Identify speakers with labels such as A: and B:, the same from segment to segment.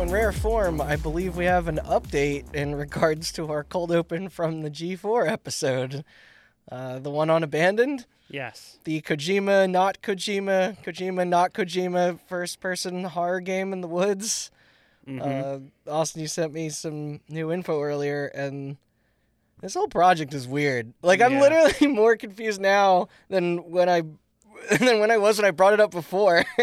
A: in rare form, I believe we have an update in regards to our cold open from the G4 episode. Uh, the one on Abandoned,
B: Yes.
A: the Kojima, not Kojima, Kojima, not Kojima first person horror game in the woods. Uh, Austin, you sent me some new info earlier, and this whole project is weird. Like, I'm
B: Yeah.
A: literally more confused now than when I than when I was when I brought it up before.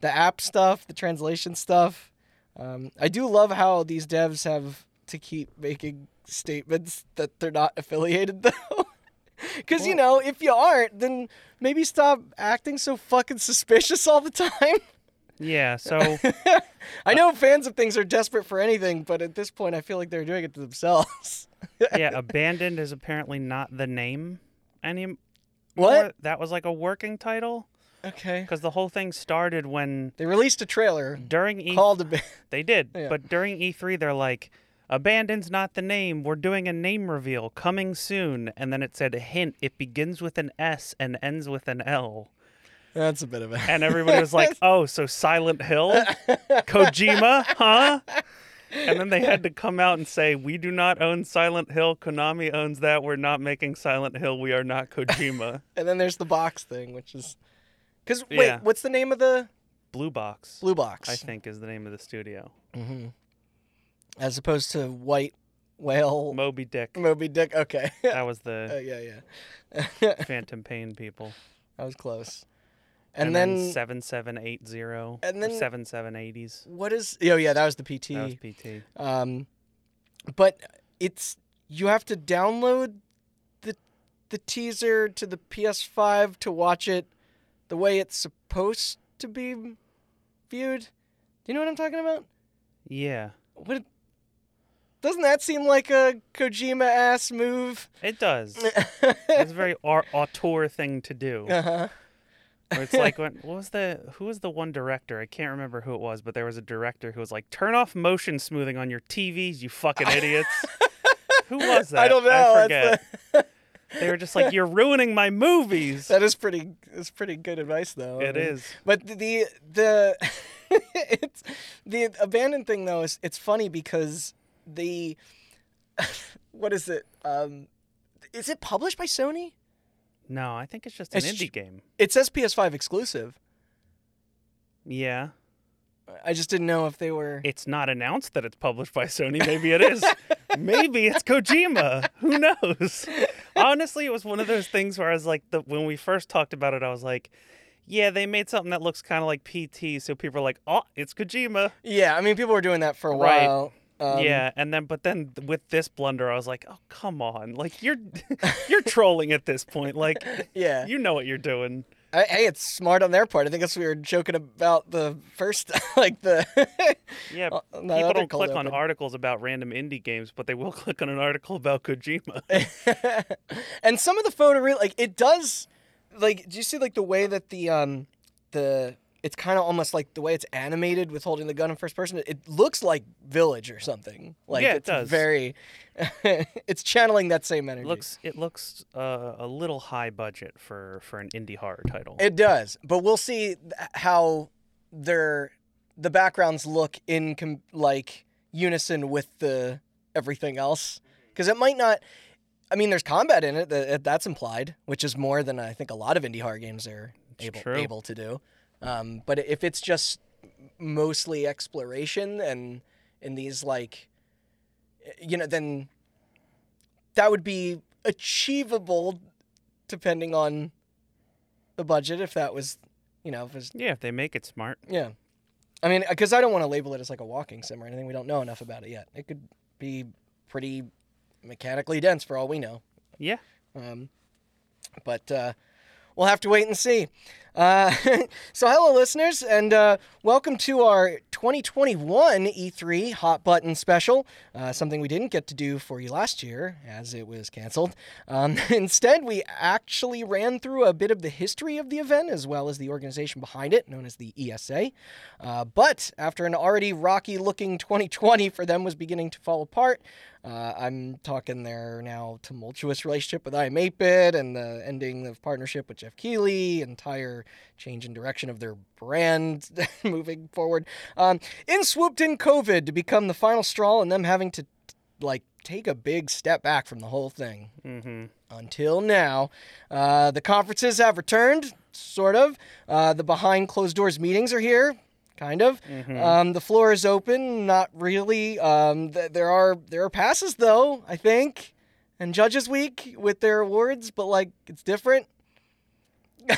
A: the app stuff, the translation stuff. Um, I do love how these devs have to keep making statements that they're not affiliated, though. Because, you know, if you aren't, then maybe stop acting so fucking suspicious all the time.
B: Yeah. So
A: I know fans of things are desperate for anything, but at this point, I feel like they're doing it to themselves.
B: yeah, abandoned is apparently not the name anymore.
A: What?
B: That was like a working title
A: Okay.
B: because the whole thing started when
A: They released a trailer
B: during E
A: called a bit.
B: they did,
A: Yeah.
B: but during E3 they're like, abandon's not the name. We're doing a name reveal coming soon, and then it said hint. It begins with an S and ends with an L.
A: That's a bit of a.
B: And everybody was like, oh, so Silent Hill? Kojima? Huh? And then they had to come out and say, we do not own Silent Hill. Konami owns that. We're not making Silent Hill. We are not Kojima.
A: And then there's the box thing, which is. Because, wait,
B: Yeah.
A: what's the name of the
B: Blue Box,
A: blue box?
B: I think, is the name of the studio.
A: As opposed to White Whale
B: Moby Dick.
A: Moby Dick. Okay. uh,
B: That was the
A: yeah, yeah.
B: Phantom Pain people.
A: that was close. And,
B: And,
A: then.
B: then, 7780.
A: And then-
B: 7780s.
A: what is. Oh, yeah, that was the PT.
B: That was PT.
A: Um, but it's you have to download the the teaser to the PS5 to watch it the way it's supposed to be viewed. Do you know what I'm talking about?
B: Yeah.
A: What doesn't that seem like a Kojima ass move?
B: It does. it's a very ar- auteur thing to do.
A: Uh-huh.
B: Or it's like when what was the who was the one director? I can't remember who it was, but there was a director who was like, "Turn off motion smoothing on your TVs, you fucking idiots." who was that?
A: I don't know.
B: I
A: that's
B: forget.
A: the-
B: They were just like, "You're ruining my movies."
A: that is pretty. It's pretty good advice, though. I
B: it
A: mean,
B: is.
A: But the the, it's the abandoned thing though is it's funny because the what is it? Um, is it published by Sony?
B: No, I think it's just an
A: It's
B: indie
A: ju-
B: game.
A: It says PS5 exclusive.
B: Yeah,
A: I just didn't know if they were.
B: it's not announced that it's published by Sony. Maybe it is. Maybe it's Kojima. Who knows? Honestly, it was one of those things where I was like, the, when we first talked about it, I was like. Yeah, they made something that looks kind of like PT, so people are like, "Oh, it's Kojima."
A: Yeah, I mean people were doing that for a
B: Right.
A: while. Um,
B: yeah, and then but then th- with this blunder, I was like, oh come on, like you're you're trolling at this point, like
A: Yeah.
B: you know what you're doing.
A: I, hey, it's smart on their part. I think that's what we were joking about the first, like the.
B: Yeah,
A: Uh, no,
B: people
A: other
B: don't
A: cold
B: click on
A: open.
B: articles about random indie games, but they will click on an article about Kojima.
A: and some of the photo real like it does like do you see like the way that the um the it's kind of almost like the way it's animated with holding the gun in first person it, it looks like village or something like
B: Yeah, it
A: it's
B: does.
A: very it's channeling that same energy
B: It looks it looks uh, a little high budget for for an indie horror title.
A: it does but we'll see th- how their the backgrounds look in com- like unison with the everything else because it might not I mean, there's combat in it. That, that's implied, which is more than I think a lot of indie horror games are
B: It's
A: able,
B: true.
A: able to do. Um, but if it's just mostly exploration and in these like, you know, then that would be achievable depending on the budget. If that was, you know, if it's
B: yeah, if they make it smart,
A: yeah. I mean, because I don't want to label it as like a walking sim or anything. We don't know enough about it yet. It could be pretty mechanically dense for all we know.
B: yeah,
A: Um, but uh, we'll have to wait and see. Uh, so, hello, listeners, and uh, welcome to our 2021 E3 Hot Button Special, uh, something we didn't get to do for you last year as it was canceled. Um, instead, we actually ran through a bit of the history of the event as well as the organization behind it, known as the ESA. Uh, but after an already rocky looking 2020 for them was beginning to fall apart, uh, I'm talking their now tumultuous relationship with IM 8-Bit and the ending of partnership with Jeff Keighley, entire change in direction of their brand moving forward. Um, Um, in swooped in COVID to become the final straw, and them having to like take a big step back from the whole thing.
B: Mm-hmm.
A: Until now, uh, the conferences have returned, sort of. Uh, the behind closed doors meetings are here, kind of. Um, the floor is open, not really. Um, th- there are there are passes though, I think, and Judges Week with their awards, but like it's different.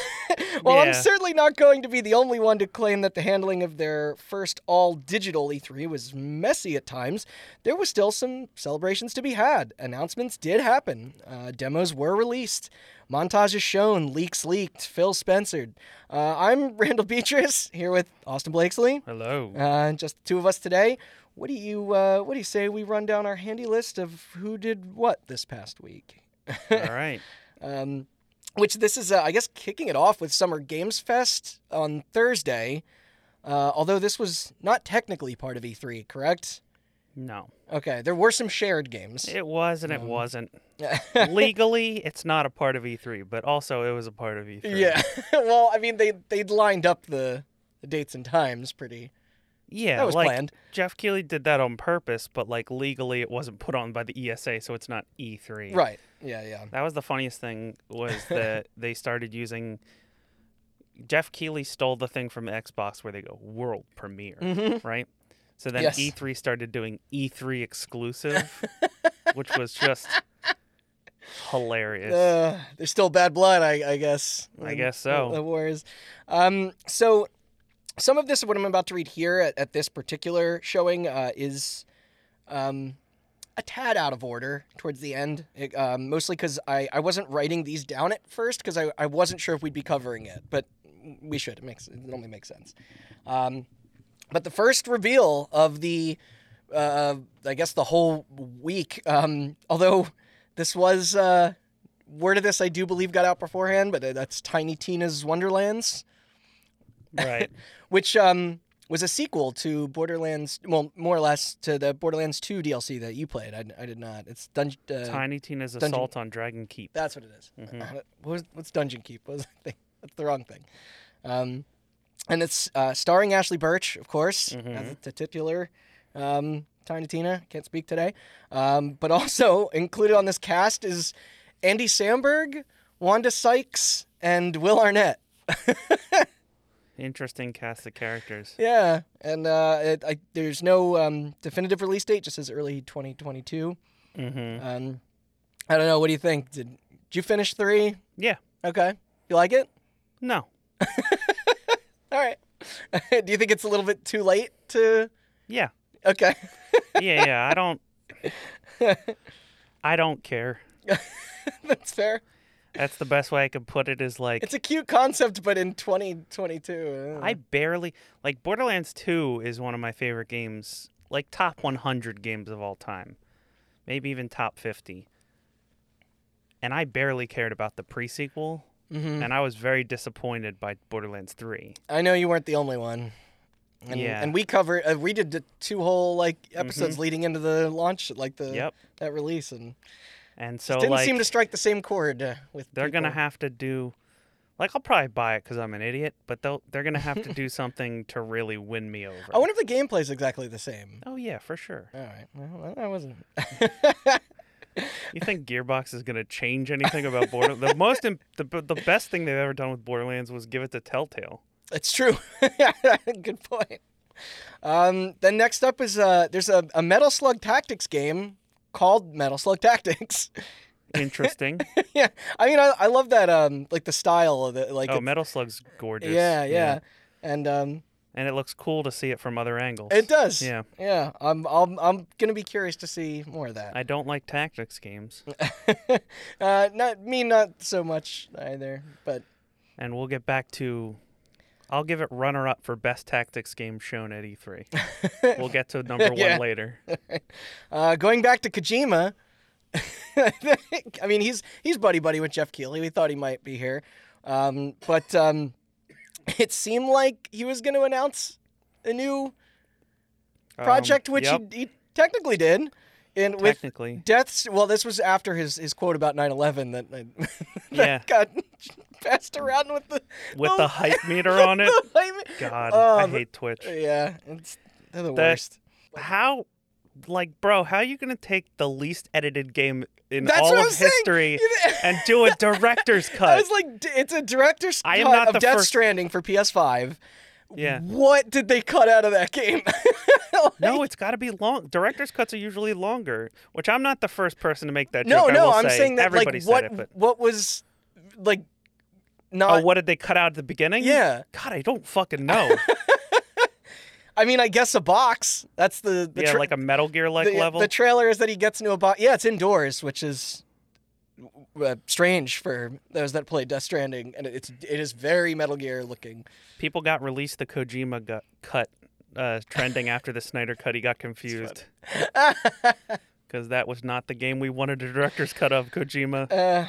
A: well,
B: Yeah.
A: I'm certainly not going to be the only one to claim that the handling of their first all digital E3 was messy at times. There was still some celebrations to be had. Announcements did happen. Uh, demos were released. Montages shown. Leaks leaked. Phil Spencer. Uh, I'm Randall Beatrice here with Austin Blakesley.
B: Hello.
A: Uh, just the two of us today. What do you uh, What do you say we run down our handy list of who did what this past week?
B: All right.
A: um, which this is, uh, I guess, kicking it off with Summer Games Fest on Thursday. Uh, although this was not technically part of E3, correct?
B: No,
A: Okay, there were some shared games.
B: it was and it wasn't. Legally, it's not a part of E3, but also it was a part of E E3.
A: yeah. well, I mean, they they lined up the, the dates and times pretty.
B: Yeah,
A: That was
B: like,
A: planned.
B: Jeff Keighley did that on purpose, but like legally, it wasn't put on by the ESA, so it's not E E3.
A: Right. Yeah. Yeah.
B: That was the funniest thing was that they started using. Jeff Keighley stole the thing from Xbox where they go world premiere, right? So then
A: Mm-hmm. Yes.
B: E3 started doing E3 exclusive, which was just hilarious.
A: Uh, there's still bad blood, I, I guess.
B: I
A: in
B: guess so.
A: The, war is. Um, so, some of this, what I'm about to read here at, at this particular showing, uh, is um, a tad out of order towards the end, it, um, mostly because I, I wasn't writing these down at first because I, I wasn't sure if we'd be covering it, but we should. It makes it only makes sense. Um, but the first reveal of the, uh, I guess the whole week, um, although this was uh, word of this I do believe got out beforehand, but uh, that's Tiny Tina's Wonderlands,
B: right.
A: which um, was a sequel to Borderlands, well, more or less to the Borderlands 2 DLC that you played. I, I did not. It's Dungeon. Uh,
B: Tiny Tina's
A: Dungeon-
B: assault on Dragon Keep.
A: That's what it is. Uh, What was, what's Dungeon Keep? What was I think? That's the wrong thing. Um, and it's uh, starring Ashley Birch, of course, as the titular um, Tiny Tina. Can't speak today. Um, but also included on this cast is Andy Samberg, Wanda Sykes, and Will Arnett.
B: Interesting cast of characters.
A: Yeah, and uh, it, I, there's no um, definitive release date. Just says early 2022.
B: Mm-hmm.
A: Um, I don't know. What do you think? Did, did you finish three?
B: Yeah.
A: Okay, you like it?
B: No.
A: All right. Do you think it's a little bit too late to?
B: Yeah.
A: Okay.
B: Yeah. Yeah. I don't. I don't care.
A: That's fair.
B: That's the best way I could put it. Is like
A: It's a cute concept, but in 2022. uh,
B: I barely like Borderlands 2 is one of my favorite games, like top 100 games of all time. Maybe even top 50. And I barely cared about the prequel,
A: Mhm.
B: and I was very disappointed by Borderlands 3.
A: I know you weren't the only one. And,
B: Yeah. Mm-hmm.
A: and we covered, uh, we did the two whole like episodes leading into the launch, like the
B: Yep.
A: that release, and
B: And so
A: didn't
B: like
A: seem to strike the same chord uh, with.
B: they're going to
A: people.
B: have to do like I'll probably buy it cuz I'm an idiot, but they'll they're going to have to do something to really win me over.
A: I wonder if the gameplay's exactly the same.
B: oh yeah, for sure.
A: All right. Well, I wasn't.
B: You think Gearbox is going to change anything about Borderlands? the most imp- the, the best thing they've ever done with Borderlands was give it to Telltale.
A: It's true. Good point. Um, then next up is uh, there's a, a Metal Slug Tactics game called Metal Slug Tactics.
B: Interesting.
A: yeah, I mean I, I love that um, like the style of it. Like
B: oh,
A: it's-
B: Metal Slug's gorgeous.
A: yeah, yeah, and um,
B: And it looks cool to see it from other angles.
A: it does.
B: Yeah.
A: yeah. I'm I'm I'm gonna be curious to see more of that.
B: I don't like tactics games.
A: uh, not me, not so much either. But
B: And we'll get back to. I'll give it runner up for best tactics game shown at E3. we'll get to number one
A: Yeah.
B: later.
A: Uh, going back to Kojima, I mean he's he's buddy buddy with Jeff Keighley. We thought he might be here, um, but um, it seemed like he was going to announce a new
B: Um,
A: project, which
B: yep,
A: he, he technically did, and with
B: technically.
A: deaths. Well, this was after his, his quote about 9-11 that, that
B: Yeah.
A: got passed around with the
B: with the hype meter on it.
A: the hype me-
B: God,
A: Oh. Um,
B: I hate Twitch.
A: Yeah, it's they're the
B: That-
A: worst.
B: How, like, bro, how you gonna take the least edited game in
A: That's
B: all
A: what
B: of
A: I'm saying.
B: history
A: You-
B: and do a director's
A: I
B: cut?
A: was like, d- it's a director's
B: I am
A: cut
B: not
A: of
B: the
A: Death
B: first-
A: Stranding for PS5.
B: yeah.
A: What did they cut out of that game?
B: No, it's got to be long. Director's cuts are usually longer, which I'm not the first person to make that
A: no,
B: joke. I
A: no,
B: will
A: I'm
B: say.
A: saying that
B: everybody
A: like
B: said
A: what
B: it, but
A: what was like
B: oh,
A: not.
B: what did they cut out at the beginning?
A: Yeah.
B: God, I don't fucking know.
A: I mean, I guess a box. That's the, the
B: yeah,
A: tra-
B: like a Metal Gear like
A: the,
B: level.
A: the trailer is that he gets into a box. Yeah, it's indoors, which is uh, strange for those that play Death Stranding, and it's it is very Metal Gear looking.
B: People got released the Kojima gu- cut uh, trending after the Snyder cut. He got confused because that was not the game we wanted a director's cut of Kojima.
A: Uh,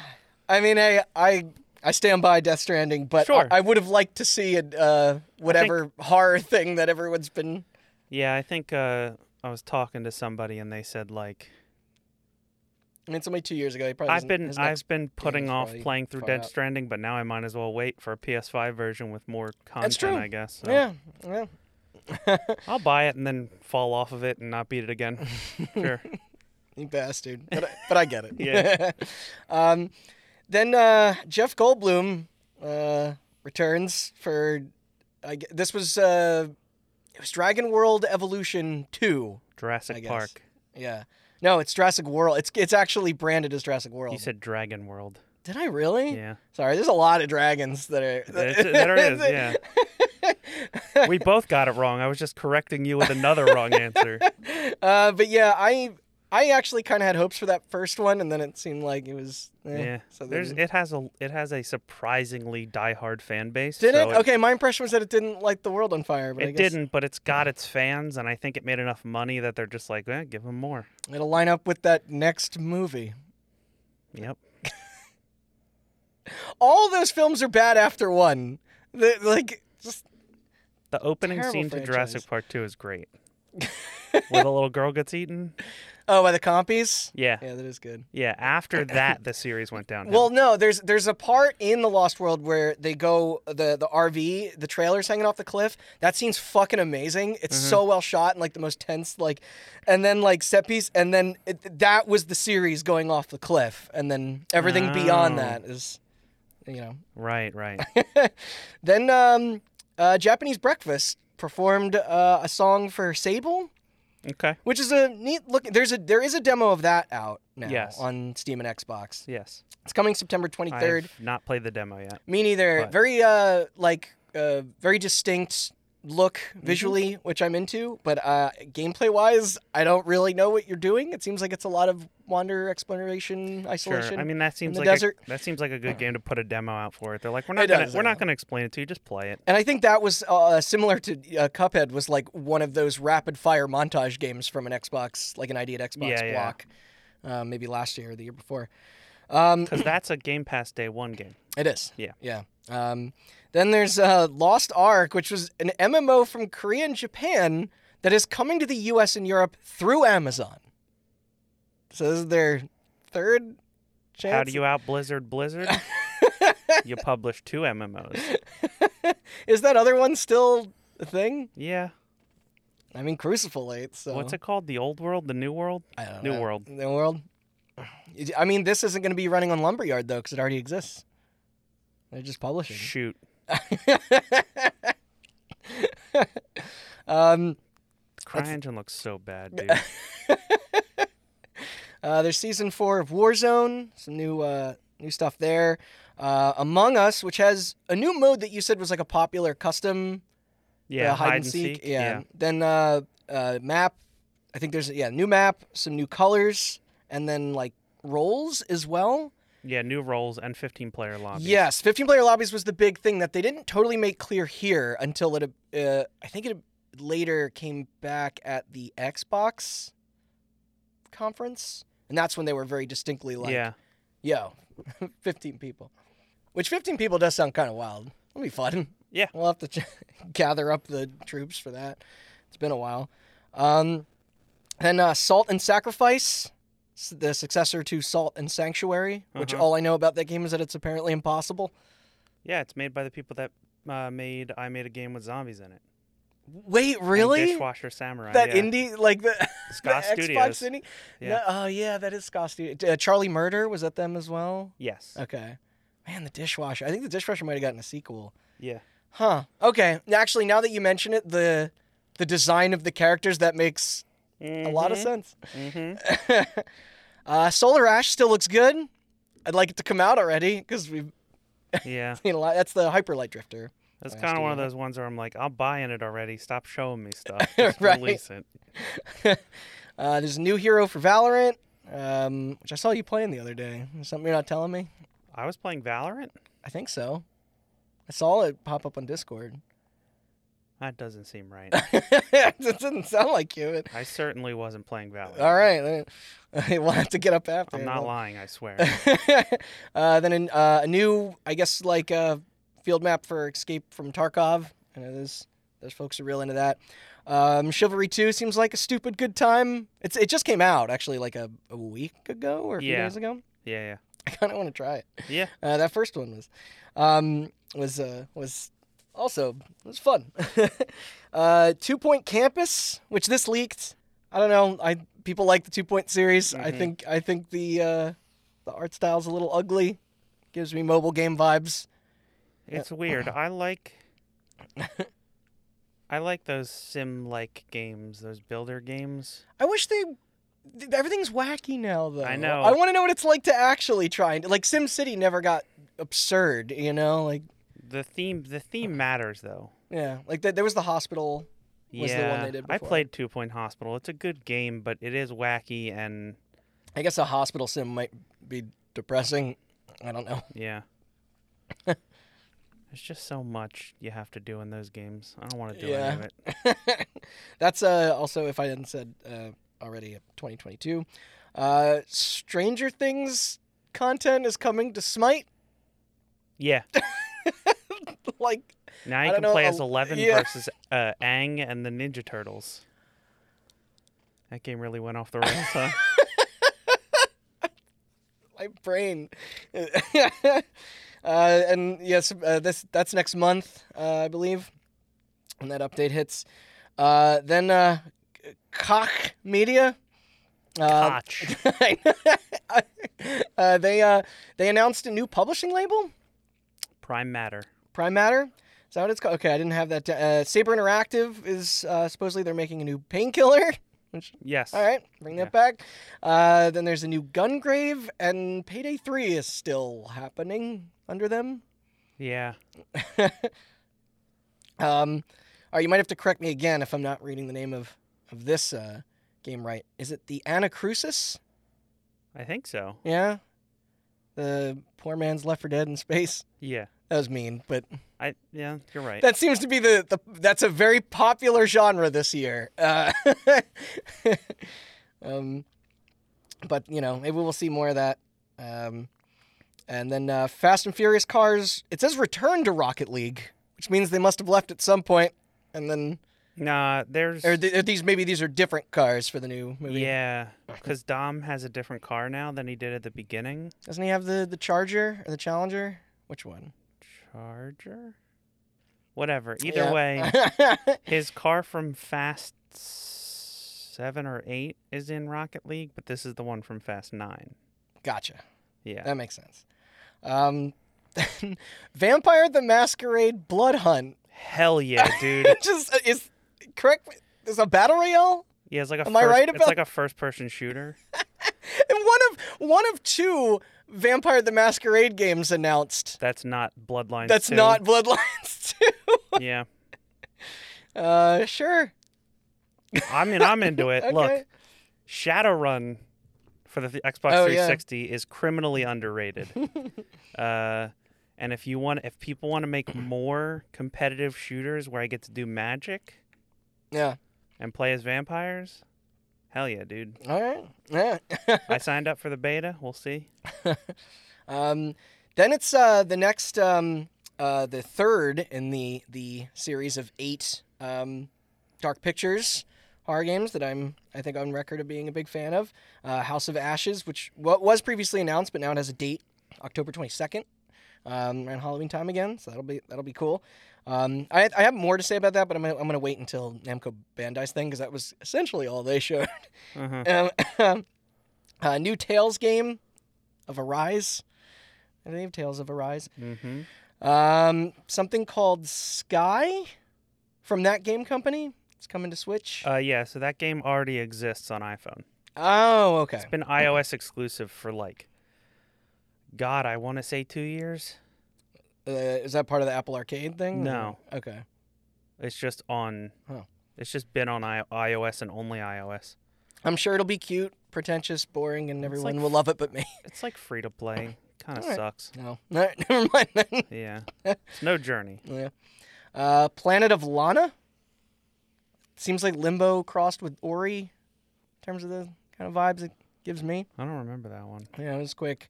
A: I mean, I I I stand by Death Stranding, but
B: Sure.
A: I, I would have liked to see a uh, whatever horror thing that everyone's been.
B: yeah, I think uh, I was talking to somebody and they said like
A: I mean, it's only two years ago. He probably
B: I've
A: isn't-
B: been
A: isn't
B: I've been putting
A: is
B: off
A: probably
B: playing through
A: far
B: Dead
A: out.
B: Stranding, but now I might as well wait for a PS5 version with more content.
A: true.
B: I guess. So
A: Yeah, yeah.
B: I'll buy it and then fall off of it and not beat it again. sure.
A: You bastard. But I, but I get it.
B: Yeah.
A: um, then uh, Jeff Goldblum uh, returns for. I, gue- this was uh, it was Dragon World Evolution Two. I
B: Jurassic
A: guess.
B: Park.
A: Yeah. No, it's Jurassic World. It's it's actually branded as Jurassic World.
B: You said Dragon World.
A: Did I really?
B: Yeah.
A: Sorry, there's a lot of dragons that are.
B: It's- there it is. Yeah. we both got it wrong. I was just correcting you with another wrong answer.
A: Uh, but yeah, I I actually kind of had hopes for that first one, and then it seemed like it was. eh,
B: Yeah.
A: So they
B: There's
A: didn't-
B: it has a it has a surprisingly diehard fan base.
A: Did
B: so
A: it? Okay, my impression was that it didn't light the world on fire, but I
B: It
A: guess
B: didn't, but it's got its fans, and I think it made enough money that they're just like, eh, give them more.
A: it'll line up with that next movie.
B: Yep.
A: All those films are bad after one. The, like, just,
B: The opening
A: Terrible
B: scene to
A: franchise.
B: Jurassic Park 2 is great. Where the little girl gets eaten.
A: oh, by the compies.
B: Yeah.
A: Yeah, that is good.
B: Yeah. After that, the series went downhill.
A: Well, no, there's there's a part in the Lost World where they go the the RV, the trailer's hanging off the cliff. That scene's fucking amazing. It's
B: Mm-hmm.
A: so well shot and like the most tense like, and then like set piece, and then it, that was the series going off the cliff, and then everything beyond
B: Oh.
A: that is, you know,
B: right, right.
A: Then um, uh, Japanese Breakfast performed uh, a song for Sable,
B: Okay.
A: which is a neat look. There's a there is a demo of that out now
B: Yes.
A: on Steam and Xbox.
B: Yes.
A: It's coming September 23rd.
B: I've not played the demo yet.
A: Me neither.
B: But-
A: Very uh like uh very distinct look
B: Mm-hmm.
A: visually, which I'm into, but uh gameplay wise, I don't really know what you're doing. It seems like it's a lot of wander exploration
B: Sure.
A: isolation.
B: I mean, that seems
A: the
B: like
A: desert.
B: A, that seems like a good game to put a demo out for it. They're like, we're
A: It
B: not gonna,
A: does,
B: we're
A: yeah.
B: not going to explain it to you. Just play it.
A: And I think that was uh, similar to uh, Cuphead was like one of those rapid fire montage games from an Xbox, like an ID at Xbox
B: Yeah, yeah.
A: block, Uh, maybe last year or the year before. Um,
B: Because that's a Game Pass Day One game.
A: it is.
B: Yeah.
A: Yeah. Um, then there's uh, Lost Ark, which was an MMO from Korea and Japan that is coming to the U.S. and Europe through Amazon. So this is their third chance.
B: How do you out Blizzard Blizzard? you publish two MMOs.
A: Is that other one still a thing?
B: Yeah.
A: I mean, Crucible 8, so...
B: What's it called? The Old World? The New World?
A: I don't
B: New
A: know.
B: World.
A: New World. I mean, this isn't going to be running on Lumberyard though, because it already exists. They're just publishing.
B: Shoot.
A: Um,
B: CryEngine looks so bad, dude.
A: uh, there's season four of Warzone. Some new uh, new stuff there. Uh, Among Us, which has a new mode that you said was like a popular custom
B: Yeah,
A: uh, hide, and seek. Yeah.
B: yeah.
A: Then uh, uh, map. I think there's yeah new map, some new colors, and then like roles as well.
B: Yeah, new roles and 15 player lobbies.
A: Yes, 15 player lobbies was the big thing that they didn't totally make clear here until it uh, I think it later came back at the Xbox conference and that's when they were very distinctly like
B: yeah.
A: yo 15 people. Which 15 people does sound kind of wild. It'll be fun.
B: Yeah.
A: We'll have to ch- gather up the troops for that. It's been a while. Um then uh, Salt and Sacrifice, s- the successor to Salt and Sanctuary, which
B: Uh-huh.
A: all I know about that game is that it's apparently impossible.
B: Yeah, it's made by the people that uh, made I made a game with zombies in it.
A: Wait,
B: And
A: really?
B: Dishwasher Samurai.
A: That
B: yeah.
A: indie, like the, the
B: Ska
A: Xbox
B: Studios.
A: indie.
B: Yeah.
A: No, oh yeah, that is Scott Studio. Uh, Charlie Murder was that them as well?
B: Yes.
A: Okay. Man, the dishwasher. I think the dishwasher might have gotten a sequel.
B: Yeah.
A: Huh. Okay. Actually, now that you mention it, the the design of the characters that makes a lot of sense.
B: hmm
A: uh, Solar Ash still looks good. I'd like it to come out already because we've
B: Yeah.
A: seen a lot. That's the Hyperlight Drifter.
B: That's
A: Last
B: kind of one of
A: year.
B: those ones where I'm like, I'm buying it already. Stop showing me stuff. Just
A: Right.
B: release it.
A: Uh, there's a new hero for Valorant, um, which I saw you playing the other day. There's something you're not telling me?
B: I was playing Valorant.
A: I think so. I saw it pop up on Discord.
B: That doesn't seem right.
A: it doesn't sound like you.
B: I certainly wasn't playing Valorant.
A: All right. We'll have to get up after.
B: I'm
A: it.
B: not
A: Well-
B: lying. I swear.
A: uh, then a, uh, a new, I guess, like uh, field map for Escape from Tarkov. I know those those folks are real into that. Um, Chivalry Two seems like a stupid good time. It's it just came out actually like a, a week ago or a few
B: Yeah.
A: days ago.
B: yeah.
A: I kind of want to try it.
B: Yeah. Yeah.
A: Uh, that first one was um, was uh, was also it was fun. uh, two Point Campus, which this leaked. I don't know. I people like the Two Point series. I
B: Mhm.
A: think I think the uh, the art style's a little ugly. Gives me mobile game vibes.
B: It's weird. I like I like those sim like games, those builder games.
A: I wish they. th- Everything's wacky now, though.
B: I know.
A: I want to know what it's like to actually try and like SimCity never got absurd, you know. Like
B: The theme the theme matters though.
A: yeah, like th- there was the hospital. Was the one
B: yeah.
A: they did
B: I
A: before.
B: played Two Point Hospital. It's a good game, but it is wacky and
A: I guess a hospital sim might be depressing. I don't know.
B: yeah. There's just so much you have to do in those games. I don't want to do any of
A: Yeah.
B: it.
A: That's uh, also, if I hadn't said uh, already, 2022. Uh, Stranger Things content is coming to Smite.
B: Yeah.
A: Like,
B: Now
A: I
B: you
A: don't
B: can
A: know,
B: play
A: a-
B: as Eleven
A: yeah.
B: versus uh, Aang and the Ninja Turtles. That game really went off the rails, huh?
A: my brain. uh, and yes, uh, this that's next month, uh, I believe, when that update hits. Uh, then uh, Koch Media. Uh,
B: Botch.
A: uh, they uh, they announced a new publishing label,
B: Prime Matter.
A: Prime Matter. Is that what it's called? Okay, I didn't have that. da- uh, Saber Interactive is uh, supposedly they're making a new painkiller. Which
B: Yes.
A: all right, bring that back. Uh, then there's a new Gungrave, and Payday Three is still happening under them.
B: Yeah.
A: Um, all right, you might have to correct me again if I'm not reading the name of of this uh, game right. Is it the Anacrusis?
B: I think so.
A: Yeah, the poor man's Left for Dead in space.
B: Yeah.
A: That was mean, but
B: I yeah, you're right.
A: that seems to be the, the that's a very popular genre this year. Uh, um, but you know, maybe we'll see more of that. Um, and then uh, Fast and Furious cars. It says return to Rocket League, which means they must have left at some point. And then,
B: nah, there's
A: or, th- or these maybe these are different cars for the new movie.
B: yeah, because Dom has a different car now than he did at the beginning.
A: Doesn't he have the the Charger or the Challenger? Which one?
B: Charger, whatever. Either
A: Yeah.
B: way, his car from Fast Seven or Eight is in Rocket League, but this is the one from Fast Nine.
A: gotcha.
B: Yeah.
A: That makes sense. Um, Vampire the Masquerade Blood Hunt.
B: Hell yeah, dude.
A: Just is correct. me- Is a battle royale
B: Yeah, it's like a
A: Am I
B: first,
A: right
B: it's
A: about-
B: like a first-person shooter.
A: and one of one of two Vampire the Masquerade games announced.
B: That's not Bloodlines.
A: That's
B: 2.
A: not Bloodlines
B: Yeah.
A: two. Uh, sure.
B: I mean, I'm into it.
A: Okay.
B: Look, Shadowrun for the th- Xbox
A: Oh, yeah.
B: 360 is criminally underrated. uh, and if you want, if people want to make more competitive shooters where I get to do magic
A: Yeah.
B: and play as vampires, hell yeah, dude!
A: All right. Yeah.
B: I signed up for the beta. We'll see.
A: Um, then it's uh, the next um, uh, the third in the the series of eight um, Dark Pictures horror games that I'm I think on record of being a big fan of. Uh, House of Ashes, which wa- was previously announced, but now it has a date, October 22nd. um, around Halloween time again. So that'll be that'll be cool. Um, I, I have more to say about that, but I'm gonna, I'm gonna wait until Namco Bandai's thing because that was essentially all they showed.
B: Uh-huh.
A: Um, a new Tales game of Arise. I think they have Tales of Arise.
B: Mm-hmm.
A: Um, something called Sky from that game company. It's coming to Switch.
B: Uh, yeah, so that game already exists on iPhone.
A: oh, okay.
B: It's been iOS exclusive for like, God, I want to say two years.
A: Uh, is that part of the Apple Arcade thing?
B: No.
A: Okay.
B: It's just on.
A: Oh.
B: It's just been on I- iOS and only iOS.
A: I'm sure ittle be cute, pretentious, boring, and everyone
B: like
A: will love it but me.
B: It's like free to play. Kind of
A: Alright.
B: sucks.
A: No. No, Never mind then.
B: Yeah. It's no journey.
A: Yeah. Uh, Planet of Lana. Seems like Limbo crossed with Ori in terms of the kind of vibes it gives me.
B: I don't remember that one.
A: Yeah, it was quick.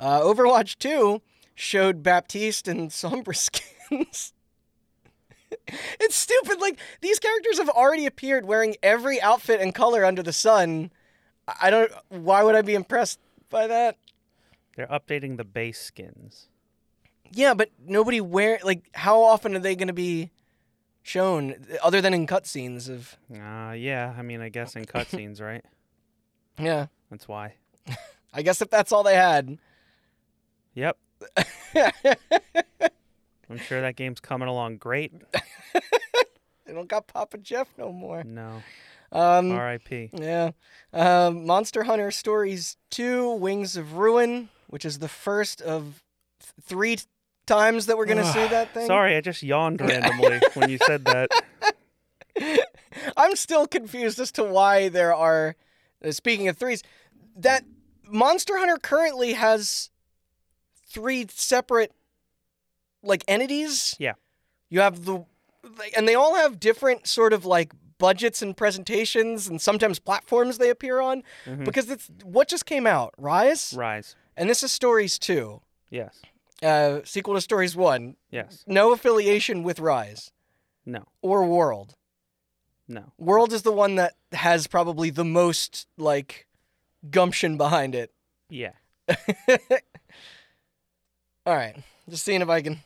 A: Uh, Overwatch 2 showed Baptiste and Sombra skins. it's stupid. Like, these characters have already appeared wearing every outfit and color under the sun. I- I don't. Why would I be impressed by that?
B: They're updating the base skins.
A: Yeah, but nobody wear. Like, how often are they going to be shown other than in cutscenes of.
B: Uh, yeah, I mean, I guess in cutscenes, right?
A: Yeah.
B: That's why.
A: I guess if that's all they had.
B: Yep. I'm sure that game's coming along great.
A: They don't got Papa Jeff no more.
B: No.
A: Um,
B: R.I.P.
A: Yeah. Um, Monster Hunter Stories 2 Wings of Ruin, which is the first of th- three t- times that we're going to see that thing.
B: Sorry, I just yawned randomly when you said that.
A: I'm still confused as to why there are, uh, speaking of threes, that Monster Hunter currently has three separate, like, entities.
B: Yeah.
A: You have the, like, and they all have different sort of, like, budgets and presentations and sometimes platforms they appear on
B: Mhm.
A: because it's what just came out rise
B: Rise.
A: And this is Stories 2,
B: Yes.
A: uh, sequel to Stories 1.
B: Yes.
A: No affiliation with Rise
B: No.
A: or World.
B: No.
A: World is the one that has probably the most, like, gumption behind it.
B: Yeah.
A: All right. Just seeing if I can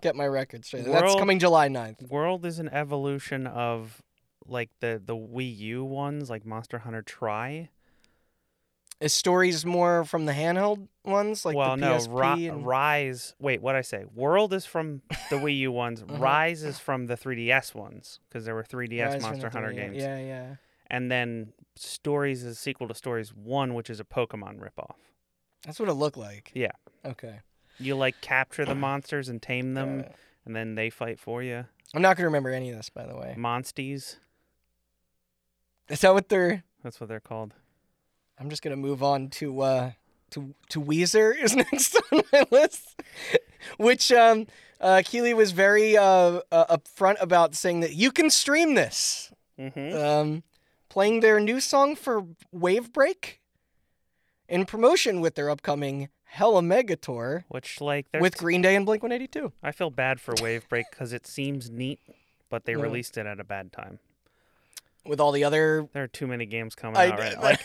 A: get my record straight. That's
B: World-
A: coming July 9th.
B: World is an evolution of like the the Wii U ones, like Monster Hunter Try.
A: Is Stories more from the handheld ones? Like
B: well,
A: the
B: no,
A: PSP?
B: Ri-
A: and-
B: Rise. Wait, what I say? World is from the Wii U ones.
A: Uh-huh.
B: Rise is from the 3DS ones because there were 3DS
A: Rise from
B: Monster
A: the
B: Hunter
A: 3D.
B: games.
A: Yeah, yeah.
B: And then Stories is a sequel to Stories One, which is a Pokemon ripoff.
A: That's what it looked like.
B: Yeah.
A: Okay.
B: You like capture the monsters and tame them,
A: Uh,
B: and then they fight for you.
A: I'm not going to remember any of this, by the way.
B: Monsties.
A: Is that what they're.
B: That's what they're called.
A: I'm just gonna move on to uh to to Weezer is next on my list, which um uh, Keeley was very uh, uh upfront about saying that you can stream this.
B: Mm-hmm.
A: Um, playing their new song for Wave Break in promotion with their upcoming Hella Mega Tour
B: Which like there's
A: with Green Day and Blink 182.
B: I feel bad for Wave Break because it seems neat, but they
A: Yeah.
B: released it at a bad time.
A: With all the other
B: There are too many games coming
A: I-
B: out right now. Like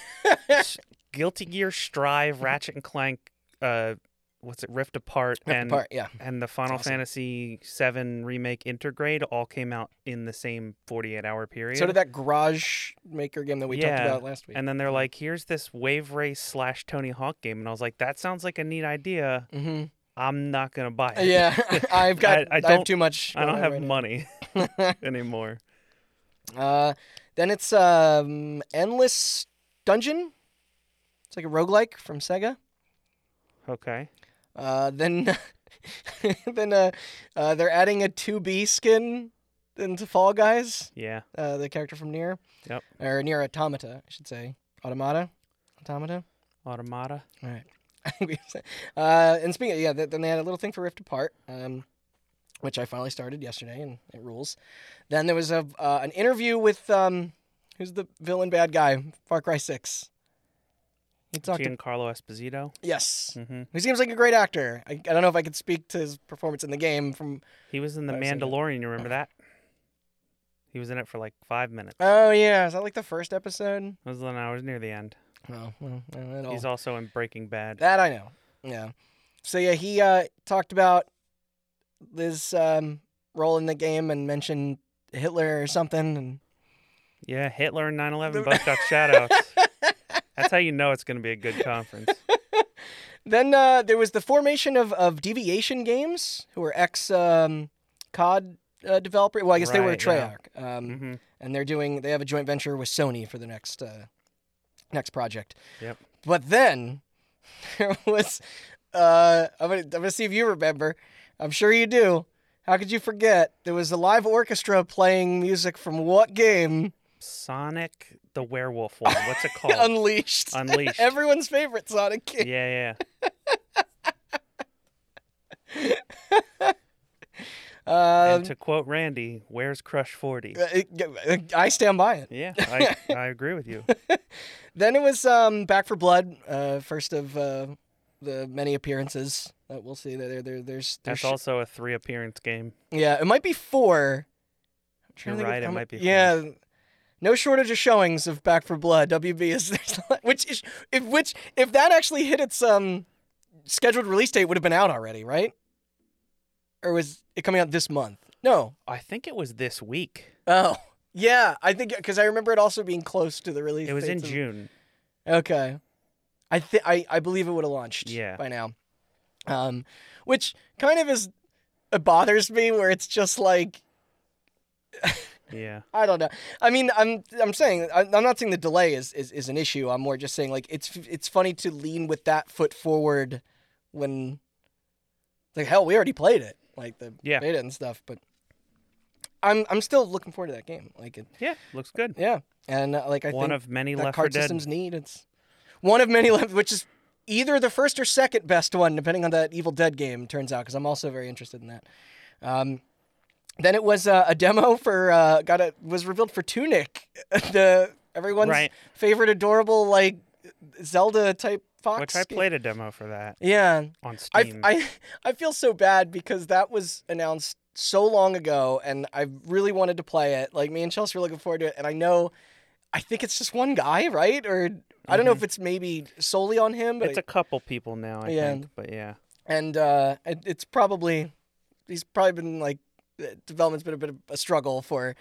B: s- Guilty Gear Strive, Ratchet and Clank, uh, what's it, Rift Apart, and
A: part, yeah,
B: and the Final
A: awesome.
B: Fantasy VII remake Intergrade all came out in the same 48 hour period.
A: so did that Garage Maker game that we
B: Yeah,
A: talked about last week.
B: And then they're like, "Here's this Wave Race slash Tony Hawk game," and I was like, "That sounds like a neat idea.
A: hmm
B: I'm not gonna buy it.
A: Yeah, I've got
B: I- I
A: I, have
B: don't-
A: too much.
B: I don't
A: going on
B: have
A: right now.
B: money anymore."
A: Uh, then it's um, Endless Dungeon. It's like a roguelike from Sega.
B: Okay.
A: Uh, then then uh, uh, they're adding a 2B skin into Fall Guys,
B: Yeah.
A: uh, the character from Nier.
B: Yep.
A: Or Nier Automata, I should say. Automata? Automata?
B: Automata.
A: All right. We said- uh, and speaking of, yeah, th- then they had a little thing for Rift Apart, um, which I finally started yesterday, and it rules. Then there was a uh, an interview with um, who's the villain bad guy, Far Cry Six. He talked. to-
B: Giancarlo Esposito.
A: yes,
B: hmm
A: who seems like a great actor. I, I don't know if I could speak to his performance in the game from.
B: He was in The
A: I've seen it.
B: Mandalorian. You remember that? He was in it for like five minutes.
A: Oh yeah, is that like the first episode? Oh,
B: It was when I was near the end.
A: No, no, no, not at all.
B: He's also in Breaking Bad.
A: That I know. Yeah. So yeah, he uh, talked about his um, role in the game and mentioned Hitler or something. And
B: Yeah, Hitler and 9/11 both got shoutouts. That's how you know it's going to be a good conference.
A: then uh, there was the formation of, of Deviation Games, who were ex um, COD uh, developer. Well, I guess they were
B: Right, yeah.
A: Treyarch, um,
B: hmm
A: and they're doing they have a joint venture with Sony for the next uh, next project.
B: Yep.
A: But then there was uh, I'm gonna I'm gonna see if you remember. I'm sure you do. How could you forget? There was a live orchestra playing music from what game?
B: Sonic the Werewolf one. What's it called?
A: Unleashed.
B: Oh. Unleashed.
A: Everyone's favorite Sonic game.
B: yeah, yeah.
A: Um,
B: and to quote Randy, "Where's Crush 40?"
A: uh, it- I stand by it.
B: Yeah, I, I agree with you.
A: Then it was um, Back for Blood, uh, first of uh, the many appearances that we'll see. There, there, there there's, there's
B: That's also a three appearance game.
A: yeah, it might be four. I'm trying to think
B: You're
A: of
B: right, it
A: how mu-
B: might be four.
A: Yeah, no shortage of showings of Back for Blood. WB is there's, a lot- which is if which if that actually hit its um scheduled release date would have been out already, right? Or was it coming out this month? No.
B: I think it was this week.
A: Oh. Yeah, I think because I remember it also being close to the release.
B: It was in
A: dates of-
B: June.
A: Okay. I think I I believe it would have launched
B: Yeah.
A: by now. Um which kind of is it bothers me where it's just like
B: Yeah.
A: I don't know. I mean, I'm I'm saying I- I'm not saying the delay is, is is an issue. I'm more just saying like it's it's funny to lean with that foot forward when like hell, we already played it, like the
B: Yeah.
A: beta and stuff, but I'm I'm still looking forward to that game. Like it,
B: Yeah, looks good.
A: yeah. And uh, like I
B: One
A: think
B: of many
A: that
B: Left 4
A: card
B: Dead.
A: systems need. It's one of many left, which is either the first or second best one, depending on that Evil Dead game turns out. Because I'm also very interested in that. Um, then it was uh, a demo for uh, got a was revealed for Tunic, the everyone's
B: Right.
A: favorite adorable like Zelda type fox.
B: Which I
A: game.
B: played a demo for that
A: Yeah,
B: on
A: I,
B: Steam.
A: I I feel so bad because that was announced so long ago, and I really wanted to play it. Like me and Chelsea were looking forward to it, and I know, I think it's just one guy, right? Or I don't know if it's maybe solely on him, but
B: Mm-hmm. it's a couple people now, I
A: Yeah.
B: think. But yeah.
A: and uh, it, it's probably he's probably been like the development's been a bit of a struggle for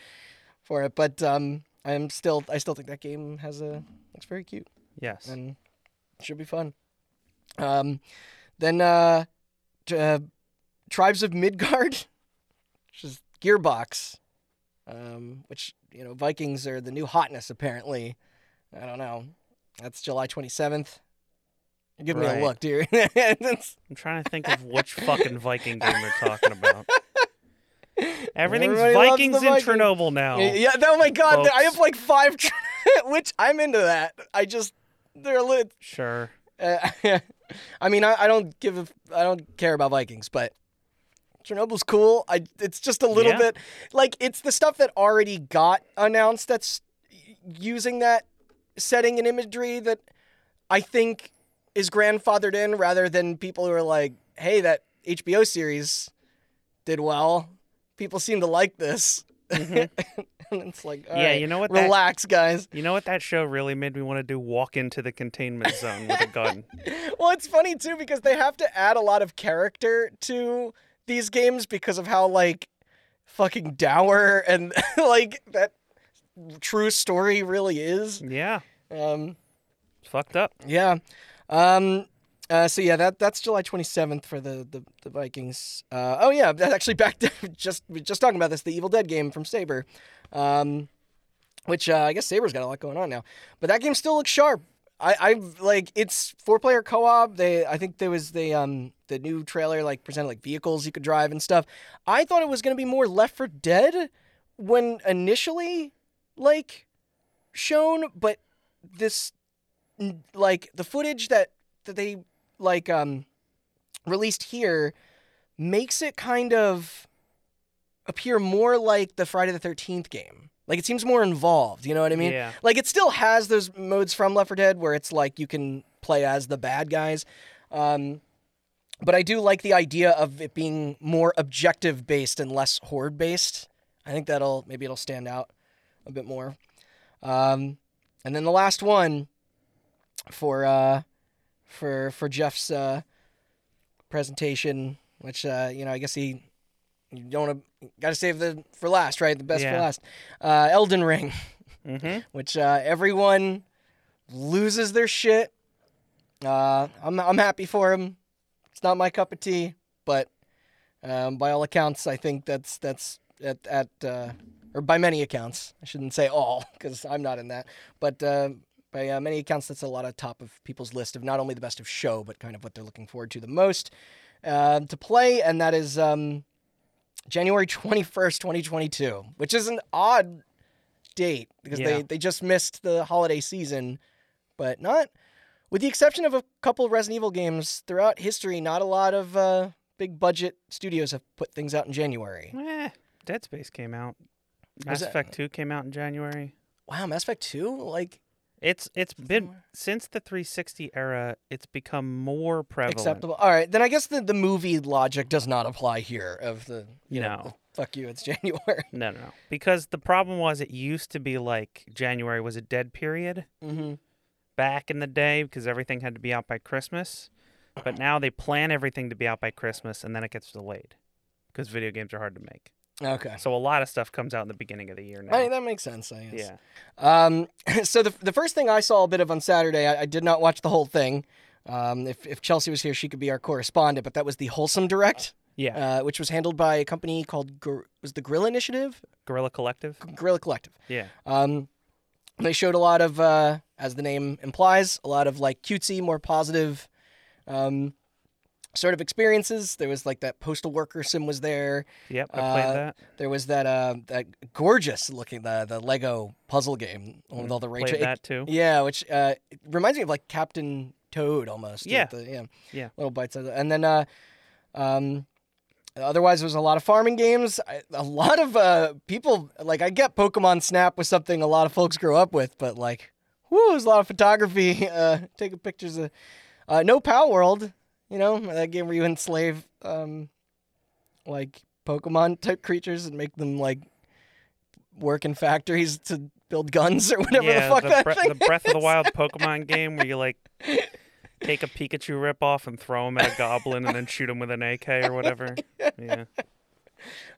A: for it, but um, I'm still I still think that game has a it's very cute
B: Yes.
A: and it should be fun. Um, then uh, t- uh, Tribes of Midgard, which is Gearbox, um, which you know Vikings are the new hotness apparently. I don't know. That's July twenty seventh. Give me
B: Right.
A: a look, dear. That's-
B: I'm trying to think of which fucking Viking game they're talking about.
A: Everybody
B: Everything's
A: loves the
B: Vikings in
A: Vikings.
B: Chernobyl now.
A: Yeah. Oh my God! I have
B: Folks.
A: like five, tr- which I'm into that. I just they're lit.
B: Sure.
A: Uh, I mean, I, I don't give a, f- I don't care about Vikings, but Chernobyl's cool. I it's just a little
B: Yeah.
A: bit like it's the stuff that already got announced that's using that setting and imagery that I think is grandfathered in rather than people who are like, hey, that HBO series did well. People seem to like this.
B: Mhm.
A: and it's like, all
B: Yeah,
A: right,
B: you know what that-
A: Relax, guys.
B: You know what that show really made me want to do? Walk into the containment zone with a gun.
A: well, it's funny too because they have to add a lot of character to these games because of how like fucking dour and like that true story really is.
B: yeah.
A: Um,
B: It's fucked up.
A: yeah. Um, uh, so yeah, that that's July 27th for the the, the Vikings. Uh, oh yeah, that actually back to just we were just talking about this, the Evil Dead game from Saber, um, which uh, I guess Saber's got a lot going on now, but that game still looks sharp. I, I like it's four player co op. They I think there was the um the new trailer like presented like vehicles you could drive and stuff. I thought it was gonna be more Left for Dead when initially like shown, but this n- like the footage that that they like um released here makes it kind of appear more like the Friday the 13th game. Like it seems more involved, you know what I mean?
B: yeah.
A: Like it still has those modes from Left 4 Dead where it's like you can play as the bad guys. Um, but I do like the idea of it being more objective based and less horde based. I think that'll maybe it'll stand out a bit more. Um, and then the last one for uh, for for Jeff's uh, presentation, which uh, you know, I guess he you don't wanna, gotta save the for last, right? The best for
B: Yeah.
A: last. Uh, Elden Ring,
B: Mhm.
A: which uh, everyone loses their shit. Uh, I'm I'm happy for him. It's not my cup of tea, but um, by all accounts, I think that's that's at at uh, or by many accounts, I shouldn't say all because I'm not in that, but uh, by uh, many accounts, that's a lot of top of people's list of not only the best of show, but kind of what they're looking forward to the most uh, to play, and that is um, January 21st, 2022, which is an odd date because they
B: Yeah.
A: they just missed the holiday season, but not. With the exception of a couple Resident Evil games throughout history, not a lot of uh, big budget studios have put things out in January.
B: Eh, Dead Space came out.
A: Was
B: Mass
A: it-
B: Effect 2 came out in January.
A: Wow, Mass Effect 2? Like,
B: It's it's been
A: Somewhere.
B: since the 360 era. It's become more prevalent.
A: acceptable. All right, then I guess the, the movie logic does not apply here of the, you know,
B: No.
A: the fuck you, it's January.
B: No, no, no. Because the problem was it used to be like January was a dead period
A: hmm
B: back in the day because everything had to be out by Christmas. But now they plan everything to be out by Christmas and then it gets delayed because video games are hard to make.
A: Okay.
B: So a lot of stuff comes out in the beginning of the year now.
A: I mean, that makes sense, I guess.
B: yeah.
A: Um, so the, the first thing I saw a bit of on Saturday, I, I did not watch the whole thing. Um, if, if Chelsea was here, she could be our correspondent, but that was the Wholesome Direct,
B: Yeah.
A: uh, which was handled by a company called, Gor- was the Gorilla Initiative?
B: Gorilla Collective.
A: Gorilla Collective.
B: Yeah.
A: Um, they showed a lot of, uh, as the name implies, a lot of like cutesy, more positive um, sort of experiences. There was like that postal worker sim was there.
B: Yep. I
A: Uh,
B: played that.
A: There was that uh, that gorgeous looking the the Lego puzzle game one with all the
B: Mm-hmm. Played
A: rachel
B: that too.
A: Yeah, which uh, it reminds me of like Captain Toad almost. with
B: Yeah.
A: the- yeah.
B: Yeah.
A: Little bites of that. And then, uh, um, otherwise, there was a lot of farming games. I, a lot of uh, people, like, I get Pokemon Snap was something a lot of folks grew up with, but like, whoo, there's a lot of photography, uh, taking pictures of. Uh, no Pow World, you know, that game where you enslave, um, like, Pokemon type creatures and make them, like, work in factories to build guns or whatever the
B: yeah,
A: fuck that
B: Bre-
A: thing
B: the Breath of the Wild Pokemon game where you like take a Pikachu rip off and throw him at a goblin and then shoot him with an AK or whatever. Yeah.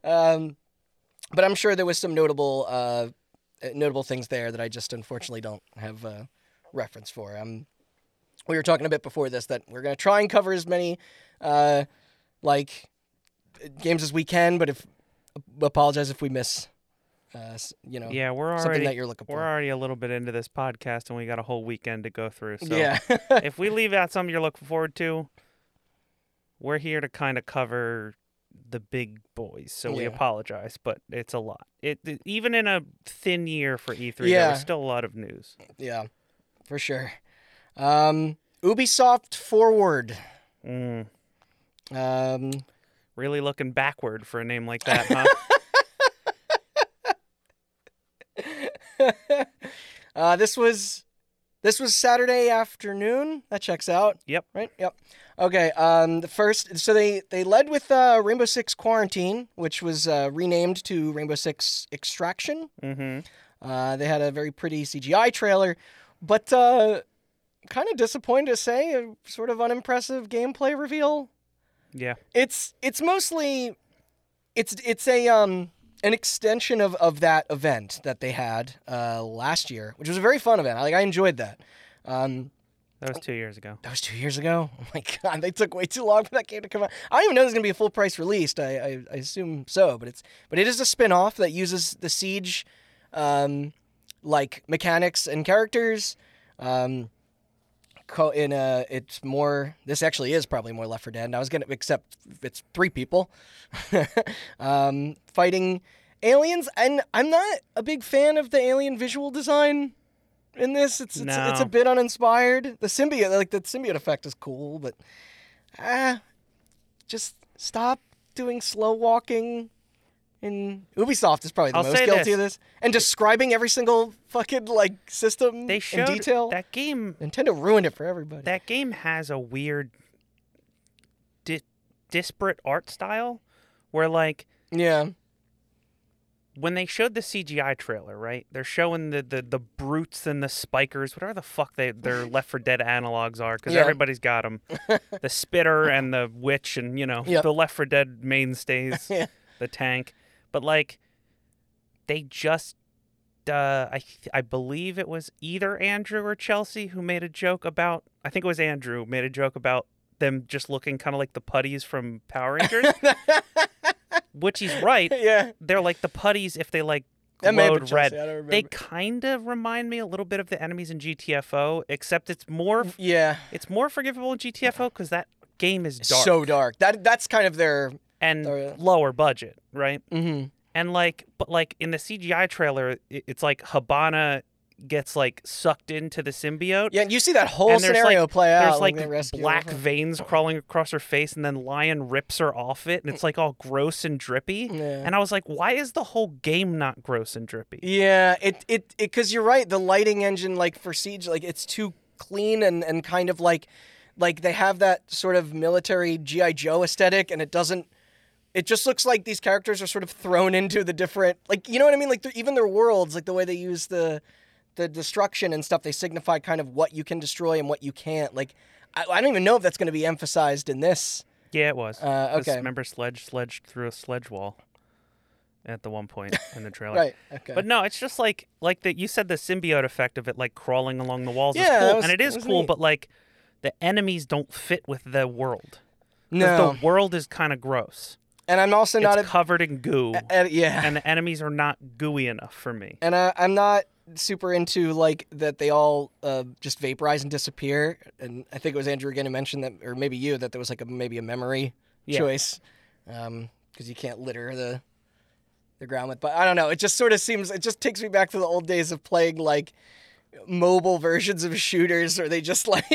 A: Um, but I'm sure there was some notable uh, notable things there that I just unfortunately don't have uh, reference for. Um, we were talking a bit before this that we're gonna try and cover as many uh, like games as we can, but if apologize if we miss, uh, s- you know,
B: Yeah, we're
A: something that
B: already
A: you're looking
B: we're
A: for.
B: already a little bit into this podcast and we got a whole weekend to go through. So
A: yeah,
B: if we leave out something you're looking forward to, we're here to kind of cover the big boys. So we
A: Yeah.
B: apologize, but it's a lot. It, it- even in a thin year for E3, there
A: Yeah.
B: was still a lot of news.
A: yeah, for sure. Um, Ubisoft Forward.
B: Mm.
A: Um,
B: Really looking backward for a name like that, huh?
A: Uh, this was this was Saturday afternoon. That checks out.
B: Yep.
A: Right. Yep. Okay. Um, the first. So they they led with uh, Rainbow Six Quarantine, which was uh, renamed to Rainbow Six Extraction.
B: mm-hmm.
A: Uh, they had a very pretty CGI trailer, but uh, kind of disappointed to say, a sort of unimpressive gameplay reveal.
B: Yeah.
A: It's it's mostly it's it's a um an extension of of that event that they had uh last year, which was a very fun event. I like I enjoyed that. Um
B: That was two years ago.
A: that was 2 years ago. Oh my god, they took way too long for that game to come out. I don't even know there's going to be a full price released. I, I I assume so, but it's but it is a spin-off that uses the siege um like mechanics and characters um co- in a it's more this actually is probably more left for dead and i was gonna accept it's three people um, fighting aliens and i'm not a big fan of the alien visual design in this it's it's, it's a
B: No.
A: bit uninspired the symbiote like the symbiote effect is cool but ah just stop doing slow walking and Ubisoft is probably the
B: I'll
A: most
B: say
A: guilty
B: this.
A: of this. And describing every single fucking like system
B: They
A: in
B: showed
A: detail.
B: that game.
A: Nintendo ruined it for everybody.
B: That game has a weird, di- disparate art style, where like
A: yeah.
B: when they showed the CGI trailer, right? They're showing the the, the brutes and the spikers, whatever the fuck they their Left for Dead analogs are, because
A: Yeah.
B: everybody's got them. the spitter and the witch, and you know
A: Yep.
B: the Left for Dead mainstays,
A: Yeah.
B: the tank. But like, they just. Uh, I th- I believe it was either Andrew or Chelsea who made a joke about. I think it was Andrew made a joke about them just looking kind of like the putties from Power Rangers, which he's right
A: yeah.
B: they're like the putties if they like
A: That may have been
B: glowed
A: Chelsea,
B: red.
A: I don't remember.
B: They kind of remind me a little bit of the enemies in GTFO, except it's more f-
A: yeah.
B: it's more forgivable in GTFO because that game is dark
A: So dark. That that's kind of their.
B: and
A: Oh, yeah.
B: lower budget, right?
A: hmm
B: And like, but like in the CGI trailer, i- it's like Habana gets like sucked into the symbiote.
A: Yeah, you see that whole
B: And there's, like-
A: scenario play out.
B: There's
A: when
B: like
A: they rescue
B: black
A: her.
B: veins crawling across her face, and then Lion rips her off it, and it's like all gross and drippy.
A: Yeah.
B: And I was like, why is the whole game not gross and drippy?
A: Yeah, it it because you're right. The lighting engine, like for Siege, like it's too clean and and kind of like, like they have that sort of military GI Joe aesthetic, and it doesn't. It just looks like these characters are sort of thrown into the different, like you know what I mean. Like th- even their worlds, like the way they use the, the destruction and stuff, they signify kind of what you can destroy and what you can't. Like I, I don't even know if that's going to be emphasized in this.
B: Yeah, it was.
A: Uh,
B: 'Cause
A: okay.
B: Remember, Sledge sledged through a sledge wall at the one point in the trailer.
A: Right. Okay.
B: But no, it's just like like that. You said the symbiote effect of it, like crawling along the walls,
A: Yeah,
B: is
A: that
B: cool,
A: was-
B: and it
A: that
B: is
A: was
B: cool.
A: neat.
B: But like, the enemies don't fit with the world. 'Cause
A: no.
B: the world is kind of gross.
A: and I'm also not
B: it's
A: a.
B: covered in goo,
A: uh, yeah.
B: and the enemies are not gooey enough for me.
A: and I, I'm not super into like that they all uh, just vaporize and disappear. And I think it was Andrew again who mentioned that, or maybe you, that there was like a maybe a memory
B: Yeah.
A: choice because you can't litter the the ground with. But I don't know. It just sort of seems. It just takes me back to the old days of playing like mobile versions of shooters, or they just like.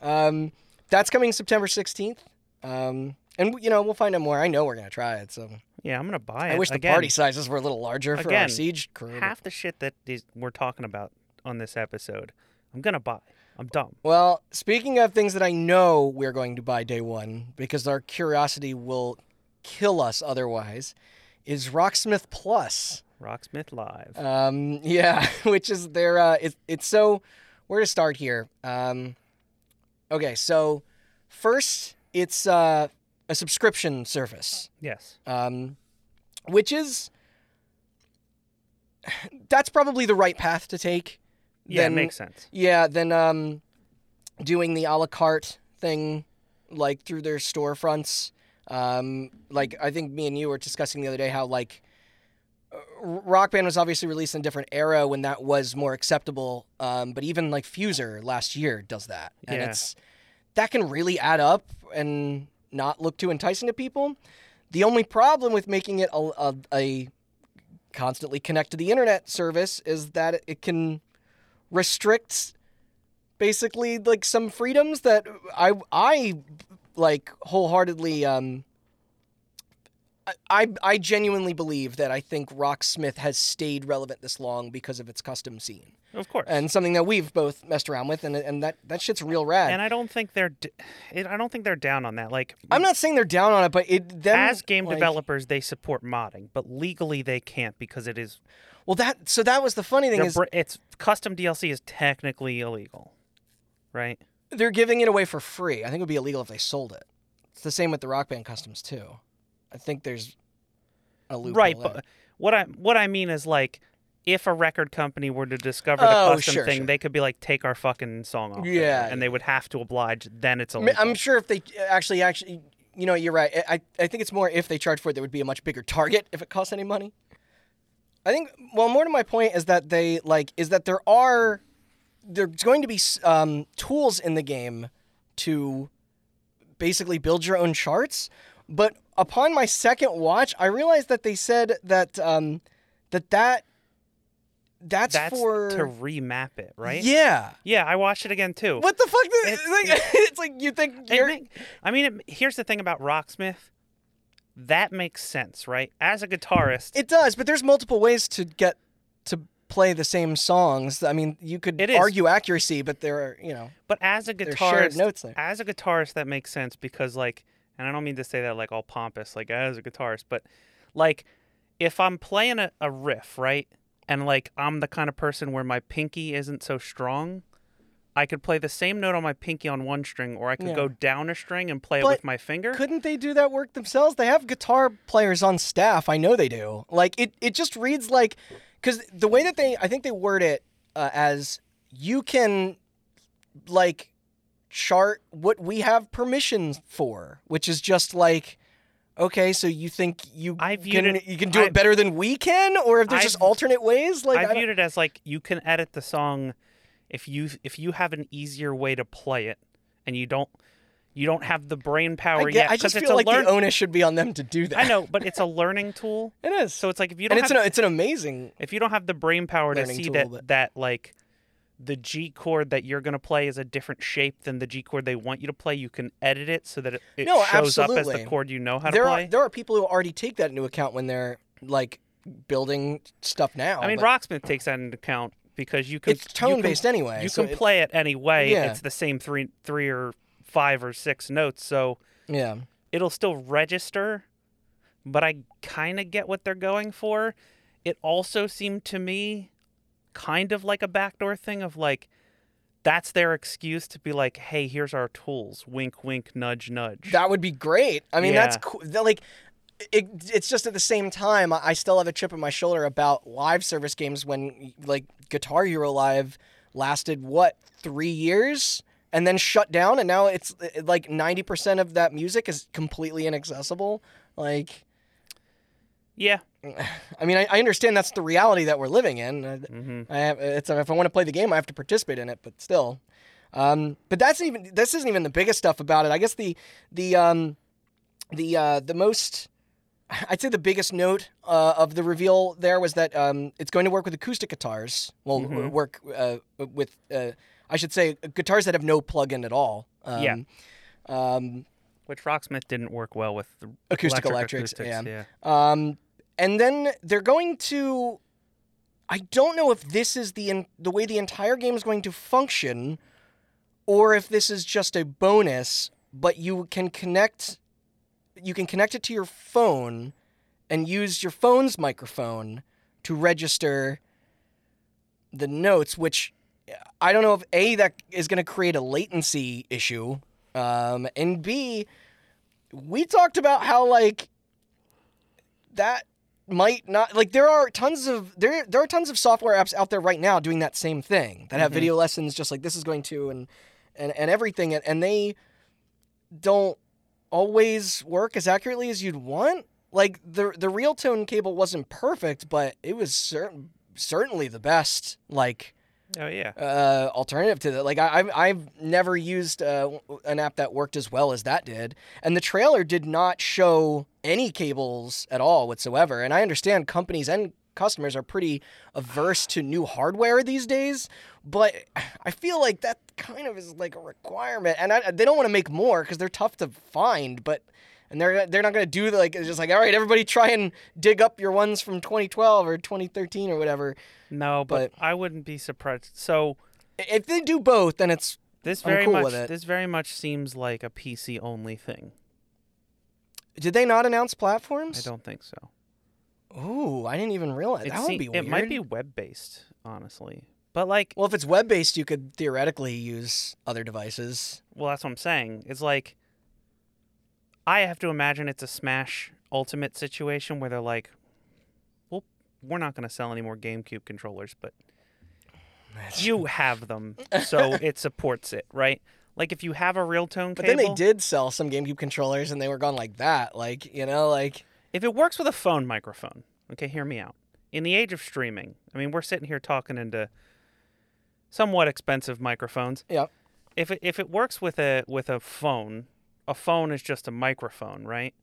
A: um, that's coming September 16th. Um, and you know we'll find out more. I know we're gonna try it. So
B: Yeah, I'm gonna buy it.
A: I wish the
B: Again,
A: party sizes were a little larger for our
B: again,
A: siege crew.
B: Half the shit that is, we're talking about on this episode, I'm gonna buy. I'm dumb.
A: Well, speaking of things that I know we're going to buy day one because our curiosity will kill us otherwise, is Rocksmith Plus.
B: Rocksmith Live.
A: Um, yeah, which is their. Uh, it, it's so. Where to start here? Um, okay, so first, it's uh, a subscription service.
B: yes.
A: um, which is that's probably the right path to take.
B: Yeah,
A: than-
B: it makes sense.
A: Yeah, then um, doing the a la carte thing, like through their storefronts. Um, like I think me and you were discussing the other day how like uh, Rock Band was obviously released in a different era when that was more acceptable. Um, but even like Fuser last year does that, and
B: Yeah.
A: it's that can really add up and not look too enticing to people. The only problem with making it a, a, a constantly connect to the internet service is that it can restricts basically like some freedoms that I I like wholeheartedly um I- I I genuinely believe that I think Rocksmith has stayed relevant this long because of its custom scene
B: Of course. And,
A: and something that we've both messed around with and and that that shit's real rad.
B: I don't think they're d- it, I don't think they're down on that. Like
A: I'm not saying they're down on it, but it them,
B: as game
A: like-
B: developers they support modding, but legally they can't because it is,
A: Well, that so that was the funny thing
B: they're
A: is
B: br- it's custom DLC is technically illegal. Right?
A: they're giving it away for free. I think it would be illegal if they sold it. It's the same with the Rock Band customs too. I think there's a loophole.
B: Right,
A: there.
B: but what I what I mean is like if a record company were to discover
A: Oh,
B: the custom
A: sure,
B: thing,
A: sure.
B: they could be like take our fucking song off. there,"
A: Yeah,
B: and they would have to oblige, then it's
A: I
B: illegal.
A: mean, I'm sure if they actually actually, you know, you're right. I I think it's more if they charge for it, there would be a much bigger target if it costs any money. I think. Well, more to my point is that they like is that there are there's going to be s- um, tools in the game to basically build your own charts. But upon my second watch, I realized that they said that um, that that that's,
B: That's
A: for
B: to remap it, right?
A: yeah.
B: Yeah, I watched it again too.
A: What the fuck? This,
B: It-
A: like, it's like you think
B: It
A: you're.
B: make- I mean, it, here's the thing about Rocksmith. That makes sense, right? As a guitarist,
A: It does, but there's multiple ways to get to play the same songs. I mean, you could
B: It is.
A: argue accuracy, but there are, you know,
B: but as a
A: there's shared
B: guitarist,
A: notes there.
B: as a guitarist, that makes sense because, like, and I don't mean to say that like all pompous, like as a guitarist, but like if I'm playing a, a riff, right, and like I'm the kind of person where my pinky isn't so strong, I could play the same note on my pinky on one string, or I could
A: Yeah.
B: go down a string and play
A: But
B: it with my finger.
A: Couldn't they do that work themselves? They have guitar players on staff. I know they do. Like it, it just reads like, because the way that they, I think they word it uh, as you can, like, chart what we have permissions for, which is just like, okay, so you think you
B: I viewed
A: can
B: it-
A: you can do
B: I-
A: it better than we can, or if there's
B: I-
A: just alternate ways? Like,
B: I
A: I don't-
B: viewed it as like you can edit the song if you if you have an easier way to play it, and you don't you don't have the brain
A: I,
B: power
A: get-
B: yet.
A: I
B: 'cause
A: just
B: it's
A: feel
B: a
A: like
B: learn-
A: the onus should be on them to do that.
B: I know, but it's a learning tool.
A: it is.
B: So it's like if you don't
A: and it's
B: have,
A: an it's an amazing
B: if you don't have the brain power to
A: learning
B: see
A: tool,
B: that
A: but-
B: that like the G chord that you're gonna play is a different shape than the G chord they want you to play, you can edit it so that it, it
A: No,
B: shows up as
A: absolutely.
B: the chord you know how
A: there
B: to
A: are
B: play.
A: there are people who already take that into account when they're like building stuff now.
B: I mean,
A: but
B: Rocksmith takes that into account because you can
A: it's tone based anyway.
B: You
A: so
B: can
A: it-
B: play it any way.
A: Yeah.
B: It's the same three, three or five or six notes, so
A: yeah,
B: it'll still register. But I kind of get what they're going for. It also seemed to me kind of like a backdoor thing of like that's their excuse to be like, hey, here's our tools. Wink, wink, nudge, nudge.
A: that would be great. I mean, that's
B: Yeah.
A: cool. They're Like, it, it's just at the same time, I I still have a chip on my shoulder about live service games when like Guitar Hero Live lasted what three years and then shut down, and now it's eh, like ninety percent of that music is completely inaccessible. Like,
B: yeah.
A: I mean, I, I understand that's the reality that we're living in. Uh,
B: hmm
A: I have, it's, if I want to play the game, I have to participate in it. But still, um, but that's even this isn't even the biggest stuff about it. I guess the the um, the uh, the most I'd say the biggest note uh, of the reveal there was that um, it's going to work with acoustic guitars. Well,
B: Mhm.
A: work uh, with uh, I should say guitars that have no plug-in at all. Um,
B: Yeah.
A: Um,
B: Which Rocksmith didn't work well with the
A: acoustic
B: electric
A: electrics.
B: acoustics,
A: yeah.
B: yeah.
A: Um, and then they're going to. I don't know if this is the in, the way the entire game is going to function, or if this is just a bonus. But you can connect, you can connect it to your phone, and use your phone's microphone to register the notes. Which uh, I don't know if a that is going to create a latency issue, um, and b we talked about how like that might not like there are tons of there there are tons of software apps out there right now doing that same thing that have
B: Mhm.
A: video lessons just like this is going to and and and everything and, and they don't always work as accurately as you'd want like the the real tone cable wasn't perfect but it was certain certainly the best like
B: Oh yeah.
A: uh, alternative to that. Like I, I've I've never used uh, w- an app that worked as well as that did, and the trailer did not show any cables at all whatsoever. And I understand companies and customers are pretty averse to new hardware these days, but I feel like that kind of is like a requirement, and I, they don't want to make more because they're tough to find, but. And they're, they're not going to do the, like, it's just like, all right, everybody try and dig up your ones from 2012 or 2013 or whatever.
B: No, but I wouldn't be surprised. So
A: If they do both, then it's
B: This
A: I'm
B: very
A: cool
B: much
A: with it.
B: this very much seems like a PC only thing.
A: Did they not announce
B: I
A: platforms?
B: don't think so.
A: Ooh, I didn't even realize.
B: It
A: that would
B: se-
A: be weird.
B: It might be web based, honestly. But like,
A: Well, if it's web based, you could theoretically use other devices.
B: well, that's what I'm saying. It's like I have to imagine it's a Smash Ultimate situation where they're like, "Well, we're not going to sell any more GameCube controllers, but you have them, so it supports it, right?" Like if you have a real tone
A: But
B: cable,
A: then they did sell some GameCube controllers, and they were gone like that. Like you know, like
B: If it works with a phone microphone, okay, hear me out. In the age of streaming, I mean, we're sitting here talking into somewhat expensive microphones.
A: yeah,
B: If it, if it works with a with a phone, a phone is just a microphone, right?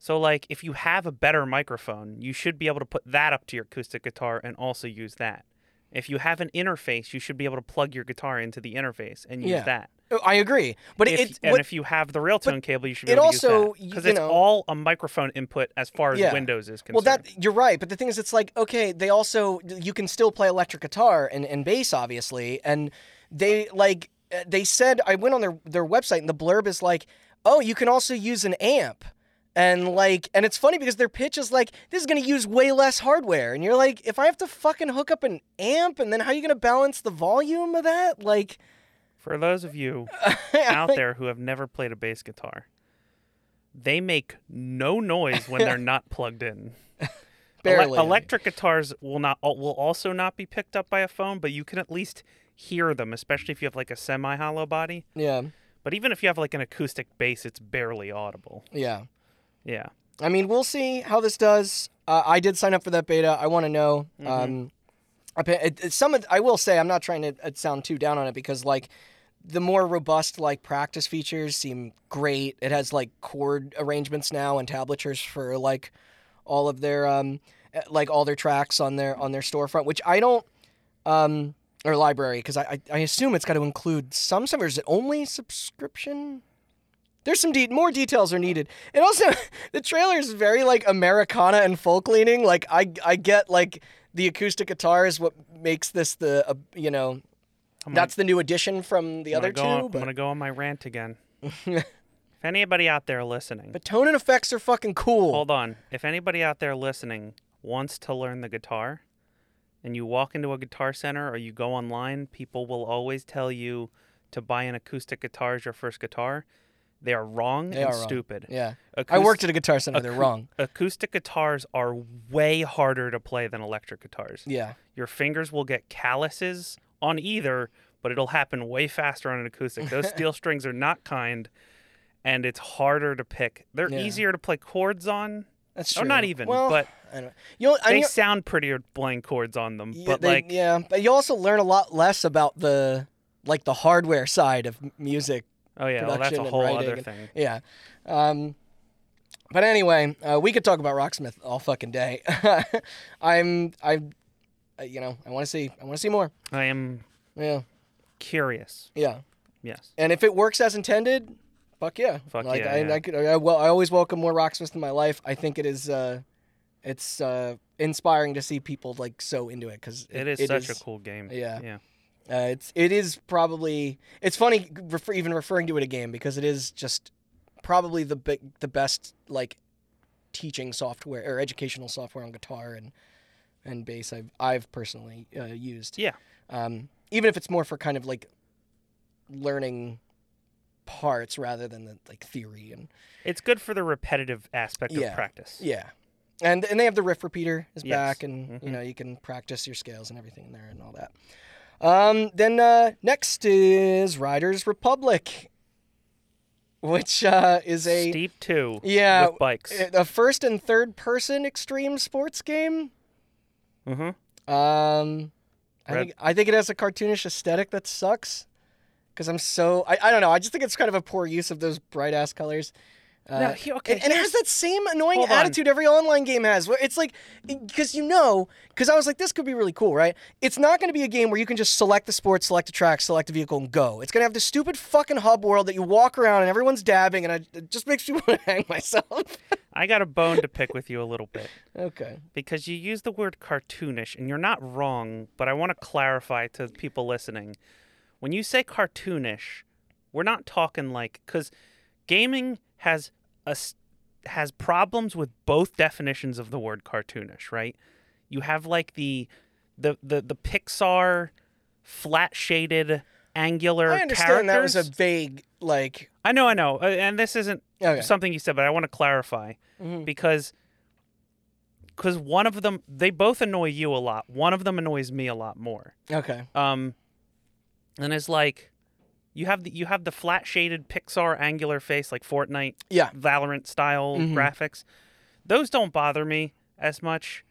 B: So like if you have a better microphone, you should be able to put that up to your acoustic guitar and also use that. If you have an interface, you should be able to plug your guitar into the interface and use
A: Yeah.
B: that.
A: Oh, I agree. But
B: If,
A: it
B: and
A: what,
B: if you have the real tone cable, you should be
A: it
B: able
A: also,
B: to
A: y-
B: use that because
A: you
B: it's
A: know-
B: all a microphone input as far as
A: Yeah.
B: Windows is concerned.
A: well, that you're right. But the thing is, it's like okay, they also you can still play electric guitar and, and bass, eh, obviously, and they like uh, they said I went on their their website, and the blurb is like. oh, you can also use an amp. And like, and it's funny because their pitch is like, this is gonna use way less hardware. And you're like, if I have to fucking hook up an amp, and then how are you gonna balance the volume of that? Like,
B: For those of you out there who have never played a bass guitar, they make no noise when they're not plugged in. Ele-
A: barely.
B: electric guitars will not al- will also not be picked up by a phone, but you can at least hear them, especially if you have like a semi hollow body.
A: yeah,
B: But even if you have like an acoustic bass, it's barely audible.
A: yeah.
B: Yeah.
A: I mean, we'll see how this does. Uh, I did sign up for that beta. I want to know. Um, I pa- it, it- some of, I will say I'm not trying to uh, sound too down on it because like the more robust like practice features seem great. It has like chord arrangements now and tablatures for like all of their um eh, like all their tracks on their on their storefront, which I don't um or library because I, I I assume it's got to include some stuff. Or is it only subscription? There's some de- more details are needed, and also the trailer is very like Americana and folk leaning. Like I I get like the acoustic guitar is what makes this the uh, you know
B: I'm
A: that's the new addition from the
B: I'm
A: other
B: gonna go
A: two.
B: on- I'm
A: but
B: gonna go on my rant again. if anybody out there listening,
A: but tone and effects are fucking cool.
B: hold on. If anybody out there listening wants to learn the guitar, and you walk into a guitar center or you go online, people will always tell you to buy an acoustic guitar as your first guitar. They are wrong
A: They
B: and
A: are wrong.
B: stupid.
A: Yeah, I
B: Acoust-
A: worked at a guitar center. They're
B: acou-
A: wrong.
B: Acoustic guitars are way harder to play than electric guitars.
A: Yeah,
B: Your fingers will get calluses on either, but it'll happen way faster on an acoustic. Those steel strings are not kind, and it's harder to pick. They're
A: Yeah.
B: easier to play chords on.
A: that's
B: Or
A: true.
B: Oh, not even,
A: Well,
B: but
A: I don't, you know, I
B: they
A: know-
B: sound prettier playing chords on them.
A: Yeah,
B: but
A: they-
B: like,
A: yeah, but you also learn a lot less about the like the hardware side of m- music.
B: oh yeah, well, that's
A: production
B: a
A: and
B: whole
A: writing
B: other
A: and-
B: thing.
A: Yeah. Um, but anyway, uh, we could talk about Rocksmith all fucking day. I'm I'm uh, you know, I want to see I want to see more.
B: I am
A: Yeah.
B: curious.
A: Yeah.
B: Yes.
A: And if it works as intended, fuck yeah.
B: Fuck
A: like,
B: yeah,
A: I,
B: yeah.
A: I could I, well I always welcome more Rocksmith in my life. I think it is uh it's uh inspiring to see people like so into it cuz
B: It is such a cool game.
A: yeah.
B: Yeah.
A: Uh, it's it is probably it's funny refer, even referring to it a game because it is just probably the big the best like teaching software or educational software on guitar and and bass I've I've personally uh, used.
B: Yeah.
A: Um, even if it's more for kind of like learning parts rather than the, like theory and
B: It's good for the repetitive aspect
A: Yeah.
B: of practice.
A: yeah. And and they have the riff repeater is
B: Yes.
A: back and you
B: Mhm.
A: know you can practice your scales and everything in there and all that. Um, then uh, next is Riders Republic, which uh, is a
B: Steep two.
A: yeah
B: with bikes.
A: a first and third person extreme sports game.
B: mm-hmm.
A: Um, I
B: Red-
A: think I think it has a cartoonish aesthetic that sucks because I'm so I, I don't know I just think it's kind of a poor use of those bright ass colors. Uh,
B: Now, he- okay,
A: and, and it has that same annoying
B: Hold on.
A: attitude every online game has. Where it's like, because you know, because I was like, this could be really cool, right? It's not going to be a game where you can just select the sport, select the track, select the vehicle, and go. It's going to have this stupid fucking hub world that you walk around and everyone's dabbing, and I, it just makes me want to hang myself.
B: I got a bone to pick with you a little bit
A: okay.
B: because you use the word cartoonish and you're not wrong, but I want to clarify to people listening. When you say cartoonish, we're not talking like cuz gaming has a s- has problems with both definitions of the word cartoonish, right? You have like the the the, the Pixar flat shaded angular
A: I understand that was a
B: characters.
A: vague like.
B: I know, I know. Uh, and this isn't
A: Okay.
B: something you said, but I want to clarify
A: Mhm.
B: because because one of them they both annoy you a lot. One of them annoys me a lot more.
A: Okay.
B: Um, and it's like you have the you have the flat shaded Pixar angular face like Fortnite
A: Yeah.
B: Valorant style
A: Mhm.
B: graphics. Those don't bother me as much.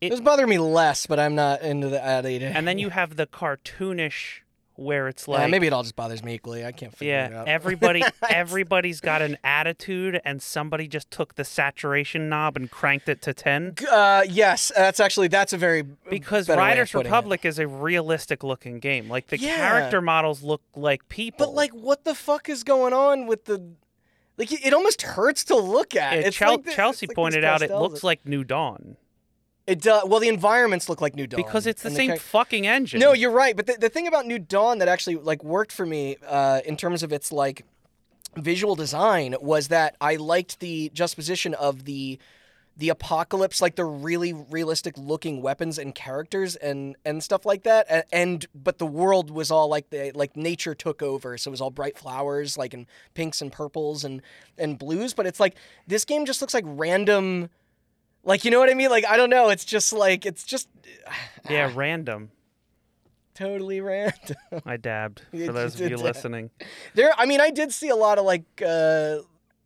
B: It-
A: Those bother me less, but I'm not into the ad either.
B: And then you have the cartoonish where it's
A: Yeah,
B: like
A: maybe it all just bothers me equally. I can't figure it
B: Yeah,
A: out.
B: everybody everybody's got an attitude and somebody just took the saturation knob and cranked it to 10
A: Uh, yes, that's actually that's a very
B: because
A: better way of
B: Riders
A: putting it.
B: Republic is a realistic looking game. Like the
A: Yeah.
B: character models look like people.
A: But like, what the fuck is going on with the? Like, it it almost hurts to look at.
B: Yeah,
A: It's
B: Uh, Chel-
A: like the-
B: Chelsea
A: it's like
B: pointed
A: these
B: out it
A: pastels.
B: looks like New Dawn
A: It does. Well, the environments look like New Dawn
B: because it's the
A: and
B: same
A: char-
B: fucking engine.
A: no, you're right. But the, the thing about New Dawn that actually like worked for me uh, in terms of its like visual design was that I liked the juxtaposition of the the apocalypse, like the really realistic looking weapons and characters and and stuff like that. And, and but the world was all like the like nature took over, so it was all bright flowers, like and pinks and purples and and blues. But it's like this game just looks like random. Like you know what I mean? Like I don't know. It's just like it's just
B: Yeah, random.
A: totally random.
B: I dabbed
A: You
B: for those of
A: did
B: you
A: dab.
B: listening.
A: There, I mean, I did see a lot of like. Uh,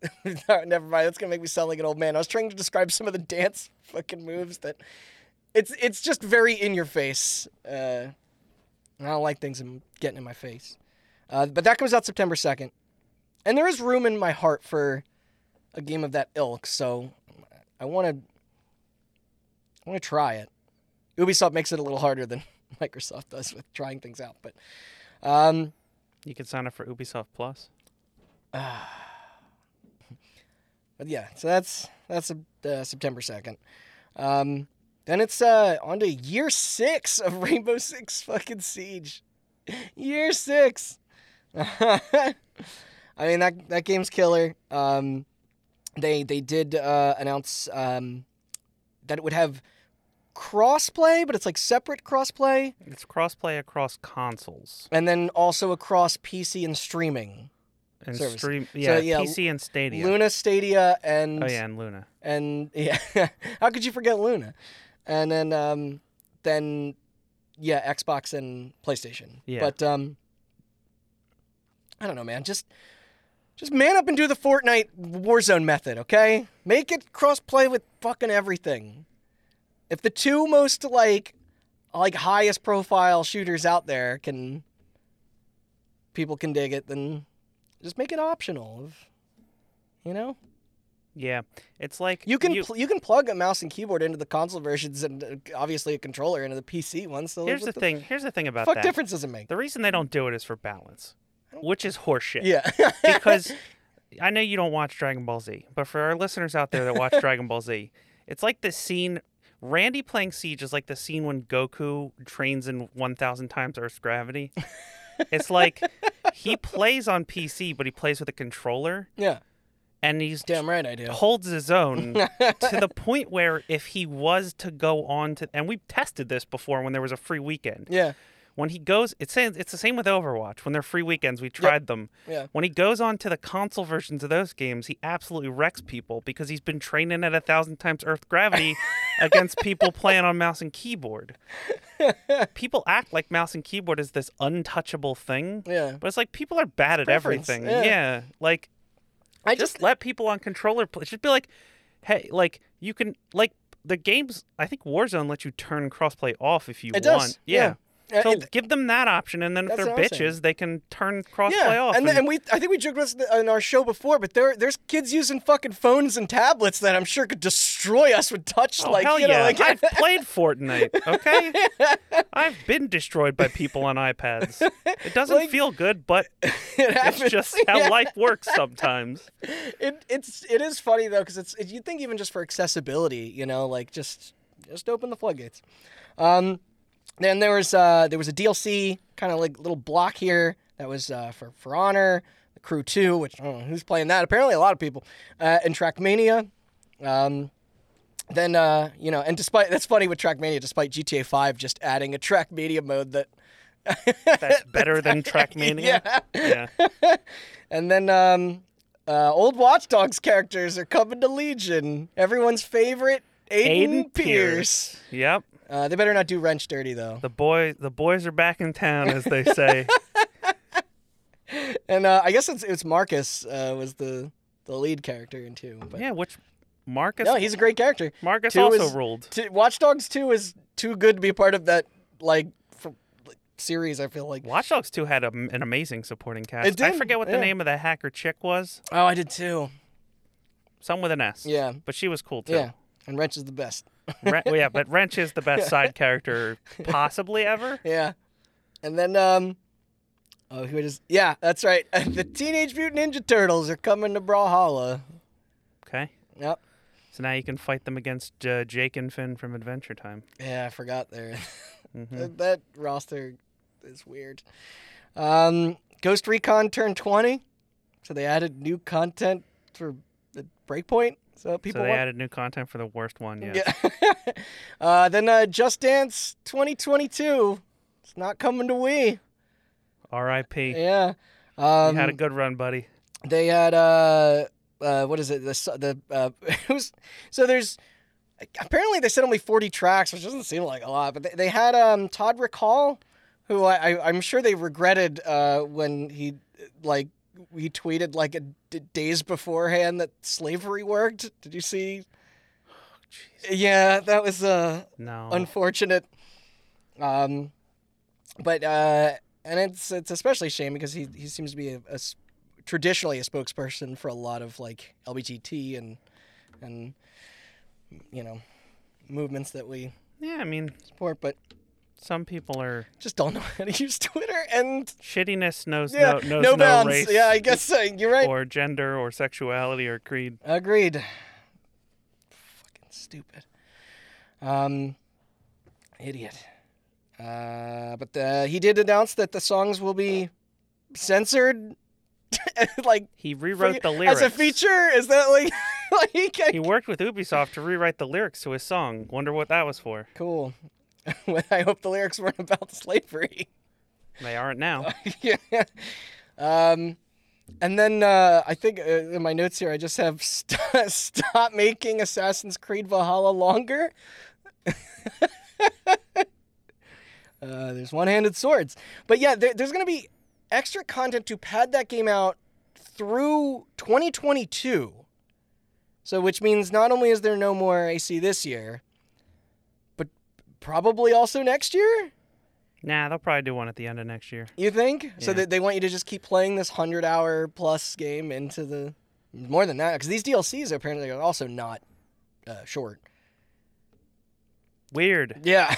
A: never mind. That's gonna make me sound like an old man. I was trying to describe some of the dance fucking moves that. It's it's just very in your face. Uh, and I don't like things in- getting in my face. Uh, but that comes out September second, and there is room in my heart for a game of that ilk. So I want to. I want to try it. Ubisoft makes it a little harder than Microsoft does with trying things out, but. Um,
B: You can sign up for Ubisoft Plus.
A: But yeah, so that's that's uh, September second. Um, then it's uh, on to year six of Rainbow Six fucking Siege. Year six. I mean that that game's killer. Um, they they did uh, announce um, that it would have crossplay, but it's like separate crossplay,
B: It's crossplay across consoles
A: and then also across PC and streaming.
B: and
A: Services.
B: stream.
A: So,
B: Yeah,
A: yeah,
B: PC and Stadia.
A: Luna Stadia and
B: Oh yeah, and Luna.
A: and yeah, how could you forget Luna? And then, um, then, yeah, Xbox and PlayStation.
B: Yeah.
A: But um, I don't know, man. Just, just man up and do the Fortnite Warzone method, okay? Make it cross-play with fucking everything. If the two most like, like highest profile shooters out there can, people can dig it, then just make it optional. If, you know.
B: Yeah, it's like
A: You can pl- you can plug a mouse and keyboard into the console versions and uh, obviously a controller into the PC one. So
B: here's the
A: what
B: thing. Here's the thing about
A: fuck
B: that.
A: difference does it make?
B: The reason they don't do it is for balance, which is horseshit.
A: Yeah,
B: because I know you don't watch Dragon Ball Z, but for our listeners out there that watch Dragon Ball Z, it's like the scene Randy playing Siege is like the scene when Goku trains in 1000 times Earth's gravity. it's like he plays on PC, but he plays with a controller
A: yeah,
B: and he's
A: damn right I do.
B: holds his own to the point where if he was to go on to and we've tested this before when there was a free weekend
A: Yeah,
B: when he goes it's same- it's the same with overwatch when they're free weekends we tried them
A: Yeah.
B: when he goes on to the console versions of those games he absolutely wrecks people because he's been training at a thousand times earth gravity against people playing on mouse and keyboard people act like mouse and keyboard is this untouchable thing
A: yeah.
B: but it's like people are bad at
A: Preference,
B: everything
A: yeah.
B: yeah like
A: I
B: just,
A: just
B: let people on controller play. Just be like, hey, like you can like the games. I think Warzone lets you turn crossplay off if you
A: It
B: want.
A: does,
B: Yeah.
A: yeah. Uh,
B: So
A: it-
B: give them that option, and then if
A: That's
B: they're
A: what I'm saying.
B: bitches, they can turn crossplay
A: yeah,
B: off.
A: and,
B: and-
A: and we I think we joked with this in our show before, but there there's kids using fucking phones and tablets that I'm sure could destroy us with touch.
B: Oh,
A: like
B: hell
A: you know,
B: yeah!
A: like
B: I've played Fortnite. Okay, I've been destroyed by people on iPads. It doesn't
A: Like-
B: feel good, but
A: it happens.
B: it's just how
A: Yeah.
B: life works sometimes.
A: it it's it is funny though because it's it, you think even just for accessibility, you know, like just just open the floodgates. Um, then there was uh, there was a DLC kind of like little block here that was uh, for for Honor, the Crew Two, which I don't know who's playing that. Apparently, a lot of people. Uh, and Trackmania. Um, then uh, you know, and despite that's funny with Trackmania, despite GTA Five just adding a Trackmania mode that
B: That's better than Trackmania.
A: Yeah.
B: yeah.
A: And then um, uh, old Watchdogs characters are coming to Legion. Everyone's favorite, Aiden, Pierce.
B: Aiden Pierce. Yep.
A: Uh, they better not do wrench dirty though.
B: The boy, the boys are back in town, as they say.
A: And uh, I guess it's it's Marcus uh, was the the lead character in two. But
B: Yeah, which Marcus
A: no, he's a great character.
B: Marcus
A: two
B: also
A: is-
B: ruled.
A: T- Watchdogs two is too good to be part of that like, fr like series. I feel like.
B: Watch Dogs 2 had a, an amazing supporting cast.
A: It
B: I
A: did,
B: forget what
A: yeah.
B: the name of that hacker chick was.
A: Oh, I did too.
B: Some with an S.
A: Yeah.
B: But she was cool too.
A: Yeah, and wrench is the best.
B: Wren- well, yeah, but Wrench is the best side character possibly ever.
A: Yeah. And then um Oh, who it is? Yeah, that's right. the Teenage Mutant Ninja Turtles are coming to Brawlhalla.
B: Okay.
A: Yep.
B: So now you can fight them against uh, Jake and Finn from Adventure Time.
A: Yeah, I forgot there.
B: hmm
A: that, that roster is weird. Um Ghost Recon turned 20 So they added new content for the Breakpoint. So people
B: so they
A: want-
B: added new content for the worst one yet.
A: Yeah. uh, then uh, Just Dance 2022. It's not coming to Wii.
B: R.I.P.
A: Yeah. Um,
B: you had a good run, buddy.
A: They had uh, uh, what is it? The s- the uh, it was so there's apparently they said only 40 tracks, which doesn't seem like a lot, but they, they had um Todd Recall, who I, I I'm sure they regretted uh when he like he tweeted like a d- days beforehand that slavery worked. Did you see? Yeah, that was uh
B: No.
A: unfortunate. Um, but uh, and it's it's especially a shame because he he seems to be a, a s- traditionally a spokesperson for a lot of like LBGT and and you know movements that we
B: yeah, I mean,
A: support, but
B: some people are
A: just don't know how to use Twitter and
B: shittiness knows
A: yeah,
B: no knows
A: no,
B: no,
A: bounds.
B: race
A: Yeah, I guess uh, you're right.
B: or gender or sexuality or creed.
A: Agreed. Fucking stupid. Um, idiot. Uh, but the, he did announce that the songs will be censored, like
B: He rewrote the
A: as
B: lyrics.
A: a feature. Is that like, like I-
B: He worked with Ubisoft to rewrite the lyrics to his song. Wonder what that was for.
A: cool? Well, I hope the lyrics weren't about slavery.
B: They aren't now.
A: yeah. Um, and then uh, I think uh, in my notes here, I just have st- stop making Assassin's Creed Valhalla longer. uh, there's one handed swords. But yeah, there, there's going to be extra content to pad that game out through 2022. So, which means not only is there no more AC this year, but probably also next year?
B: Nah, they'll probably do one at the end of next year.
A: You think? So
B: Yeah.
A: that they want you to just keep playing this hundred hour plus game into the more than that because these DLCs apparently are also not uh, short.
B: Weird.
A: Yeah,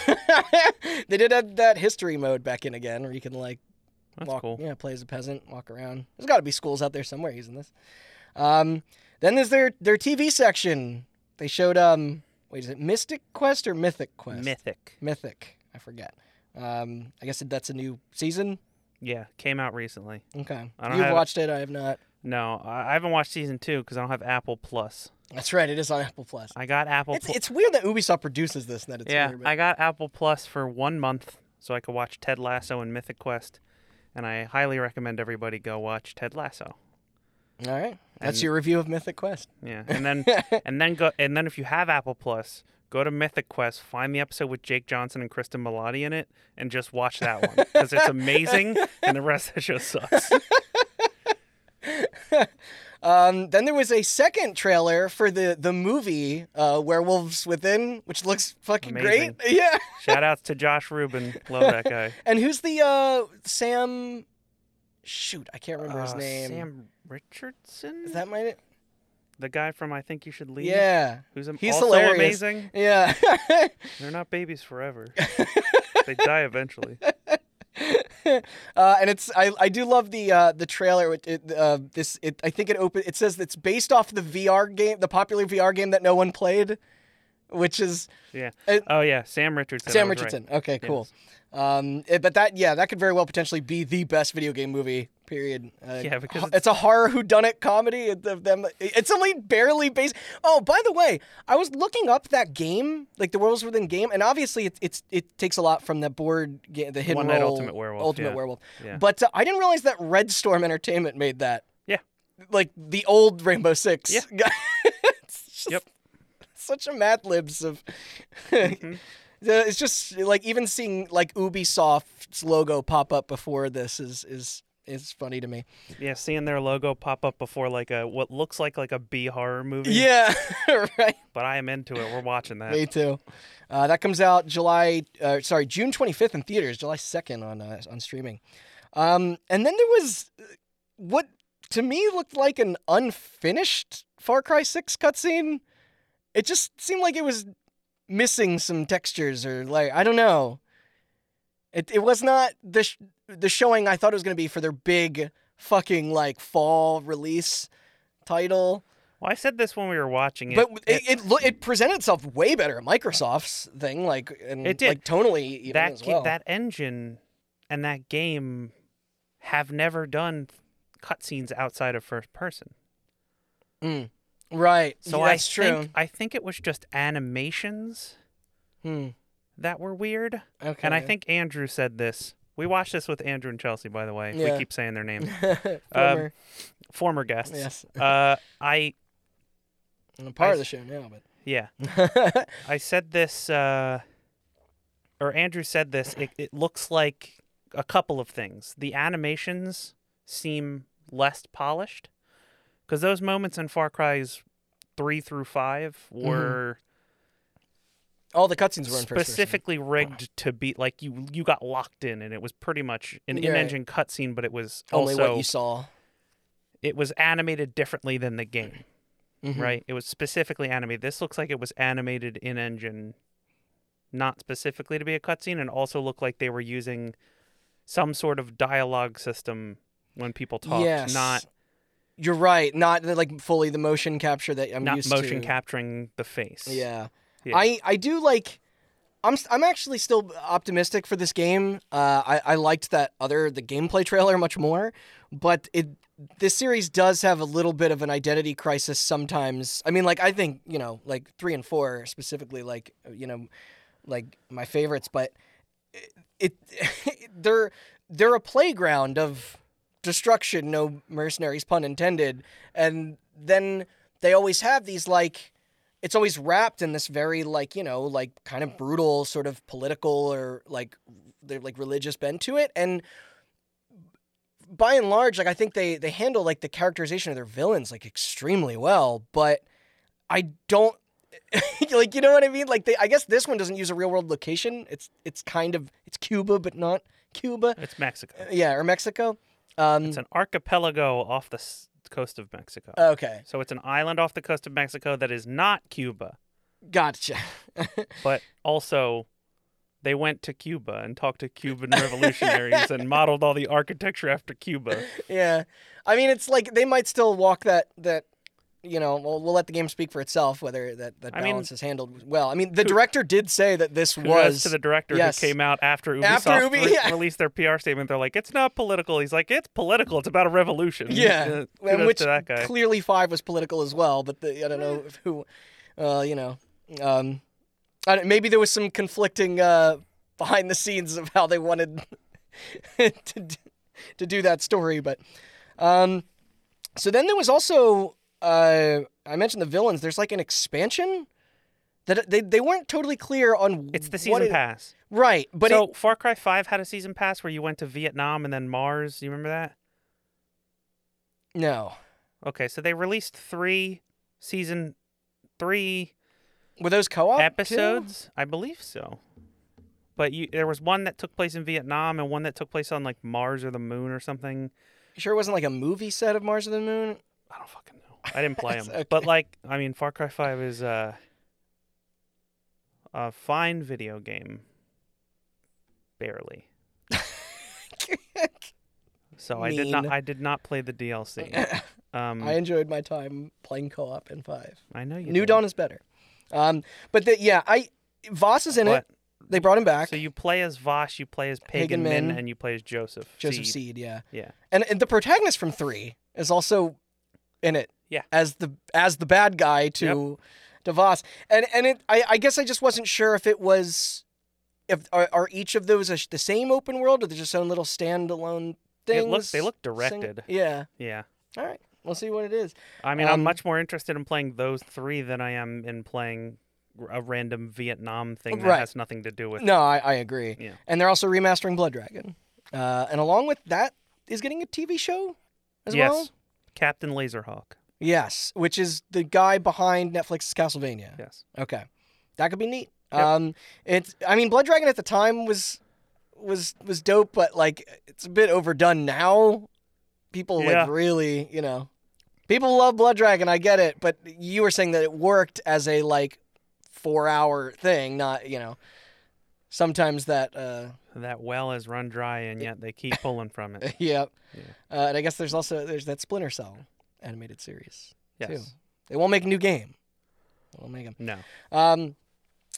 A: they did add that history mode back in again where you can like
B: That's
A: walk,
B: cool.
A: yeah, play as a peasant, walk around. There's got to be schools out there somewhere using this. Um, then there's their their TV section. They showed um, wait, is it Mystic Quest or Mythic Quest?
B: Mythic.
A: Mythic, I forget. Um, I guess that's a new season.
B: Yeah, came out recently.
A: Okay,
B: I don't
A: you've
B: have it.
A: watched it. I have not.
B: No, I I haven't watched season two because I don't have Apple Plus.
A: That's right. It is on Apple Plus.
B: I got Apple.
A: It's,
B: Plu-
A: it's weird that Ubisoft produces this. and That it's
B: yeah,
A: Weird, but-
B: I got Apple Plus for one month so I could watch Ted Lasso and Mythic Quest, and I highly recommend everybody go watch Ted Lasso.
A: All right. That's
B: and-
A: your review of Mythic Quest.
B: Yeah, and then and then go and then if you have Apple Plus, go to Mythic Quest, find the episode with Jake Johnson and Kristen Milotti in it, and just watch that one because it's amazing, and the rest of the show sucks.
A: Um, then there was a second trailer for the the movie uh, Werewolves Within, which looks fucking
B: Amazing.
A: great. Yeah.
B: Shout outs to Josh Rubin, love that guy.
A: And who's the uh, Sam? Shoot, I can't remember his
B: Uh,
A: name.
B: Sam Richardson,
A: Is that my?
B: the guy from I Think You Should Leave.
A: Yeah.
B: who's am-
A: He's
B: also
A: hilarious.
B: amazing.
A: Yeah.
B: They're not babies forever. they die eventually.
A: uh, and it's I, I do love the uh, the trailer. It, it, uh, this it, I think it open it says it's based off the VR game, the popular VR game that no one played, which is
B: Yeah.
A: Uh,
B: oh yeah, Sam Richardson. I
A: Sam
B: was right.
A: Richardson. Okay, cool. Um, it- but that yeah, that could very well potentially be the best video game movie. Period. Uh,
B: Yeah, because
A: ho-
B: it's-
A: it's a horror whodunit comedy of them. eh, It's only barely based. Oh, by the way, I was looking up that game, like the Werewolves Within game, and obviously it, it's it takes a lot from the board game, the hidden
B: One Night
A: Roll-
B: Ultimate Werewolf,
A: Ultimate
B: yeah.
A: Werewolf.
B: Yeah.
A: But uh, I didn't realize that Red Storm Entertainment made that.
B: Yeah.
A: Like the old Rainbow Six.
B: Yeah.
A: It's just
B: Yep.
A: Such a Mad Libs of.
B: Mm-hmm.
A: The- It's just like even seeing like Ubisoft's logo pop up before this is is is funny to me.
B: Yeah, seeing their logo pop up before like a what looks like like a B horror movie.
A: Yeah, right.
B: But I am into it. We're watching that.
A: Me too. Uh, that comes out July, uh, sorry, June 25th in theaters, July 2nd on uh, on streaming. Um, and then there was uh, what to me looked like an unfinished Far Cry 6 cutscene. It just seemed like it was missing some textures or like I don't know. It it was not the sh- the showing I thought it was going to be for their big fucking like fall release title.
B: Well, I said this when we were watching it.
A: But it it, lo- it presented itself way better at Microsoft's thing, like and
B: It did.
A: like tonally even
B: that
A: as
B: ga-
A: well.
B: that engine and that game have never done cutscenes outside of first person.
A: Right.
B: So
A: Yeah, that's
B: I
A: true.
B: think I think it was just animations
A: Hmm.
B: that were weird.
A: Okay.
B: And I think Andrew said this. We watched this with Andrew and Chelsea, by the way.
A: Yeah.
B: We keep saying their names. um,
A: Former-
B: Former guests.
A: Yes.
B: uh, I
A: I'm a part
B: I
A: of the
B: s-
A: show now,
B: yeah.
A: but
B: I said this, uh, or Andrew said this. It, it looks like a couple of things. The animations seem less polished because those moments in Far Cry's three through five
A: Mm-hmm.
B: were
A: all the cutscenes were in first person.
B: specifically rigged to be like you you got locked in, and it was pretty much an
A: Right.
B: in-engine cutscene, but it was
A: Only
B: also
A: what you saw.
B: it was animated differently than the game,
A: Mhm.
B: right? It was specifically animated. This looks like it was animated in engine, not specifically to be a cutscene, and also looked like they were using some sort of dialogue system when people talked,
A: Yes.
B: not
A: You're right. Not like fully the motion capture that I'm
B: not
A: used
B: motion
A: to.
B: capturing the face.
A: Yeah.
B: Yeah.
A: I I do like. I'm s- I'm actually still optimistic for this game. Uh, I I liked that other the gameplay trailer much more, but it this series does have a little bit of an identity crisis sometimes. I mean, like I think you know like three and four specifically, like you know, like my favorites, but it, it they're they're a playground of destruction, no mercenaries pun intended, and then they always have these like it's always wrapped in this very like you know like kind of brutal sort of political or like they like religious bent to it and by and large like i think they they handle like the characterization of their villains like extremely well but i don't like you know what i mean like they i guess this one doesn't use a real world location it's it's kind of it's cuba but not cuba
B: it's Mexico.
A: yeah or mexico um
B: It's an archipelago off the s- coast of Mexico.
A: okay
B: so it's an island off the coast of Mexico that is not Cuba,
A: gotcha
B: but also they went to Cuba and talked to Cuban revolutionaries and modeled all the architecture after Cuba.
A: Yeah, I mean, it's like they might still walk that that. You know, we'll, we'll let the game speak for itself. Whether that, that
B: I mean-
A: balance is handled well. I mean, the director did say that this
B: Kudos
A: was
B: to the director
A: yes.
B: who came out after Ubisoft
A: After Ubi-
B: re-
A: yeah.
B: released their PR statement. They're like, "It's not political." He's like, "It's political. It's about a revolution."
A: yeah,
B: Uh, kudos
A: which
B: to that guy.
A: clearly five was political as well. But the, I don't know if who, uh, you know, um, I don't, maybe there was some conflicting uh, behind the scenes of how they wanted to d- to do that story, but. Um, so then there was also uh, I mentioned the villains. There's like an expansion that they, they weren't totally clear on.
B: it's the
A: what
B: season
A: it-
B: pass.
A: right? But
B: so
A: it,
B: Far Cry Five had a season pass where you went to Vietnam and then Mars. You remember that?
A: no,
B: Okay, so they released three season three
A: were those co-op too?
B: episodes, I believe so. But you, there was one that took place in Vietnam and one that took place on like Mars or the Moon or something.
A: You sure, it wasn't like a movie set of Mars of the Moon.
B: I don't fucking know. I didn't play them.
A: It's okay.
B: But like, I mean, Far Cry Five is uh, a fine video game, barely. So I did not.
A: Mean.
B: I did not play the DLC. Um,
A: I
B: I,
A: enjoyed my time playing co-op in five.
B: know you.
A: New
B: did.
A: Dawn is better, um, but the, yeah, I Voss is in
B: But,
A: it. They brought him back.
B: so you play as Vosh, you play as
A: Pagan
B: Pagan Min,
A: Min.
B: and you play as Joseph.
A: Joseph
B: Seed.
A: Seed, yeah.
B: Yeah.
A: And, and the protagonist from three is also in it.
B: Yeah.
A: As the as the bad guy to to Voss. And and it I, I guess I just wasn't sure if it was if are, are each of those a, the same open world or they're just own little standalone things.
B: It looks. They look
A: Sing-
B: directed.
A: yeah.
B: Yeah.
A: All right. We'll see what it is.
B: I mean,
A: Um,
B: I'm much more interested in playing those three than I am in playing a random Vietnam thing that
A: Right.
B: has nothing to do with.
A: No, I, I agree.
B: Yeah.
A: And they're also remastering Blood Dragon. Uh, and along with that is getting a TV show as
B: yes,
A: well.
B: Captain Laserhawk.
A: Yes, which is the guy behind Netflix's Castlevania.
B: Yes.
A: Okay, that could be neat.
B: Yep.
A: Um, it's I mean, Blood Dragon at the time was was was dope, but like it's a bit overdone now. People
B: Yeah.
A: like really, you know, people love Blood Dragon. I get it, but you were saying that it worked as a like four hour thing, not you know. Sometimes that, uh,
B: That well is run dry, and yet they keep pulling from it.
A: yeah.
B: Yeah.
A: Uh, and I guess there's also there's that Splinter Cell animated series. too.
B: Yes.
A: They won't make a new game. They won't make 'em.
B: No.
A: Um,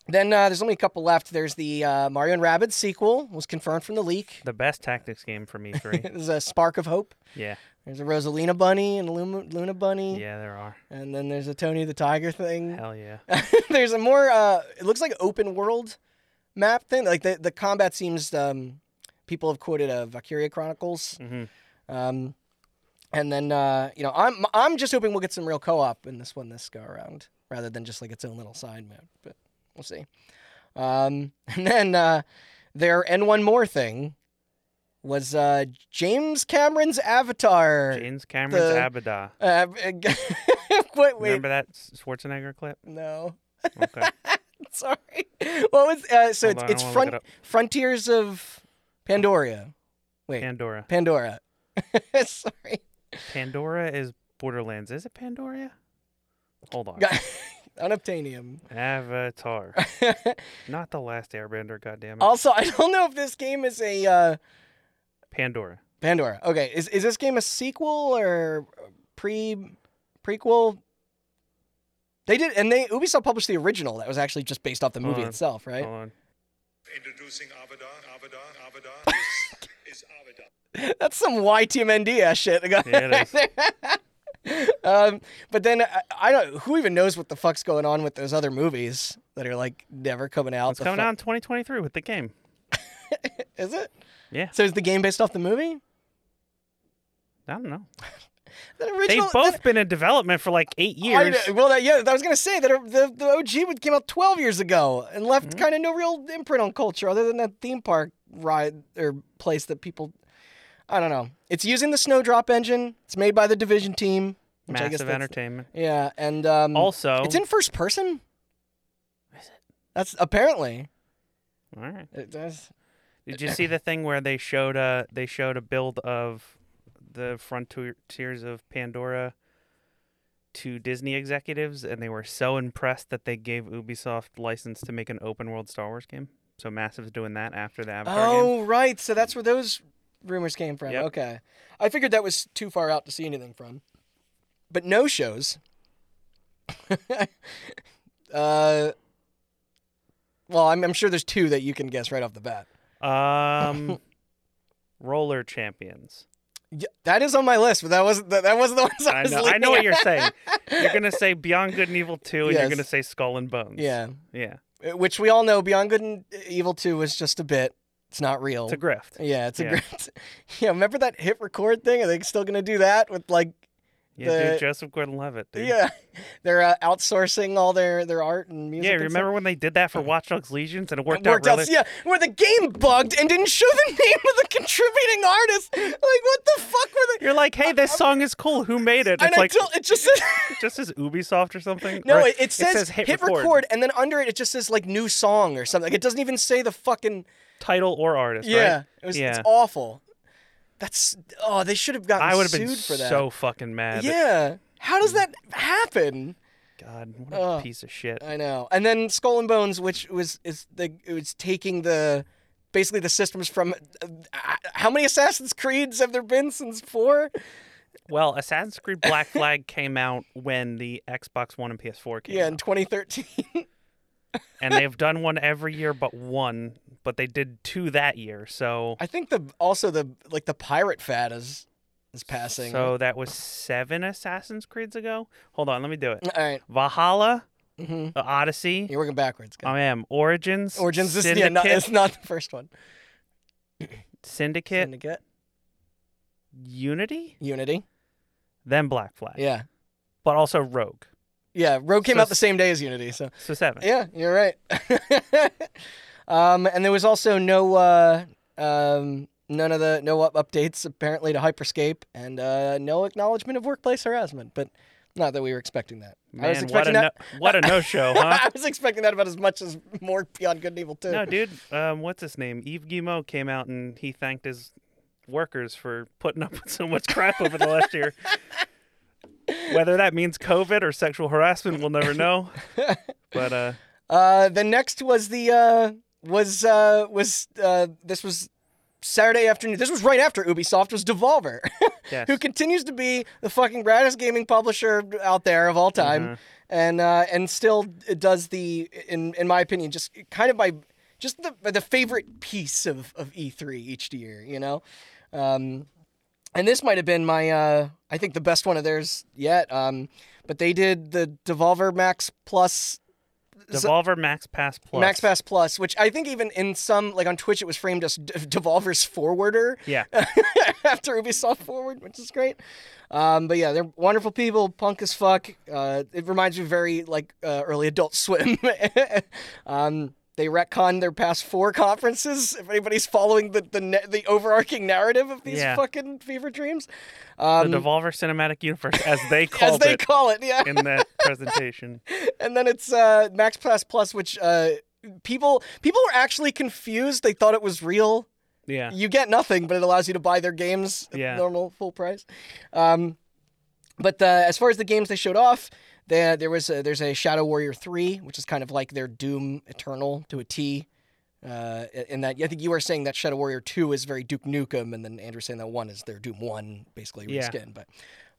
A: then uh, there's only a couple left. There's the uh, Mario and Rabbids sequel was confirmed from the leak.
B: The best tactics game from E3.
A: There's a spark of hope.
B: yeah.
A: There's a Rosalina bunny and a Luna, Luna bunny,
B: Yeah, there are.
A: and then there's a Tony the Tiger thing.
B: Hell yeah.
A: there's a more. Uh, it looks like open world map thing. Like the the combat seems. Um, people have quoted uh, Valkyria Chronicles.
B: Mhm.
A: Um, and then uh, you know, I'm I'm just hoping we'll get some real co-op in this one this go around, rather than just like its own little side mode. But we'll see. Um, and then uh, there and one more thing was uh, James Cameron's Avatar.
B: James Cameron's
A: the-
B: Abaddon.
A: Uh, what? Wait,
B: Remember that Schwarzenegger clip?
A: no.
B: Okay.
A: Sorry. Well, was uh, so
B: Hold
A: it's
B: on,
A: it's
B: I wanna look
A: front
B: it up.
A: frontiers of Pandora.
B: Pandora.
A: Pandora. Sorry.
B: Pandora is Borderlands. Is it Pandora? Hold on.
A: Unobtainium.
B: Avatar. Not the last Airbender, goddammit.
A: also, I don't know if this game is a uh,
B: Pandora.
A: Pandora. Okay, is is this game a sequel or pre prequel? They did, and they Ubisoft published the original that was actually just based off the movie
B: on.
A: itself, right?
B: Hold on.
C: Introducing Abaddon, Abaddon, Abaddon. This is Abaddon.
A: That's some YTMND ass shit.
B: Oh. Yeah,
A: um, but then I, I don't. Who even knows what the fuck's going on with those other movies that are like never coming out?
B: It's coming out in 2023 with the game.
A: Is it?
B: Yeah.
A: So is the game based off the movie?
B: I don't know.
A: That
B: They've
A: original.
B: both been in development for like eight
A: I
B: years.
A: know- well, that, yeah, I was gonna say that uh, the, the OG would came out 12 years ago and left
B: Mm-hmm.
A: kind of no real imprint on culture other than that theme park ride or place that people. I don't know. It's using the Snowdrop engine. It's made by the Division team. Which I guess
B: Massive
A: that's-
B: entertainment.
A: Yeah, and um,
B: Also,
A: it's in first person.
B: Is it?
A: That's apparently
B: all right.
A: it does.
B: Did you see the thing where they showed a they showed a build of the frontiers of Pandora to Disney executives, and they were so impressed that they gave Ubisoft license to make an open world Star Wars game. So Massive's doing that after the Avatar game.
A: Oh, right. So that's where those rumors came from.
B: Yep.
A: Okay, I figured that was too far out to see anything from. But no shows. uh, well, I'm, I'm sure there's two that you can guess right off the bat.
B: Um, Roller Champions.
A: Y that is on my list, but that wasn't that, that wasn't the ones I,
B: I
A: was
B: know. I
A: looking
B: know what
A: at.
B: you're saying. You're gonna say Beyond Good and Evil Two, and you're
A: Yes.
B: gonna say Skull and Bones.
A: Yeah,
B: yeah.
A: Uh, which we all know, Beyond Good and Evil Two was just a bit. It's not real.
B: It's a grift.
A: Yeah, it's a
B: Yeah.
A: great. Yeah, remember that hit record thing? Are they still gonna do that with like?
B: Yeah,
A: The-
B: dude, Joseph Gordon-Levitt. Dude.
A: Yeah, they're uh, outsourcing all their their art and music.
B: Yeah,
A: and stuff?
B: remember when they did that for Watch Dogs Legions and it worked,
A: Worked out,
B: out really?
A: yeah, where the game bugged and didn't show the name of the contributing artist. Like, what the fuck were they?
B: You're like, hey, this song is cool. Who made it?
A: and
B: It's
A: I
B: like
A: don't- it just says
B: just as Ubisoft or something.
A: no.
B: Or
A: It, it, says hit, record. and then under it, it just says like new song or something. Like, it doesn't even say the fucking
B: title or artist.
A: yeah.
B: right?
A: It was
B: yeah.
A: it's awful. That's oh, they should have gotten
B: I would have
A: sued
B: been
A: for that.
B: so fucking mad.
A: yeah, how does that happen?
B: God, what a
A: Ugh.
B: piece of shit.
A: I know. And then Skull and Bones, which was is the it was taking the basically the systems from uh, uh, how many Assassin's Creeds have there been since four?
B: Well, Assassin's Creed Black Flag came out when the Xbox One and PS4 came
A: Yeah, in
B: out,
A: 2013.
B: and they've done one every year but one. But they did two that year, so
A: I think the also the like the pirate fad is is passing.
B: so that was seven Assassin's Creeds ago. Hold on, let me do it.
A: all right,
B: Valhalla,
A: mm-hmm.
B: uh, Odyssey.
A: you're working backwards. Guys.
B: I am Origins.
A: Origins. This yeah,
B: Um, Syndicate,
A: not, it's not the first one.
B: Syndicate,
A: Syndicate,
B: Unity,
A: Unity.
B: then Black Flag,
A: Yeah,
B: but also Rogue.
A: yeah. Rogue came
B: So
A: out the same day as Unity, so
B: So seven.
A: Yeah, you're right. um, and there was also no uh, um, none of the no up- updates apparently to Hyperscape, and uh, no acknowledgement of workplace harassment. But not that we were expecting that. I was
B: Man, what a
A: expecting that.
B: no, what a no show, huh?
A: I was expecting that about as much as more Beyond Good and Evil too.
B: no, dude. Um, what's his name? Yves Guillemot came out and he thanked his workers for putting up with so much crap over the last year. Whether that means COVID or sexual harassment, we'll never know. But uh,
A: Uh, the next was the uh, was uh, was uh, this was Saturday afternoon. This was right after Ubisoft was Devolver,
B: Yes.
A: who continues to be the fucking raddest gaming publisher out there of all time, and uh, and still it does the in in my opinion just kind of my just E the the favorite piece of of E3 each year. You know. Um, and this might have been my uh, I think the best one of theirs yet. Um, but they did the Devolver Max Plus,
B: Devolver Max Pass Plus.
A: Max Pass Plus, which I think even in some like on Twitch it was framed as D- Devolver's forwarder
B: Yeah.
A: after Ubisoft Forward, which is great. Um, but yeah, they're wonderful people, punk as fuck. Uh, it reminds me very like uh, early Adult Swim. um, they retconned their past four conferences. If anybody's following the the, ne- the overarching narrative of these
B: Yeah.
A: fucking fever dreams,
B: the Devolver Cinematic Universe, as they
A: Um, as
B: called
A: they
B: it
A: call it, yeah.
B: in that presentation.
A: and then it's uh, Max Plus Plus, which uh, people people were actually confused. They thought it was real.
B: Yeah.
A: You get nothing, but it allows you to buy their games at
B: Yeah.
A: normal full price. Um, but uh as far as the games they showed off, there there was a, there's a Shadow Warrior three, which is kind of like their Doom Eternal to a T. Uh, in that, I think you were saying that Shadow Warrior Two is very Duke Nukem, and then Andrew saying that one is their Doom One, basically
B: Yeah.
A: reskin. But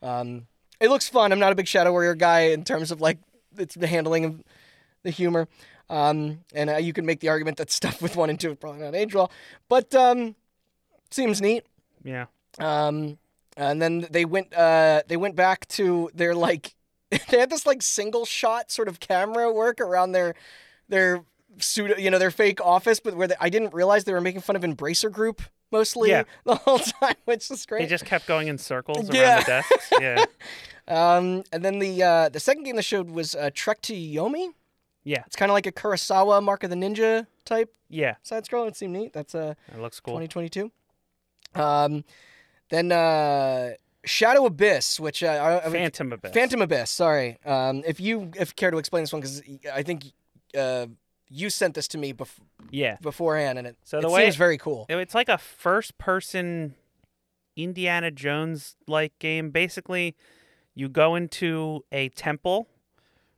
A: um, it looks fun. I'm not a big Shadow Warrior guy in terms of like it's the handling of the humor. Um, and uh, you can make the argument that stuff with one and two is probably not age well, but um, seems neat.
B: Yeah.
A: Um, and then they went uh, they went back to their like they had this like single shot sort of camera work around their their pseudo you know their fake office, but where they, I didn't realize they were making fun of Embracer Group mostly
B: Yeah.
A: the whole time, which is great.
B: They just kept going in circles
A: Yeah.
B: around the desks. Yeah.
A: Um, and then the uh, the second game they showed was uh, Trek to Yomi.
B: Yeah.
A: It's kind of like a Kurosawa Mark of the Ninja type
B: Yeah.
A: side scroll. It seemed neat. That's uh,
B: That looks cool.
A: 2022. Um, then uh, Shadow Abyss, which uh, I, I mean,
B: Phantom Abyss.
A: Phantom Abyss. Sorry. Um, if you if you care to explain this one, because I think uh, you sent this to me bef-
B: Yeah.
A: beforehand, and it,
B: So
A: it
B: the way-
A: seems very cool.
B: It- It's like a first person Indiana Jones like game. Basically, you go into a temple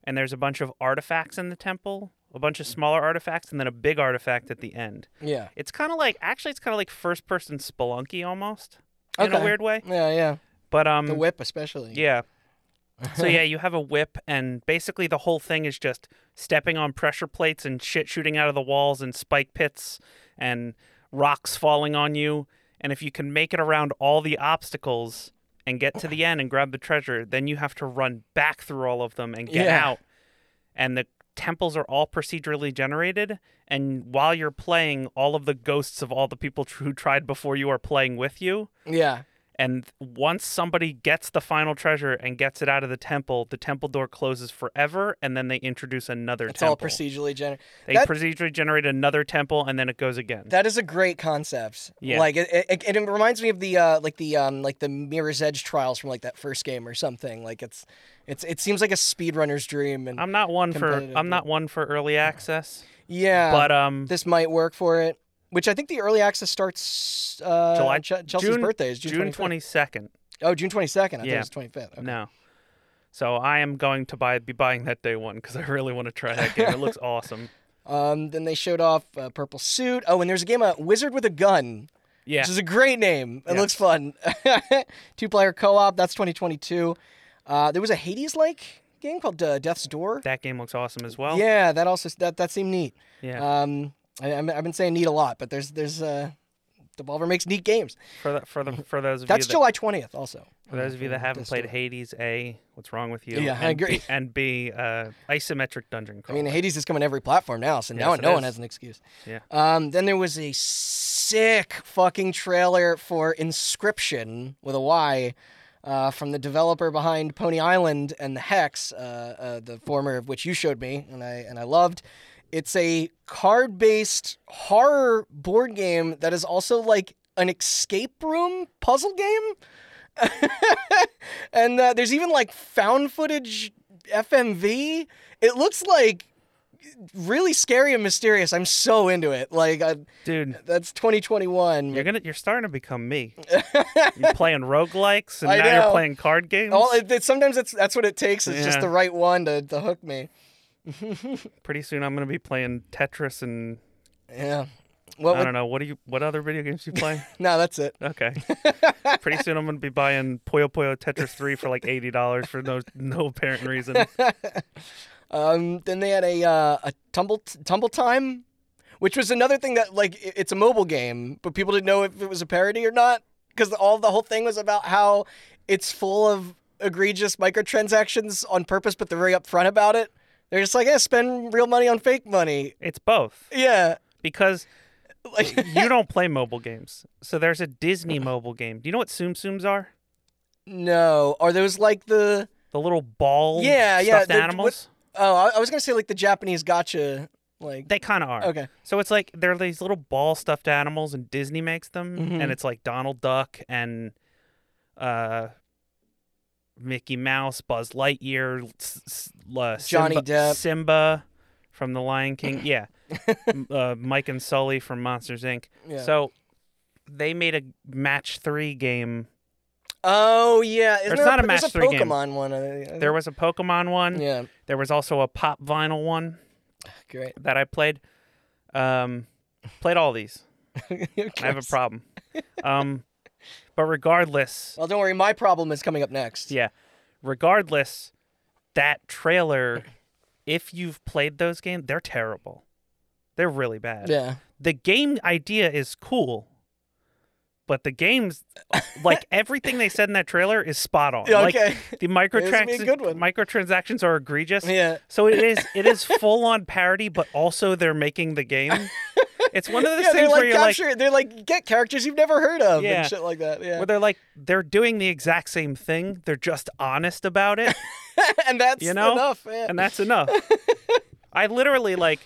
B: and there's a bunch of artifacts in the temple, a bunch of smaller artifacts, and then a big artifact at the end.
A: yeah.
B: It's kind of like, actually, it's kind of like first person Spelunky almost in a
A: Okay.
B: weird way.
A: Yeah, yeah.
B: But, um,
A: The whip, especially.
B: yeah. So, yeah, you have a whip, and basically the whole thing is just stepping on pressure plates and shit shooting out of the walls and spike pits and rocks falling on you. And if you can make it around all the obstacles and get to the end and grab the treasure, then you have to run back through all of them and get
A: Yeah.
B: out. And the temples are all procedurally generated. And while you're playing, all of the ghosts of all the people who tried before you are playing with you.
A: Yeah.
B: And once somebody gets the final treasure and gets it out of the temple, the temple door closes forever, and then they introduce another
A: It's
B: temple.
A: all procedurally generated.
B: they
A: That-
B: procedurally generate another temple, and then it goes again.
A: That is a great concept.
B: Yeah.
A: Like it, it, it, it reminds me of the uh, like the um, like the Mirror's Edge trials from like that first game or something. Like it's it's it seems like a speedrunner's dream and
B: I'm not one for
A: Competitive,
B: I'm
A: yeah. Uh,
B: not one for early access,
A: yeah,
B: but um,
A: this might work for it. Which I think the early access starts uh
B: July
A: Ch- Chelsea's
B: June,
A: birthday is June, 25th.
B: twenty second.
A: Oh, June 22nd. I
B: Yeah.
A: thought it was 25th. Okay.
B: No, so I am going to buy be buying that day one because I really want to try that game. It looks awesome.
A: Um then they showed off uh, Purple Suit. Oh, and there's a game uh, Wizard with a Gun.
B: Yeah,
A: Which is a great name. It
B: Yeah.
A: looks fun. Two player co op. That's 2022. Uh, there was a Hades like game called uh, Death's Door.
B: that game looks awesome as well.
A: Yeah, that also that that seemed neat.
B: yeah.
A: Um, I, I'm- I've been saying neat a lot, but there's there's uh, Devolver makes neat games.
B: for the, for the, for those of
A: That's
B: you that-
A: July 20th, also.
B: For those of you that haven't
A: Just
B: played
A: do it.
B: Hades, A, what's wrong with you?
A: Yeah,
B: and
A: I agree.
B: B, and B, uh, isometric dungeon
A: I
B: crawler.
A: mean, Hades is coming to every platform now, so now
B: Yes, it
A: no one
B: is.
A: has an excuse.
B: Yeah.
A: Um, then there was a sick fucking trailer for Inscription with a Y. Uh, from the developer behind Pony Island and the Hex, uh, uh, the former of which you showed me and I and I loved. It's a card-based horror board game that is also like an escape room puzzle game. and uh, there's even like found footage FMV. It looks like really scary and mysterious. I'm so into it. Like I,
B: Dude,
A: that's 2021.
B: you're gonna you're starting to become me. you're playing roguelikes and
A: I
B: now
A: know.
B: you're playing card games.
A: All it, it- sometimes it's that's what it takes. It's just
B: Yeah.
A: the right one to, to hook me.
B: Pretty soon I'm gonna be playing Tetris and
A: Yeah. What
B: I
A: would,
B: don't know, what do you what other video games do you play?
A: no, that's it.
B: okay. Pretty soon I'm gonna be buying Puyo Puyo Tetris three for like eighty dollars for no no apparent reason.
A: Um, then they had a uh, a tumble tumble time, which was another thing that like i- it's a mobile game, but people didn't know if it was a parody or not. because all the whole thing was about how it's full of egregious microtransactions on purpose, but they're very upfront about it. They're just like, yeah, spend real money on fake money.
B: It's both
A: Yeah,
B: because
A: like
B: you don't play mobile games. So there's a Disney mobile game. Do you know what Tsum Tsums are?
A: no, are those like the?
B: The little ball
A: Yeah, yeah,
B: stuffed
A: they're- what-
B: animals?
A: Oh, I, I was gonna say like the Japanese gotcha, like
B: They kind of are.
A: okay,
B: So it's like they're these little ball stuffed animals, and Disney makes them,
A: Mhm.
B: and it's like Donald Duck and uh, Mickey Mouse, Buzz Lightyear, S- S- uh,
A: Johnny
B: Simba,
A: Depp.
B: Simba from The Lion King, yeah, M- uh, Mike and Sully from Monsters Inc.
A: yeah.
B: So they made a match three game.
A: oh yeah, Isn't
B: It's
A: there
B: not a
A: there's
B: match
A: a
B: three game.
A: Pokemon one. uh,
B: There was a Pokemon one.
A: yeah,
B: There was also a pop vinyl one
A: great.
B: that I played. Um, played all these. I have a problem. Um, but regardless,
A: Well, don't worry. My problem is coming up next.
B: yeah, regardless, that trailer, if you've played those games, they're terrible. They're really bad.
A: Yeah.
B: The game idea is cool, but the games, like everything they said in that trailer, is spot on.
A: Yeah,
B: Like,
A: okay.
B: the
A: This would be a good
B: microtrans-
A: one.
B: microtransactions are egregious.
A: Yeah.
B: So it is it is full on parody, but also they're making the game. It's one of those
A: Yeah, they're
B: things where
A: like
B: you're like,
A: capture. They're like get characters you've never heard of
B: Yeah.
A: and shit like that. Yeah.
B: where they're like they're doing the exact same thing they're just honest about it
A: and that's
B: you know
A: enough. Yeah.
B: and that's enough i literally like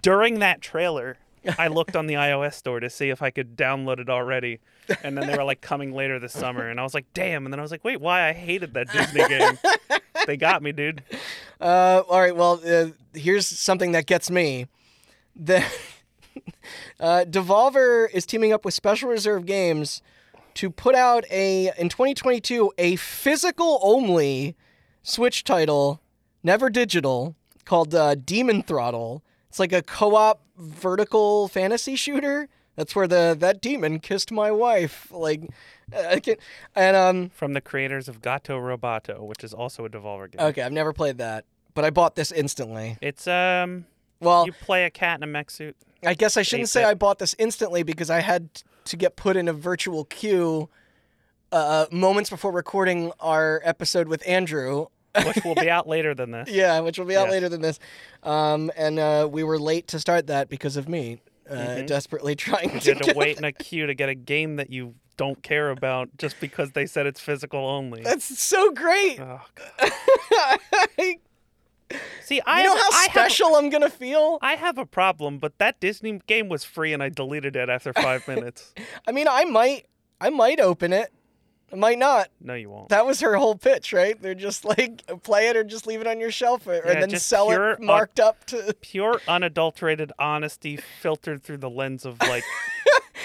B: during that trailer i looked on the ios store to see if i could download it already and then they were like coming later this summer and i was like damn and then i was like wait why i hated that disney game they got me dude
A: Uh, all right. Well, uh, here's something that gets me. The uh, Devolver is teaming up with Special Reserve Games to put out a in 2022 a physical only Switch title, never digital, called uh, Demon Throttle. It's like a co-op vertical fantasy shooter. That's where the that demon kissed my wife. Like, uh, I can't, and um.
B: from the creators of gato robato which is also a devolver game
A: Okay, I've never played that, but I bought this instantly.
B: it's um
A: Well,
B: you play a cat in a mech suit
A: I guess I shouldn't say I bought this instantly because I had t- to get put in a virtual queue uh, moments before recording our episode with Andrew.
B: which will be out later than this
A: Yeah, which will be out
B: Yes.
A: later than this. Um, and uh, we were late to start that because of me uh, desperately trying to,
B: Mm-hmm. You had to
A: get-
B: wait in a queue to get a game that you don't care about just because they said it's physical only.
A: That's so great.
B: Oh, God.
A: you
B: See, I
A: know
B: have-
A: how
B: I have-
A: special I'm gonna feel.
B: I have a problem, but that Disney game was free and I deleted it after five minutes.
A: I mean, I might, I might open it. I might not.
B: No, you won't.
A: That was her whole pitch, right? They're just like play it or just leave it on your shelf, or,
B: Yeah,
A: and then
B: just
A: sell
B: pure, uh,
A: it marked up to.
B: Pure, unadulterated honesty filtered through the lens of like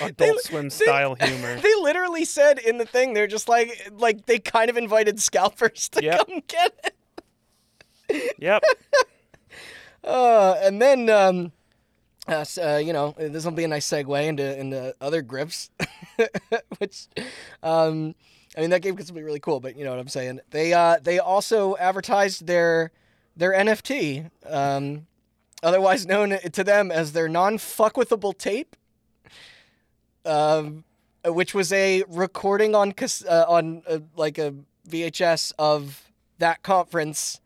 B: Adult Swim style humor.
A: They literally said in the thing, they're just like like they kind of invited scalpers to
B: Yep.
A: come get it.
B: Yep.
A: Uh, and then, um, uh, s- uh, you know, this will be a nice segue into into other grips, which, um, I mean, that game gets to be really cool. But you know what I'm saying? They uh, they also advertised their their NFT, um, otherwise known to them as their non-fuckwithable tape, um, which was a recording on cas- uh, on uh, like a VHS of that conference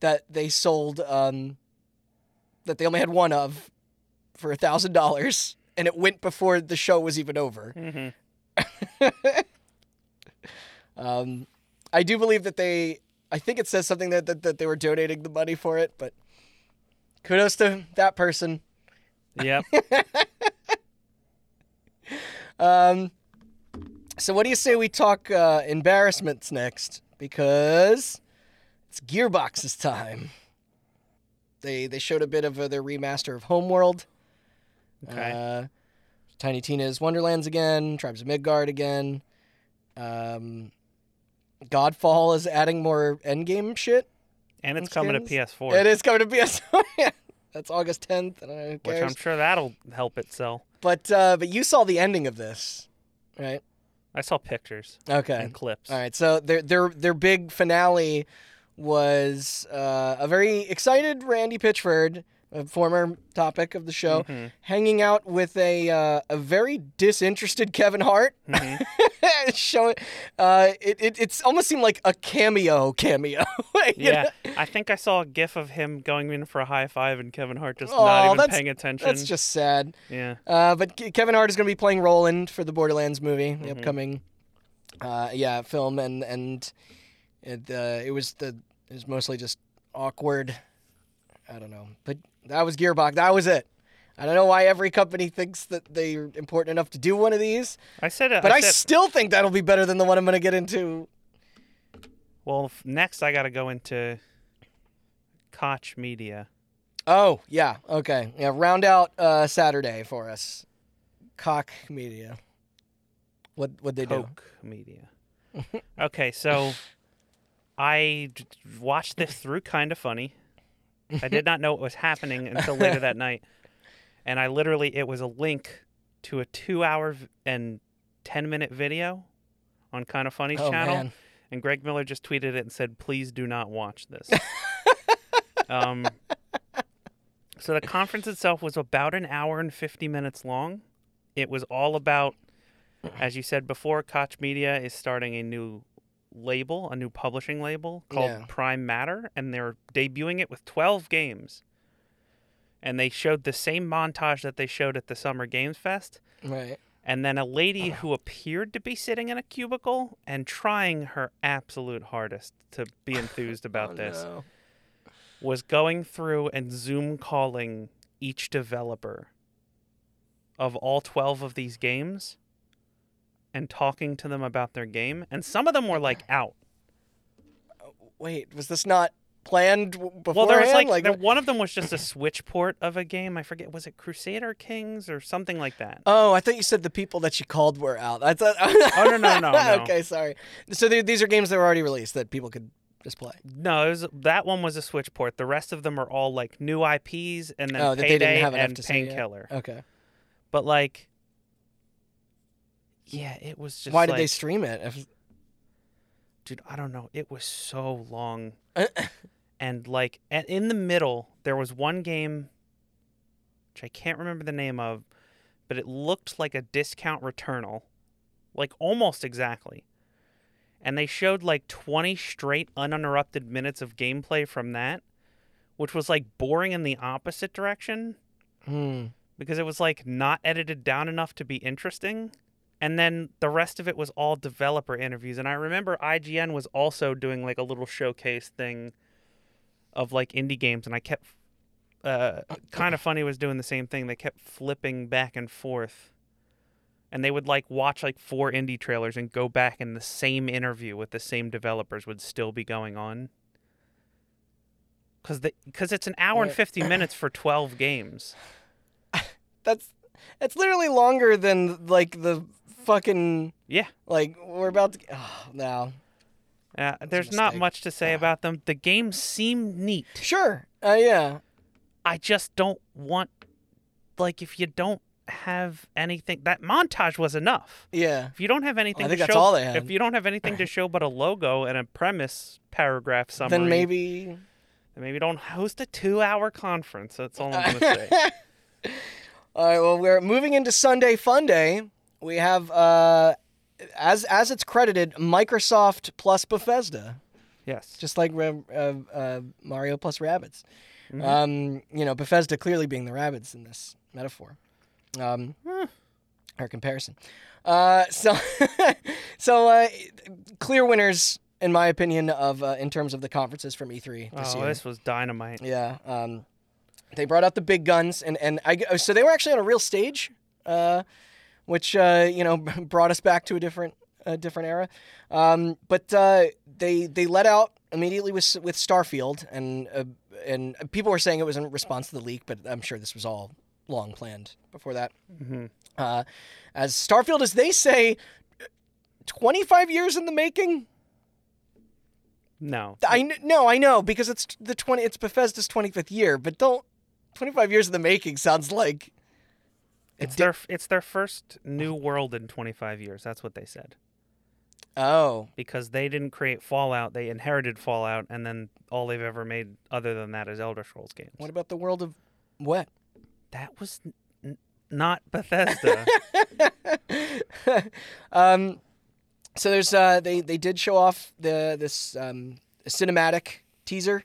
A: that they sold um, that they only had one of for a thousand dollars and it went before the show was even over
B: hmm
A: um, i do believe that they i think it says something that, that, that they were donating the money for it but kudos to that person
B: Yep.
A: um, so what do you say we talk uh, embarrassments next because it's gearbox's time they they showed a bit of uh, their remaster of homeworld
B: Okay.
A: Uh, Tiny Tina's Wonderlands again, Tribes of Midgard again. Um, Godfall is adding more endgame shit.
B: and it's
A: those
B: coming
A: games?
B: to PS4,
A: It is coming to PS4. yeah. That's August 10th. I don't know who
B: which I'm
A: cares.
B: sure that'll help it sell.
A: But uh, but you saw the ending of this, right?
B: I saw pictures
A: Okay.
B: and clips.
A: All right. So their their their big finale was uh, a very excited Randy Pitchford a former topic of the show,
B: Mm-hmm.
A: hanging out with a uh, a very disinterested Kevin Hart.
B: Mm-hmm.
A: Show uh, it, it it's almost seemed like a cameo cameo. You
B: Yeah,
A: know?
B: I think I saw a gif of him going in for a high five and Kevin Hart just
A: Aw,
B: not even
A: that's-
B: paying attention.
A: That's just sad.
B: yeah.
A: Uh, but Ke- Kevin Hart is going to be playing Roland for the Borderlands movie,
B: Mm-hmm.
A: the upcoming, uh, yeah, film, and and it, uh, it was the it was mostly just awkward. I don't know, but that was Gearbox. That was it. I don't know why every company thinks that they're important enough to do one of these,
B: I said it.
A: but I,
B: said,
A: still think that'll be better than the one I'm going to get into.
B: well, f- next I got to go into Koch Media.
A: Oh yeah, okay, yeah. Round out uh, Saturday for us, Cock Media. What what they do?
B: Coke Media. okay, so I d- watched this through kind of funny. I did not know what was happening until later that night. And I literally, it was a link to a two hour v- and 10 minute video on Kind of Funny's
A: Oh,
B: channel.
A: man.
B: And Greg Miller just tweeted it and said, please do not watch this. um, so the conference itself was about an hour and 50 minutes long. It was all about as you said before, Koch Media is starting a new label, a new publishing label called
A: Yeah.
B: Prime Matter, and they're debuting it with 12 games. And they showed the same montage that they showed at the Summer Games Fest.
A: Right.
B: And then a lady who appeared to be sitting in a cubicle and trying her absolute hardest to be enthused about this
A: Oh, no.
B: was going through and Zoom calling each developer of all 12 of these games and talking to them about their game. And some of them were like out.
A: Wait, was this not planned w- beforehand?
B: Well, there was like, there, one of them was just a Switch port of a game. I forget, was it Crusader Kings or something like that?
A: oh, I thought you said the people that you called were out. I thought.
B: Oh, no, no, no, no.
A: okay, sorry. So the- these are games that were already released that people could just play.
B: No, it was, that one was a Switch port. The rest of them are all like new IPs and then
A: oh, that they
B: Payday
A: didn't have enough
B: and
A: to say yet.
B: Painkiller.
A: Okay.
B: But like, yeah, it was just
A: Why did they
B: like-
A: stream it? If-
B: dude, I don't know. It was so long. and like and in the middle, there was one game which I can't remember the name of, but it looked like a discount returnal. Like almost exactly. And they showed like 20 straight uninterrupted minutes of gameplay from that, which was like boring in the opposite direction
A: Hmm.
B: because it was like not edited down enough to be interesting. And then the rest of it was all developer interviews. And I remember IGN was also doing like a little showcase thing of like indie games. And I kept, uh, kind of funny was doing the same thing. They kept flipping back and forth. And they would like watch like four indie trailers and go back, and the same interview with the same developers would still be going on. Cause, the, Cause it's an hour and
A: Right.
B: 50 minutes for 12 games.
A: That's that's literally longer than like the fucking
B: Yeah.
A: like we're about to. Oh, no.
B: Uh, there's
A: a
B: not
A: mistake.
B: much to say about them. The games seem neat.
A: Sure. Uh, yeah.
B: I just don't want, like, if you don't have anything, that montage was enough.
A: Yeah.
B: If you don't have anything,
A: think
B: to
A: that's
B: show,
A: all they had.
B: If you don't have anything to show but a logo and a premise paragraph summary,
A: Then maybe.
B: then maybe don't host a two-hour conference. That's all I'm gonna say.
A: All right. Well, we're moving into Sunday Fun Day. We have, uh, as as it's credited, Microsoft plus Bethesda,
B: yes.
A: just like Ra- uh, uh, Mario plus Rabbits. Um, you know, Bethesda clearly being the rabbits in this metaphor, um, or comparison. Uh, so, so uh, clear winners, in my opinion, of uh, in terms of the conferences from E3 this
B: oh,
A: year.
B: this was dynamite.
A: Yeah. Um, they brought out the big guns, and and I g- so they were actually on a real stage, uh, which uh, you know brought us back to a different a different era. Um, but uh, they they let out immediately with with Starfield, and uh, and people were saying it was in response to the leak, but I'm sure this was all long planned before that. Uh, as Starfield, as they say, 25 years in the making.
B: No,
A: I kn- no, I know because it's the twenty. It's Bethesda's twenty fifth year, but don't twenty five years in the making sounds like
B: it's their it's their first new world in 25 years. That's what they said.
A: oh
B: because they didn't create Fallout. They inherited Fallout, and then all they've ever made other than that is Elder Scrolls games.
A: What about the world of What?
B: That was n- n- not Bethesda.
A: So there's uh, they they did show off the this um, cinematic teaser.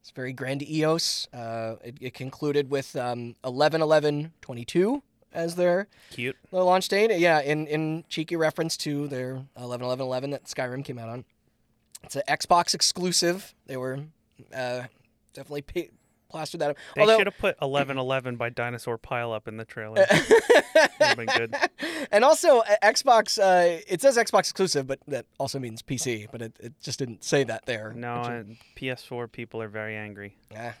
A: It's very grandiose. Uh, it, it concluded with um, 11 11 22 as their
B: Cute.
A: The launch date, yeah, in, in cheeky reference to their 11 11 11 that Skyrim came out on. It's an Xbox exclusive. They were uh, definitely pa- plastered that up.
B: They
A: Although,
B: should have put 1111 by Dinosaur Pile up in the trailer. would have been good.
A: and also, uh, Xbox, uh, it says Xbox exclusive, but that also means PC, but it, it just didn't say that there.
B: No, uh, PS4 people are very angry,
A: Yeah.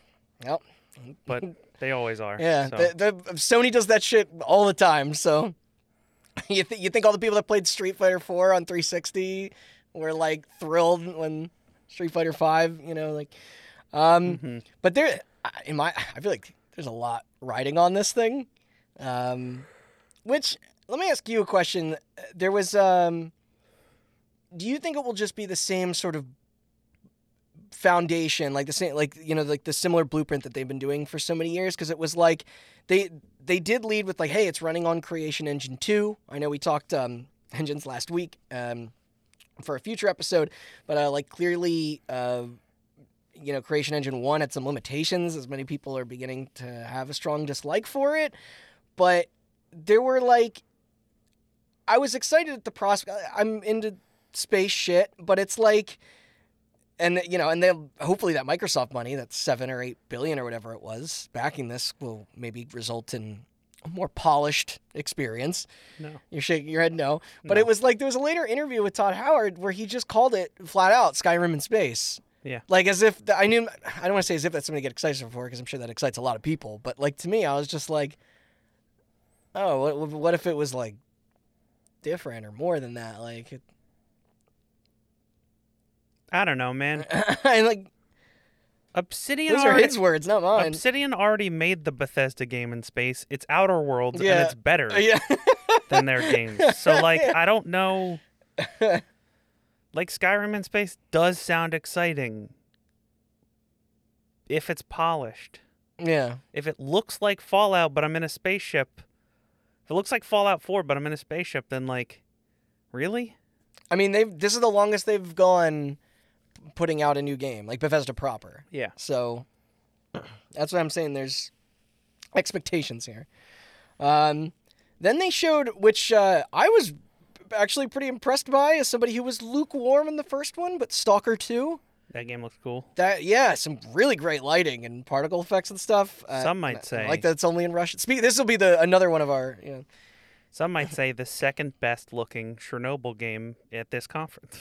A: Well,
B: but they always are.
A: yeah.
B: so.
A: The, the, Sony does that shit all the time, so. You, th- you think all the people that played Street Fighter 4 on 360 were like thrilled when Street Fighter 5, you know, like um,
B: Mhm.
A: But there, I- in my, I feel like there's a lot riding on this thing. Um, which, let me ask you a question. There was, um, do you think it will just be the same sort of foundation, like the same, like you know, like the similar blueprint that they've been doing for so many years? Because it was like they they did lead with like, hey, it's running on Creation Engine two. I know we talked um, engines last week. Um, for a future episode, but uh, like clearly, uh, you know, Creation Engine 1 had some limitations, as many people are beginning to have a strong dislike for it. But there were like, I was excited at the prospect. I'm into space shit, but it's like, and you know, and they'll hopefully that Microsoft money, that seven or eight billion or whatever it was, backing this will maybe result in a more polished experience.
B: No.
A: You're shaking your head no. But it was like there was a later interview with Todd Howard where he just called it flat out Skyrim in space.
B: Yeah.
A: Like as if the, I knew I don't want to say as if that's something to get excited for because I'm sure that excites a lot of people. But like to me, I was just like, oh, what, what if it was like different or more than that? Like, it,
B: I don't know, man.
A: and like
B: Obsidian
A: those are
B: already,
A: his words, not mine.
B: Obsidian already made the Bethesda game in space. It's Outer Worlds,
A: Yeah.
B: and it's better
A: yeah.
B: than their games. So, like, I don't know. Like, Skyrim in space does sound exciting if it's polished.
A: yeah.
B: if it looks like Fallout, but I'm in a spaceship, if it looks like Fallout 4, but I'm in a spaceship, then like, really?
A: I mean, they've this is the longest they've gone putting out a new game, like Bethesda proper.
B: Yeah.
A: So that's what I'm saying. There's expectations here. Um, then they showed, which uh, I was actually pretty impressed by, as somebody who was lukewarm in the first one, but Stalker Two.
B: That game looks cool.
A: That yeah, some really great lighting and particle effects and stuff. Uh,
B: Some might
A: and I
B: say-
A: like that it's only in Russian. Speak. This will be the another one of our. You know,
B: Some might say the second best looking Chernobyl game at this conference.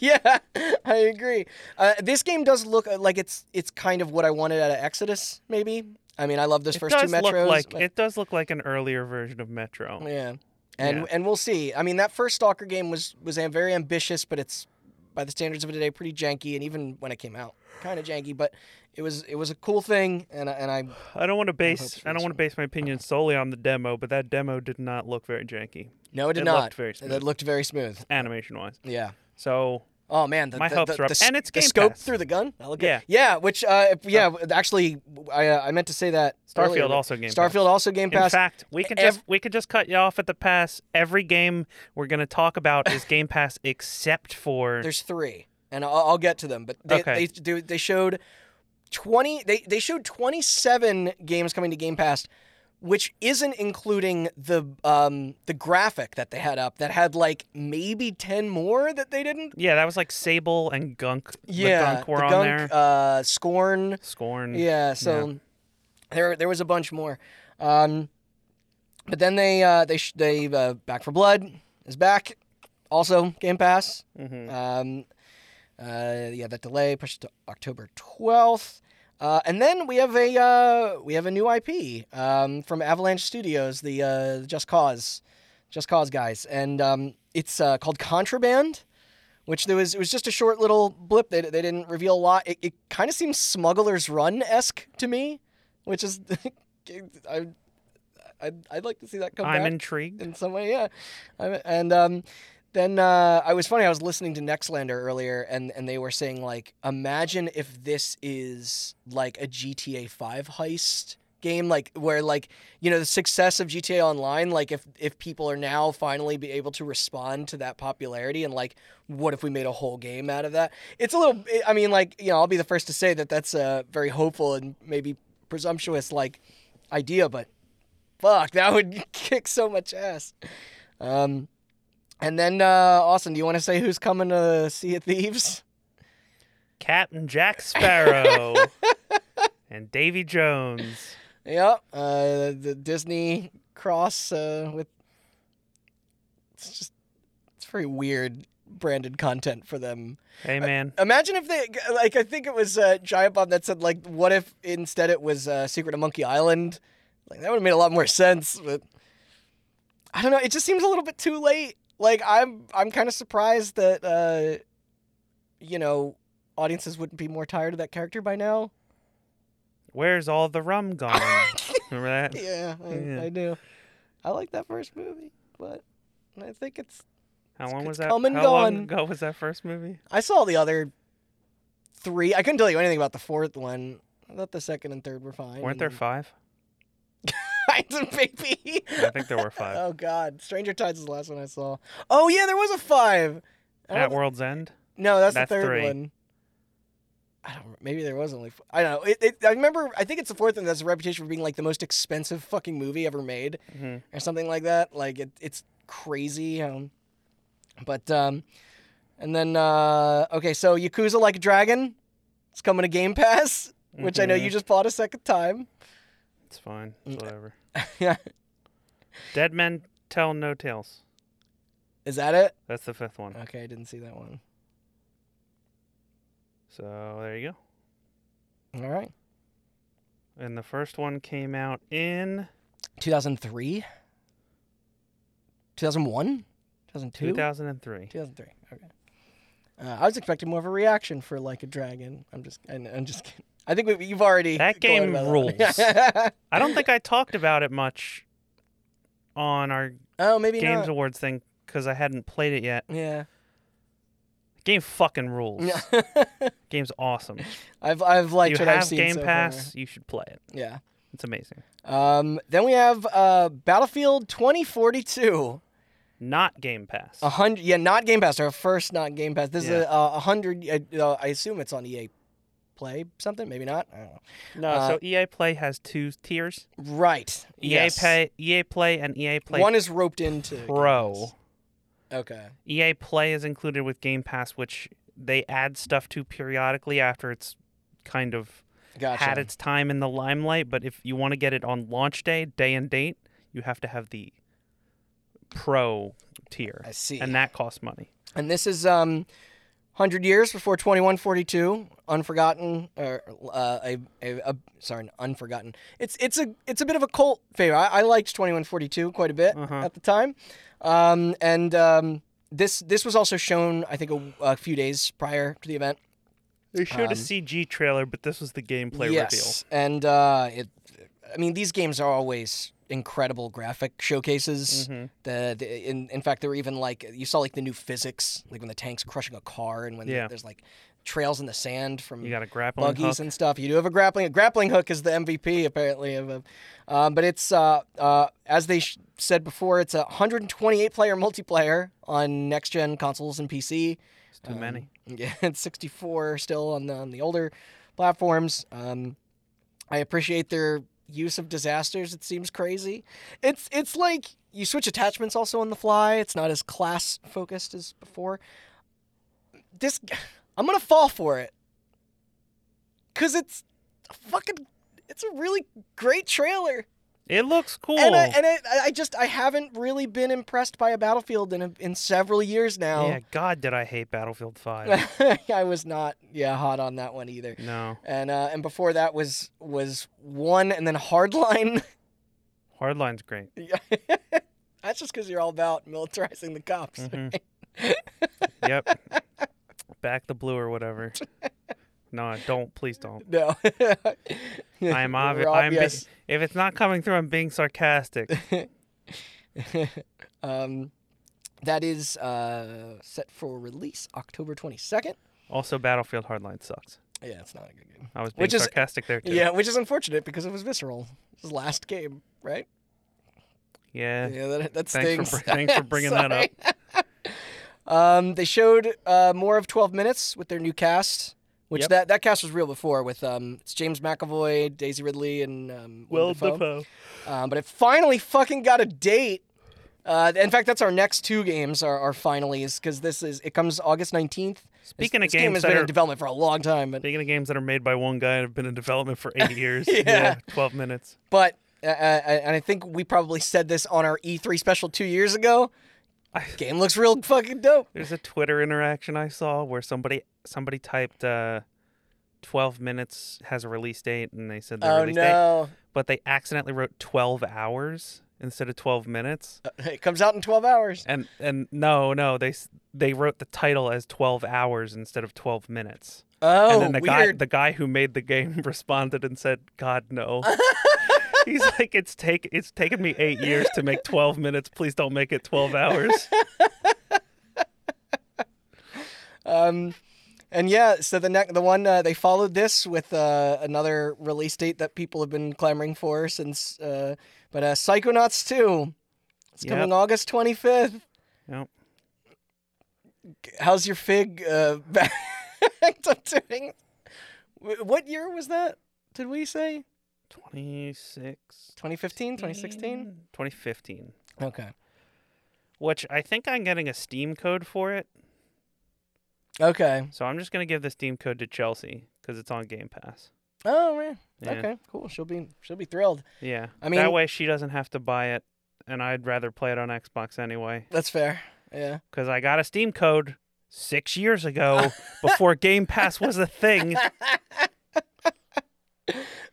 A: yeah, I agree. Uh, this game does look uh, like it's it's kind of what I wanted out of Exodus. Maybe. I mean, I love those
B: it
A: first two
B: does
A: metros.
B: look like
A: but-
B: it does look like an earlier version of Metro.
A: Yeah, and
B: Yeah.
A: and we'll see. I mean, that first Stalker game was was am- very ambitious, but it's by the standards of today pretty janky, and even when it came out, kind of janky. But it was it was a cool thing, and I- and I
B: I don't want to
A: hopes
B: base
A: for
B: I don't
A: this
B: want to base my opinion solely on the demo, but that demo did not look very janky,
A: no, it did
B: It
A: not.
B: looked very smooth.
A: It looked very smooth.
B: animation wise.
A: Yeah.
B: So
A: Oh man, the,
B: My
A: the,
B: hopes
A: the,
B: are up.
A: the,
B: And it's
A: the
B: Game
A: scope
B: Pass.
A: through the gun. That looked good. yeah.
B: Yeah.
A: Which, uh, if- yeah, actually, I, uh, I meant to say that.
B: Starfield
A: earlier.
B: also Game Pass.
A: Starfield also Game
B: In
A: Pass. E,
B: fact, we could
A: ev-
B: just we could just cut you off at the pass. Every game we're going to talk about is Game Pass, except for
A: There's three, and I'll, I'll get to them. But they,
B: Okay.
A: they, they they showed twenty. They they showed twenty seven games coming to Game Pass, which isn't including the um the graphic that they had up that had like maybe ten more that they didn't.
B: yeah, that was like Sable and Gunk.
A: Yeah,
B: the Gunk were
A: the
B: on
A: Gunk,
B: there.
A: Uh, Scorn.
B: Scorn.
A: Yeah, so there there was a bunch more, um, but then they uh, they sh- they uh, Back for Blood is back, also Game Pass.
B: Mhm.
A: Um, uh, yeah, that delay pushed to October twelfth, uh, and then we have a uh, we have a new IP um, from Avalanche Studios, the uh, Just Cause, Just Cause guys, and um, it's uh, called Contraband which there was it was just a short little blip. They, they didn't reveal a lot. It, it kind of seems Smuggler's Run esque to me, which is I I'd, I'd like to see that come
B: I'm
A: back
B: intrigued.
A: in some way. Yeah, I, and um, then uh, I was funny. I was listening to Nextlander earlier, and and they were saying like, imagine if this is like a GTA Five heist game like where like you know the success of GTA Online like if if people are now finally be able to respond to that popularity and like what if we made a whole game out of that it's a little eh, I mean like you know I'll be the first to say that that's a very hopeful and maybe presumptuous like idea but fuck that would kick so much ass um and then uh Austin do you want to say who's coming to Sea of Thieves
B: Captain Jack Sparrow and Davy Jones.
A: Yeah, uh, the Disney cross uh, with it's just it's very weird branded content for them.
B: Hey man,
A: Imagine if they like I think it was uh, Giant Bomb that said like, what if instead it was uh, Secret of Monkey Island? Like that would have made a lot more sense. But I don't know. It just seems a little bit too late. Like I'm I'm kind of surprised that uh, you know audiences wouldn't be more tired of that character by now.
B: where's all the rum gone? Remember that?
A: Yeah, I,
B: Yeah.
A: I do. I like that first movie, but I think it's.
B: How long
A: it's
B: was that?
A: come and
B: How long
A: gone.
B: ago was that first movie?
A: I saw the other three. I couldn't tell you anything about the fourth one. I thought the second and third were fine.
B: Weren't there
A: and-
B: five?
A: baby?
B: I think there were five.
A: oh God, Stranger Tides is the last one I saw. Oh yeah, there was a five. I don't
B: At
A: thi-
B: World's End.
A: no, that's,
B: that's
A: the third
B: three.
A: one. I don't. rem- Maybe there was only. Four. I don't know. It, it, I remember. I think it's the fourth one that's a reputation for being like the most expensive fucking movie ever made.
B: hmm
A: or something like that. Like it, it's crazy. Um, but um, and then uh, okay, so Yakuza Like a Dragon, it's coming to Game Pass, which I know
B: Mhm.
A: you just bought a second time.
B: It's fine. It's whatever.
A: Mm, uh, Yeah.
B: Dead men tell no tales.
A: Is that it?
B: That's the fifth one.
A: Okay, I didn't see that one.
B: So there you go.
A: All right,
B: And the first one came out in
A: 2003, 2001, 2002,
B: 2003.
A: 2003. Okay. Uh, I was expecting more of a reaction for Like a Dragon. I'm just, I, am just kidding. I think we, you've already
B: That
A: gloated
B: game
A: about that one.
B: I don't think I talked about it much on our
A: oh, maybe
B: Games
A: not.
B: Awards thing because I hadn't played it yet.
A: Yeah.
B: Game fucking rules.
A: Yeah.
B: Game's awesome.
A: I've I've liked
B: you
A: what
B: have
A: I've seen
B: Game
A: so
B: Pass, you should play it.
A: Far. Yeah.
B: It's amazing.
A: Um, then we have uh, Battlefield 2042.
B: Not Game Pass.
A: A hundred. Yeah, not Game Pass. Our first not Game Pass. This is
B: Yeah.
A: a, a hundred. Uh, uh, I assume it's on EA Play something. Maybe not. I don't know.
B: No,
A: uh,
B: so EA Play has two tiers.
A: Right.
B: EA
A: yes.
B: E Pay, EA Play, and EA Play
A: One is roped into Game
B: Pro.
A: Pass. Okay.
B: EA Play is included with Game Pass, which they add stuff to periodically after it's kind of
A: Gotcha.
B: had its time in the limelight. But if you want to get it on launch day, day and date, you have to have the Pro tier,
A: I see.
B: and that costs money.
A: And this is um, 100 years before 2142, unforgotten or uh, a, a, a sorry, an unforgotten. It's it's a it's a bit of a cult favorite. I, I liked 2142 quite a bit
B: Uh-huh.
A: at the time, um, and um, this this was also shown I think a, a few days prior to the event.
B: They showed
A: Um,
B: a CG trailer, but this was the gameplay
A: yes, and uh, it. I mean, these games are always incredible graphic showcases.
B: reveal. hmm
A: The, the in in fact, there were even like you saw like the new physics, like when the tank's crushing a car, and when
B: Yeah.
A: there's like trails in the sand from
B: You got a grappling
A: buggies
B: hook.
A: and stuff. You do have a grappling. A grappling hook is the MVP apparently of, of um, but it's uh, uh, as they sh- said before, it's a 128 player multiplayer on next gen consoles and PC.
B: It's too many.
A: Yeah, it's 64 still on the, on the older platforms. Um, I appreciate their use of disasters. It seems crazy. It's it's like you switch attachments also on the fly. It's not as class focused as before. This I'm gonna fall for it because it's a fucking it's a really great trailer.
B: It looks cool.
A: And I, and I, I just I haven't really been impressed by a battlefield in a, in several years now.
B: Yeah, God, did I hate Battlefield 5.
A: I was not yeah hot on that one either.
B: no.
A: And uh, and before that was was one and then hardline.
B: Hardline's great.
A: That's just because you're all about militarizing the cops.
B: Mhm. yep. Back the blue or whatever. No, don't. Please don't.
A: No,
B: I am obvi-
A: We're
B: I'm be-
A: obvious.
B: if it's not coming through, I'm being sarcastic.
A: um, that is uh, set for release October twenty second.
B: Also, Battlefield Hardline sucks.
A: Yeah, it's not a good game.
B: I was being
A: Which is-
B: sarcastic there too.
A: Yeah, which is unfortunate because it was visceral. It was last game, right?
B: Yeah.
A: Yeah, that, that stings.
B: Thanks, for, br- thanks for bringing that up.
A: Um, they showed uh, more of 12 minutes with their new cast, which
B: Yep.
A: that, that cast was real before with um, it's James McAvoy, Daisy Ridley, and um,
B: Will
A: Willem Dafoe.
B: Dafoe.
A: Um, but it finally fucking got a date. Uh, in fact, that's our next two games are, are finalies because this is it comes August 19th.
B: Speaking
A: this,
B: of
A: this game
B: games
A: has
B: that
A: been
B: are-
A: in development for a long time, but
B: Speaking of games that are made by one guy and have been in development for eight years.
A: Yeah.
B: 12 minutes.
A: but uh, uh, and I think we probably said this on our E3 special two years ago. Game looks real fucking dope.
B: There's a Twitter interaction I saw where somebody somebody typed uh, 12 minutes has a release date and they said the
A: Oh
B: release date,
A: no!
B: but they accidentally wrote 12 hours instead of 12 minutes.
A: It comes out in 12 hours.
B: And and no, no, they s- they wrote the title as 12 hours instead of 12 minutes.
A: Oh,
B: and then the guy
A: weird.
B: the guy who made the game responded and said, "God no." He's like, "It's take it's taken me 8 years to make 12 minutes. Please don't make it 12 hours."
A: Um, and yeah, so the next, the one uh, they followed this with uh, another release date that people have been clamoring for since, uh, but uh, Psychonauts two, it's
B: Yep.
A: coming August twenty fifth.
B: Yep.
A: How's your fig? Uh, back to doing? Wh- What year was that? Did we say
B: 26
A: 2015, 2016?
B: 2015,
A: Okay.
B: which I think I'm getting a Steam code for it.
A: Okay.
B: So I'm just going to give the Steam code to Chelsea cuz it's on Game Pass.
A: Oh man.
B: Yeah.
A: Okay. Cool. She'll be she'll be thrilled.
B: Yeah.
A: I
B: that
A: mean-
B: way she doesn't have to buy it and I'd rather play it on Xbox anyway
A: That's fair. Yeah.
B: cuz I got a Steam code 6 years ago before Game Pass was a thing.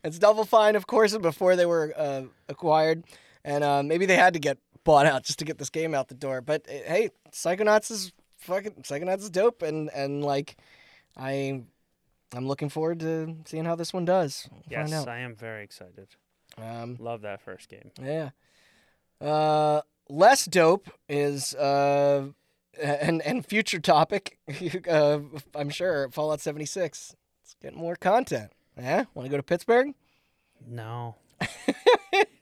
A: It's Double Fine, of course, before they were uh, acquired, and uh, maybe they had to get bought out just to get this game out the door. But eh, hey, Psychonauts is fucking Psychonauts is dope, and and like I, I'm looking forward to seeing how this one does. We'll
B: Yes,
A: Find out.
B: I am very excited.
A: Um,
B: Love that first game.
A: yeah. Uh, less dope is uh, and and future topic. uh, I'm sure Fallout 76. It's getting more content. Yeah, want to go to Pittsburgh?
B: No.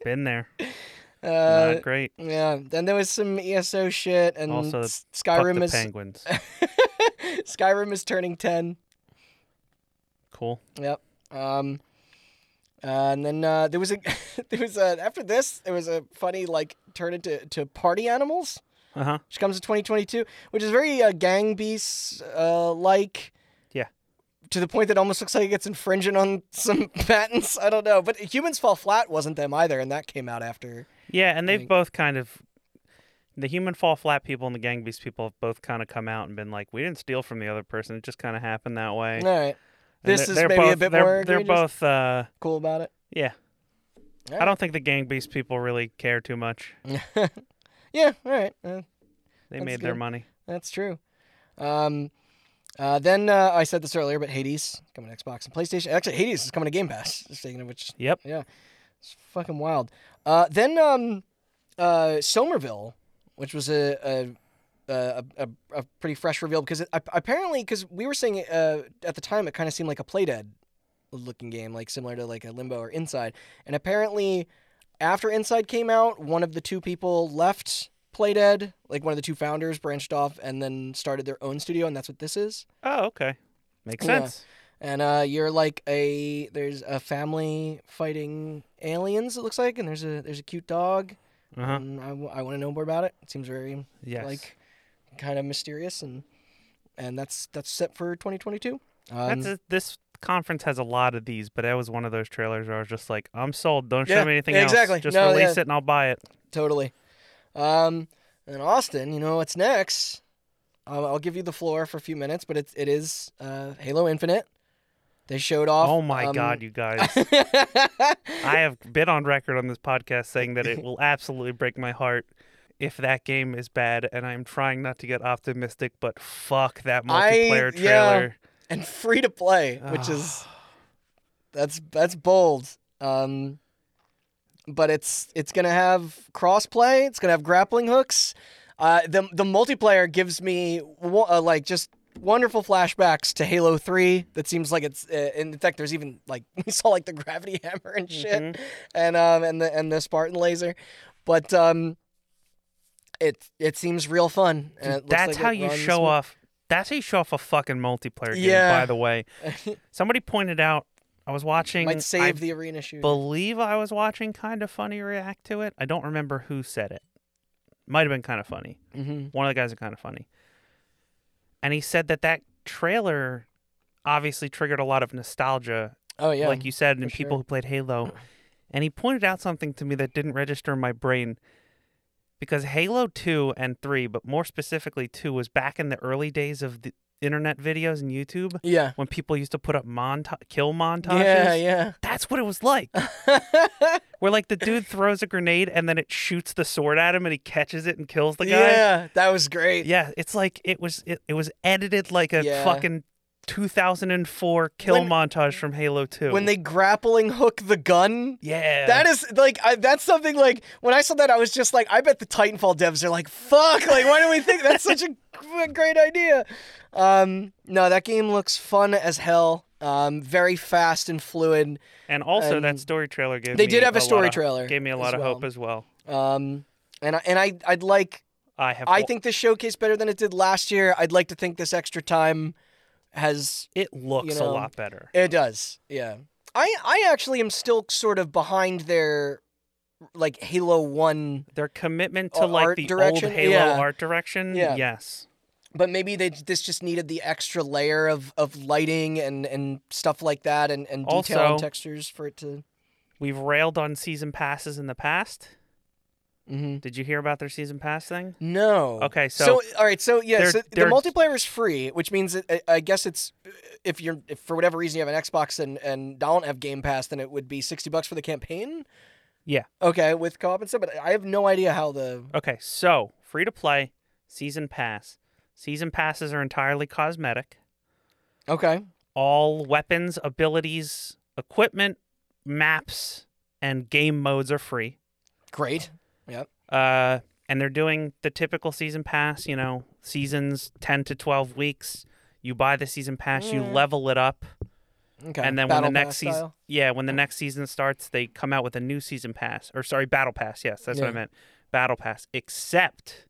B: Been there.
A: Uh,
B: Not great.
A: Yeah. Then there was some ESO shit, and
B: Also,
A: S-
B: Fuck
A: Skyrim
B: the
A: is
B: penguins.
A: Skyrim is turning ten.
B: Cool.
A: Yep. Um, uh, and then uh, there was a there was a after this there was a funny like turn into to party animals,
B: Uh-huh.
A: which comes in 2022, which is very uh, gang beasts uh, like.
B: Yeah.
A: To the point that it almost looks like it's infringing on some patents. I don't know, but humans fall flat wasn't them either, and that came out after.
B: Yeah, and they've
A: Like-
B: both kind of the human fall flat people and the gang beast people have both kind of come out and been like, "We didn't steal from the other person; it just kind of happened that way."
A: All
B: And
A: right,
B: they're-
A: this is
B: they're
A: maybe a
B: both-
A: bit
B: they're,
A: more
B: They're
A: egregious.
B: both, uh,
A: cool about it.
B: yeah.
A: All
B: I
A: right.
B: don't think the gang beast people really care too much.
A: Yeah, all right. Uh,
B: They
A: That's
B: made their
A: good.
B: money.
A: That's true. Um, uh, then uh, I said this earlier, but Hades is coming to Xbox and PlayStation. Actually, Hades is coming to Game Pass. Speaking of which,
B: Yep.
A: yeah, it's fucking wild. Uh, then um, uh, Somerville, which was a a, a, a, a pretty fresh reveal because it, ap- apparently because we were saying uh, at the time it kind of seemed like a Playdead looking game, like similar to like a Limbo or Inside, and apparently after Inside came out, one of the two people left Playdead, like one of the two founders branched off and then started their own studio, and that's what this is.
B: Oh, okay. Makes
A: Yeah.
B: sense.
A: And uh, you're like a there's a family fighting aliens. It looks like, and there's a there's a cute dog.
B: Uh huh.
A: And I, want to know more about it. It seems very
B: Yes.
A: like kind of mysterious, and and that's that's set for 2022. Um,
B: That's a, this conference has a lot of these, but that was one of those trailers where I was just like, "I'm sold. Don't
A: Yeah,
B: show me anything
A: yeah,
B: else.
A: exactly.
B: Just
A: No,
B: release
A: yeah.
B: it and I'll buy it."
A: totally. Um, and Austin, you know what's next? I'll, I'll give you the floor for a few minutes, but it's it is uh, Halo Infinite. They showed off.
B: Oh my
A: um,
B: god, you guys. I have been on record on this podcast saying that it will absolutely break my heart if that game is bad, and I'm trying not to get optimistic, but fuck that
A: I-
B: multiplayer
A: yeah.
B: trailer.
A: and free to play, which is that's that's bold. Um, but it's it's gonna have crossplay. It's gonna have grappling hooks. Uh, the the multiplayer gives me wa- uh, like just wonderful flashbacks to Halo 3 that seems like it's uh, and in fact there's even like we saw like the gravity hammer and shit
B: Mm-hmm.
A: and um and the and the Spartan laser but um it it seems real fun and it looks
B: That's
A: like it
B: how you
A: runs
B: show
A: smooth.
B: off. That's how you show off a fucking multiplayer game.
A: Yeah.
B: By the way, somebody pointed out. I was watching.
A: might save
B: I
A: the arena shooter
B: believe I was watching kind of funny react to it. I don't remember who said it. Might have been kind of funny.
A: Mhm.
B: One of the guys are kind of funny. And he said that that trailer obviously triggered a lot of nostalgia,
A: oh yeah
B: like you said, and
A: for
B: people
A: sure.
B: who played Halo. And he pointed out something to me that didn't register in my brain because Halo 2 and 3, but more specifically 2, was back in the early days of the internet videos and YouTube
A: yeah
B: when people used to put up monta- kill montages.
A: yeah yeah
B: That's what it was like. Where like the dude throws a grenade and then it shoots the sword at him and he catches it and kills the guy.
A: yeah that was great
B: Yeah, it's like it was it, it was edited like a
A: Yeah.
B: fucking 2004 kill
A: When-
B: montage from Halo 2.
A: when they grappling hook the gun
B: Yeah.
A: That is like I, that's something like when I saw that I was just like I bet the Titanfall devs are like fuck like why don't we think that's such a g- great idea? Um, no, that game looks fun as hell. Um, very fast and fluid.
B: and also
A: and
B: that story trailer gave
A: they
B: me
A: did have a
B: lot
A: story
B: of-
A: trailer
B: Gave me a
A: as
B: lot of
A: well.
B: hope as well.
A: Um, and I, and I I'd like
B: I have
A: I think this showcase better than it did last year. I'd like to think this extra time has
B: it looks
A: know,
B: a lot better.
A: It does. Yeah. I I actually am still sort of behind their like Halo 1
B: Their commitment
A: uh,
B: to like
A: art
B: the
A: direction?
B: old Halo
A: Yeah.
B: art direction.
A: Yeah.
B: Yes.
A: but maybe they this just needed the extra layer of, of lighting and, and stuff like that and, and detail and
B: Also-
A: textures for it to
B: We've railed on season passes in the past.
A: Mhm.
B: Did you hear about their season pass thing?
A: no
B: Okay,
A: so
B: so-
A: all right so yeah
B: They're-
A: so the
B: they're-
A: multiplayer is free which means that, I, I guess it's if you're if for whatever reason you have an xbox and, and don't have game pass then it would be 60 bucks for the campaign
B: Yeah.
A: okay with co-op and stuff but i have no idea how the
B: Okay, so free to play, season pass. Season passes are entirely cosmetic.
A: okay
B: All weapons, abilities, equipment, maps, and game modes are free.
A: great yep
B: Uh, and they're doing the typical season pass, you know, seasons 10 to 12 weeks. You buy the season pass, you level it up,
A: Mm. okay
B: and then
A: Battle
B: when the next
A: Pass
B: season
A: style.
B: Yeah, when the next season starts, they come out with a new season pass or sorry, battle pass. Yes, that's what
A: Yeah.
B: I meant. Battle pass. Except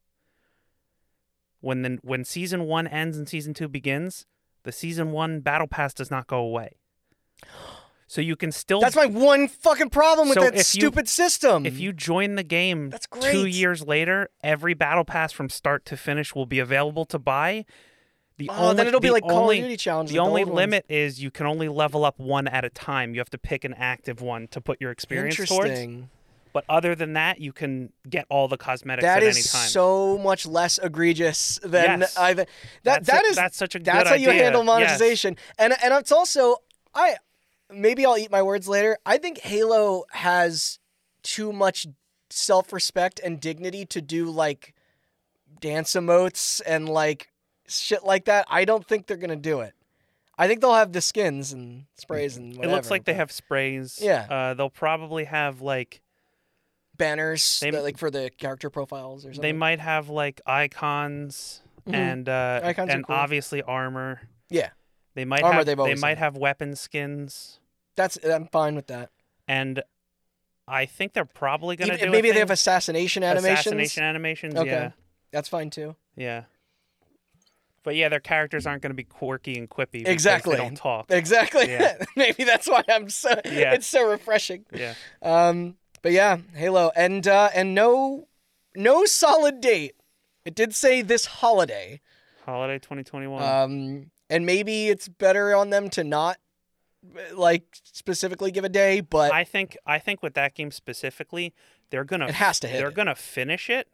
B: when the when season 1 ends and season 2 begins, the season 1 battle pass does not go away. So you can still
A: that's my one fucking problem with
B: So
A: that
B: if you-
A: stupid system
B: if you join the game
A: That's
B: 2
A: great.
B: years later, every battle pass from start to finish will be available to buy. The
A: Oh, then
B: only-
A: it'll be
B: the
A: like Call of
B: only-
A: Duty challenge.
B: The only limit is you can only level up one at a time. You have to pick an active one to put your experience towards.
A: Interesting.
B: But other than that, you can get all the cosmetics
A: That
B: at
A: is
B: any time.
A: so much less egregious than
B: Yes.
A: I've. That
B: that's
A: that
B: a-
A: is-
B: that's such a
A: that's
B: good
A: how you
B: idea.
A: handle
B: Yes.
A: monetization, and and it's also I maybe I'll eat my words later. I think Halo has too much self respect and dignity to do like dance emotes and like shit like that. I don't think they're gonna do it. I think they'll have the skins and sprays and whatever.
B: It looks like they
A: but
B: have sprays.
A: Yeah.
B: Uh, they'll probably have like
A: banners
B: they-
A: that, like for the character profiles or something.
B: they might have like icons and uh,
A: Mm-hmm. Icons are
B: and
A: cool.
B: obviously armor.
A: Yeah.
B: They might
A: Armor
B: have
A: they've
B: they
A: always
B: might
A: had.
B: have weapon skins
A: That's I'm fine with that.
B: and I think they're probably gonna
A: Even-
B: do a
A: maybe they have
B: thing-
A: assassination animations.
B: assassination animations.
A: Okay.
B: Yeah.
A: That's fine too.
B: Yeah. But yeah, their characters aren't going to be quirky and quippy. because
A: Exactly.
B: They don't talk.
A: Exactly.
B: Yeah.
A: maybe that's why I'm so.
B: Yeah.
A: It's so refreshing.
B: Yeah.
A: Um. But yeah, Halo, and uh, and no, no solid date. It did say this holiday.
B: Holiday 2021.
A: Um. And maybe it's better on them to not, like, specifically give a day. But
B: I think I think with that game specifically, they're gonna
A: It has to hit
B: They're
A: it.
B: gonna finish it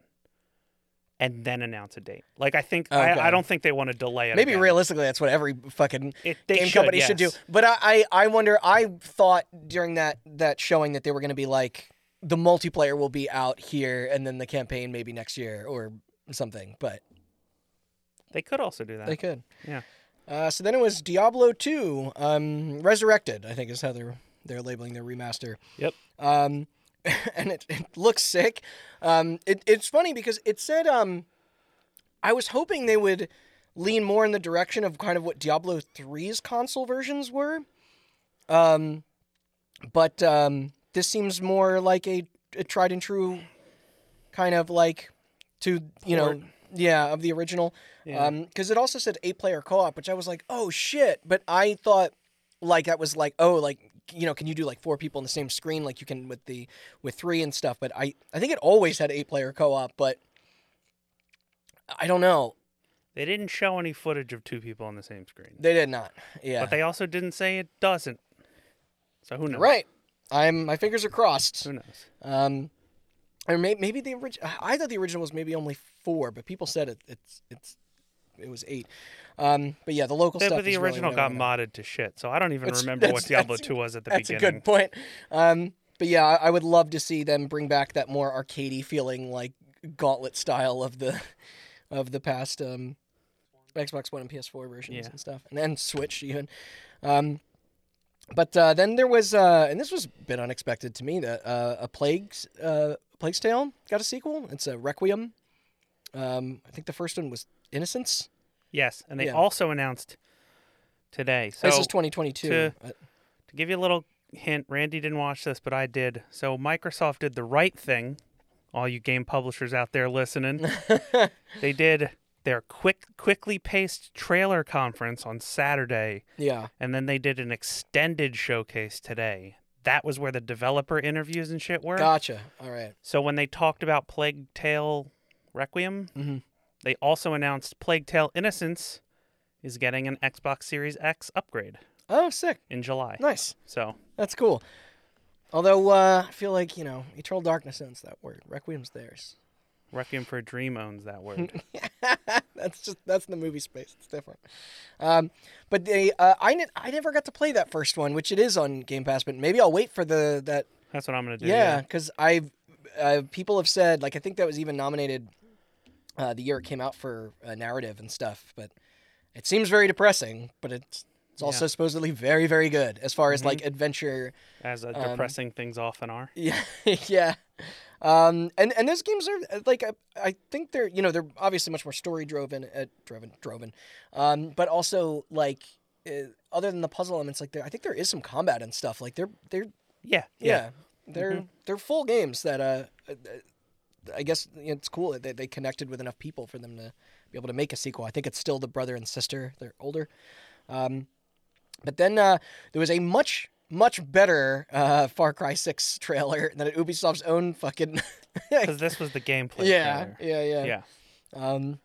B: and then announce a date. Like I think
A: Okay.
B: I, I don't think they want to delay it.
A: maybe
B: again.
A: realistically, that's what every fucking
B: It- they
A: game
B: should,
A: company should do.
B: yes.
A: But I, I, I wonder. I thought during that that showing that they were going to be like the multiplayer will be out here, and then the campaign maybe next year or something. But
B: They could also do that.
A: they could.
B: Yeah.
A: Uh, so then it was Diablo two, um, Resurrected. I think is how they're they're labeling their remaster.
B: Yep.
A: Um, and it, it looks sick. Um, it, it's funny because it said um, I was hoping they would lean more in the direction of kind of what Diablo 3's console versions were. Um, but um, this seems more like a, a tried and true kind of like to, you know, yeah, of the original.
B: Yeah.
A: Um, cuz it also said eight player co-op, which I was like, "Oh shit." But I thought like that was like, "Oh, like you know, can you do like four people on the same screen like you can with the with three and stuff?" But I I think it always had eight player co-op, but I don't know.
B: They didn't show any footage of two people on the same screen.
A: They did not. Yeah.
B: But they also didn't say it doesn't. So who knows?
A: right. I'm my fingers are crossed.
B: Who knows?
A: Um or may, maybe the original I thought the original was maybe only 4, but people said it it's it's it was 8. Um but yeah, the local
B: Yeah,
A: stuff
B: but the
A: is really
B: original
A: what I
B: got
A: wanna-
B: modded to shit, so I don't even
A: That's-
B: remember what
A: that's-
B: Diablo
A: that's a-
B: 2 was at the
A: That's
B: beginning.
A: a good point. Um, but yeah, I, I would love to see them bring back that more arcadey feeling, like gauntlet style of the of the past um, Xbox One and PS4 versions
B: Yeah.
A: and stuff, and then Switch even. Um, but uh, then there was, uh, and this was a bit unexpected to me, that uh, a Plague's uh, Plague's Tale got a sequel. It's a Requiem. Um, I think the first one was Innocence.
B: Yes, and they
A: Yeah.
B: also announced today. So
A: this is 2022.
B: Oh, to-
A: Uh,
B: to give you a little hint, Randy didn't watch this, but I did. So Microsoft did the right thing. All you game publishers out there listening, they did their quick, quickly paced trailer conference on Saturday,
A: yeah.
B: and then they did an extended showcase today. That was where the developer interviews and shit were.
A: Gotcha. All right.
B: So when they talked about Plague Tale Requiem,
A: Mhm.
B: they also announced Plague Tale Innocence is getting an Xbox Series X upgrade
A: Oh, sick.
B: in July.
A: Nice.
B: So
A: That's cool. Although uh, I feel like you know, Eternal Darkness owns that word. Requiem's theirs.
B: Requiem for a Dream owns that word.
A: that's just that's the movie space. It's different. Um, but they, uh, I, ne- I never got to play that first one, which it is on Game Pass. But maybe I'll wait for the that
B: That's what I'm gonna do.
A: yeah, because I've uh, people have said like I think that was even nominated uh, the year it came out for uh, narrative and stuff. But it seems very depressing. But it's it's also supposedly very very good as far as like adventure
B: As
A: um,
B: uh, depressing things often are.
A: Yeah, yeah. Um, and and those games are uh, like I, I think they're you know they're obviously much more story driven, uh, driven, driven. Um, but also like uh, other than the puzzle elements, like there, I think there is some combat and stuff. Like they're they're
B: Yeah. Mm-hmm.
A: yeah, they're they're full games that uh, uh, I guess you know, it's cool that they, they connected with enough people for them to be able to make a sequel. I think it's still the brother and sister. They're older. Um, but then uh, there was a much much better uh, Far Cry Six trailer than Ubisoft's own fucking.
B: Because this was the gameplay.
A: yeah,
B: trailer.
A: yeah, yeah,
B: Yeah.
A: Um,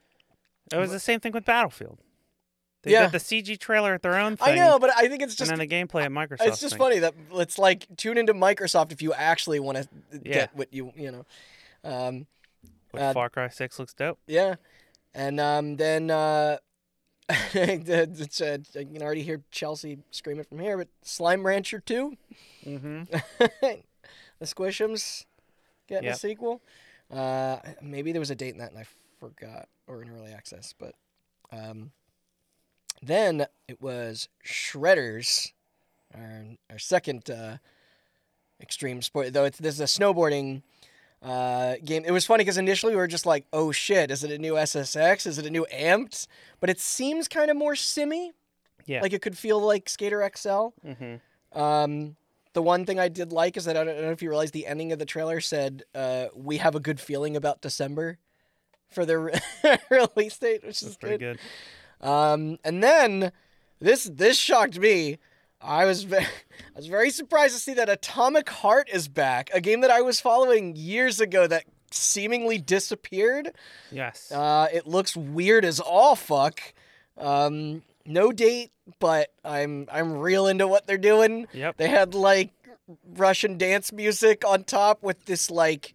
B: It was the same thing with Battlefield. They
A: Yeah.
B: did the CG trailer at their own thing.
A: I know, but I think it's just
B: and then the gameplay at Microsoft.
A: it's just funny that it's like tune into Microsoft if you actually want to
B: Yeah.
A: get what you you know. Um,
B: Which
A: uh,
B: Far Cry Six looks dope.
A: Yeah, and um, then uh, it's, uh, I can already hear Chelsea screaming from here. But Slime Rancher Two,
B: Mm-hmm.
A: the Squishums getting
B: Yep.
A: a sequel. Uh, maybe there was a date in that and I forgot, or in early access. But um, then it was Shredders, our our second uh, extreme sport. Though it's this is a snowboarding uh, game. It was funny because initially we were just like, "Oh shit, is it a new SSX? Is it a new Amped?" But it seems kind of more simmy.
B: Yeah.
A: like it could feel like Skater XL.
B: Mm-hmm.
A: Um, the one thing I did like is that I don't, I don't know if you realized the ending of the trailer said, uh, "We have a good feeling about December." For their re- release date, which is
B: That's pretty good.
A: um, and then this this shocked me. I was ve- I was very surprised to see that Atomic Heart is back, a game that I was following years ago that seemingly disappeared.
B: Yes.
A: Uh, it looks weird as all fuck. Um, no date, but I'm I'm real into what they're doing.
B: Yep.
A: They had like Russian dance music on top with this like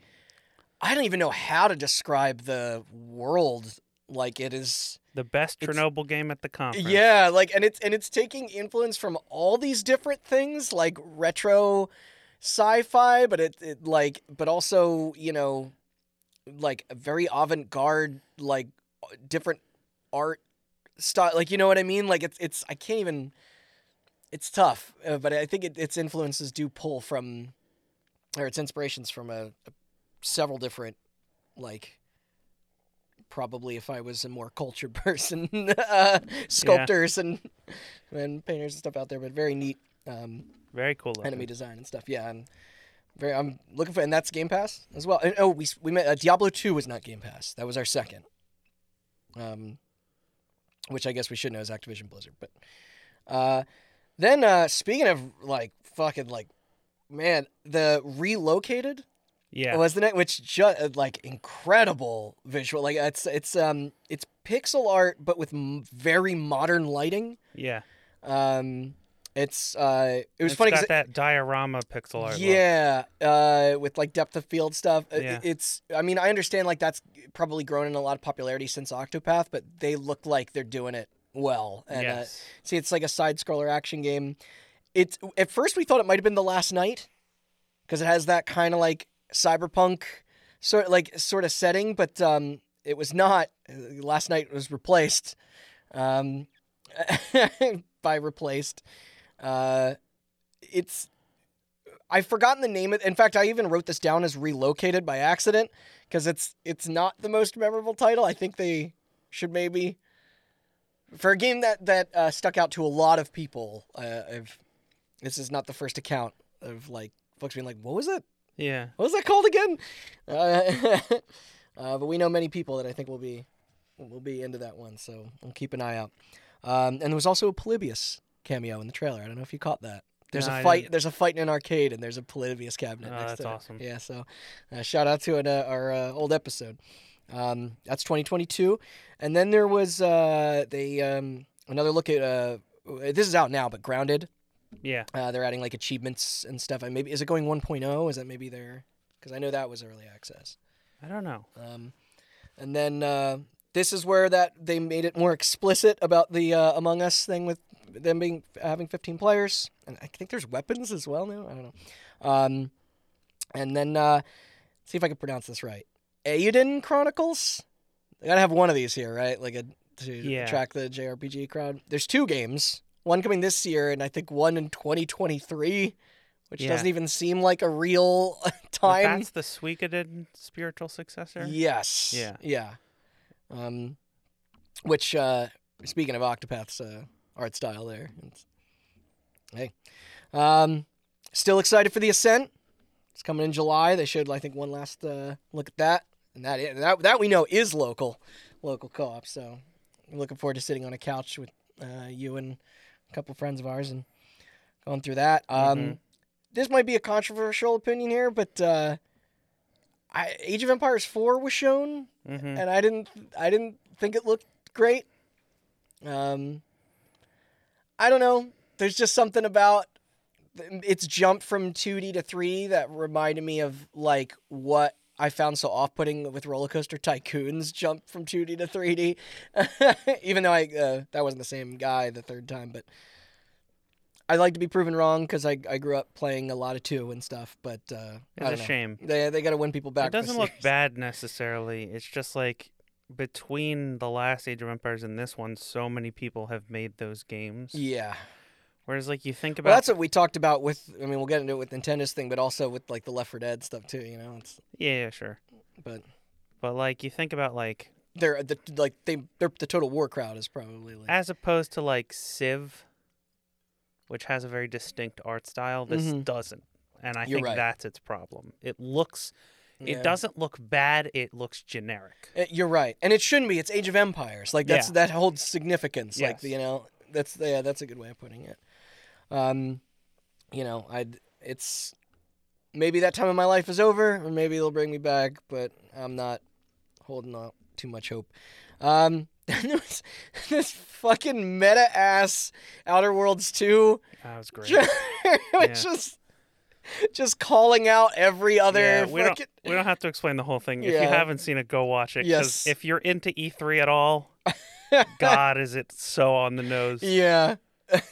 A: I don't even know how to describe the world. Like it is
B: the best
A: it's-
B: Chernobyl game at the conference.
A: yeah, like and it's and it's taking influence from all these different things, like retro sci-fi, but it, it like but also, you know, like a very avant-garde like different art style like you know what I mean? Like it's it's I can't even it's tough, uh, but I think it, its influences do pull from or its inspirations from a, a several different like probably if I was a more cultured person, uh, sculptors and and painters and stuff out there, but very neat um,
B: Very cool. Looking.
A: enemy design and stuff. Yeah, I'm very. I'm looking for, and that's Game Pass as well. And, oh, we s- we met uh, Diablo Two was not Game Pass. That was our second. Um, which I guess we should know is Activision Blizzard. But uh, then uh, speaking of like fucking like, man, the relocated
B: Yeah.
A: was the next, which just like incredible visual. Like it's it's um it's pixel art but with m- very modern lighting.
B: yeah.
A: Um, it's uh it was
B: It's
A: funny. 'cause
B: got that diorama pixel art. look.
A: yeah, uh, with like depth of field stuff. Uh,
B: Yeah.
A: It's, I mean, I understand like that's probably grown in a lot of popularity since Octopath, but they look like they're doing it well. And uh,
B: yes.
A: see, it's like a side scroller action game. It's at first we thought it might have been the last night because it has that kind of like cyberpunk sort like sort of setting, but um, it was not. Uh, Last night was replaced um, by replaced. Uh, it's I've forgotten the name of. In fact, I even wrote this down as relocated by accident because it's it's not the most memorable title. I think they should maybe for a game that that uh, stuck out to a lot of people. Uh, I've, this is not the first account of like folks being like, "What was it?
B: yeah.
A: What was that called again?" Uh, uh, but we know many people that I think will be will be into that one, so we'll keep an eye out. Um, and there was also a Polybius cameo in the trailer. I don't know if you caught that. There's
B: No,
A: a
B: I
A: fight.
B: didn't.
A: There's a fight in an arcade, and there's a Polybius cabinet.
B: Oh,
A: next
B: that's
A: to it.
B: awesome.
A: Yeah. So, uh, shout out to an, uh, our uh, old episode. Um, that's 2022, and then there was uh, they um, another look at. Uh, this is out now, but Grounded.
B: Yeah.
A: Uh, they're adding like achievements and stuff. And maybe is it going 1.0? Is that maybe their? Because I know that was early access.
B: I don't know.
A: Um, and then uh, this is where that they made it more explicit about the uh, Among Us thing with them being having 15 players, and I think there's weapons as well now. I don't know. Um, and then uh, see if I can pronounce this right. Aiden Chronicles. I gotta have one of these here, right? Like a to
B: Yeah.
A: attract the JRPG crowd. There's two games. One coming this year, and I think one in 2023, which
B: Yeah.
A: doesn't even seem like a real
B: But
A: time.
B: that's the Suikoden spiritual successor.
A: Yes.
B: Yeah.
A: Yeah. Um, which uh, speaking of Octopath's uh, art style, there. It's, hey, um, still excited for the Ascent. It's coming in July. They showed I think one last uh, look at that, and that i- that that we know is local, local co-op. So I'm looking forward to sitting on a couch with uh, you and a couple friends of ours and going through that. Um,
B: Mhm.
A: This might be a controversial opinion here, but uh, I, Age of Empires Four was shown,
B: hmm
A: and I didn't I didn't think it looked great. Um, I don't know. There's just something about its jump from 2D to 3 that reminded me of like what I found so off-putting with Roller Coaster Tycoon's jump from 2D to 3D. Even though I uh, that wasn't the same guy the third time, but I like to be proven wrong because I, I grew up playing a lot of two and stuff, but uh, I don't
B: It's a
A: know.
B: shame.
A: They they got to win people back.
B: It doesn't
A: this
B: look
A: year.
B: bad necessarily. It's just like between the last Age of Empires and this one, so many people have made those games.
A: Yeah.
B: Whereas, like, you think
A: Well,
B: about
A: that's what we talked about with. I mean, we'll get into it with Nintendo's thing, but also with like the Left 4 Dead stuff too. You know, it's
B: yeah, yeah, sure,
A: but
B: but like you think about like
A: they're the like they they're the Total War crowd is probably like
B: as opposed to like Civ, which has a very distinct art style. This
A: Mhm.
B: doesn't, and I
A: You're
B: think
A: right.
B: that's its problem. It looks,
A: Yeah.
B: it doesn't look bad. It looks generic.
A: Uh, You're right, and it shouldn't be. It's Age of Empires. Like that's
B: Yeah.
A: that holds significance. Like
B: Yes.
A: you know, that's yeah, that's a good way of putting it. Um, you know, I would it's maybe that time of my life is over, or maybe it'll bring me back, but I'm not holding out too much hope. Um, there was this fucking meta ass Outer Worlds two
B: That was great.
A: which
B: Yeah.
A: just just calling out every other
B: Yeah, we don't,
A: fucking.
B: we don't have to explain the whole thing. If
A: Yeah.
B: you haven't seen it, go watch it. 'cause
A: Yes.
B: If you're into E3 at all, God, is it so on the nose? Yeah,
A: Yeah.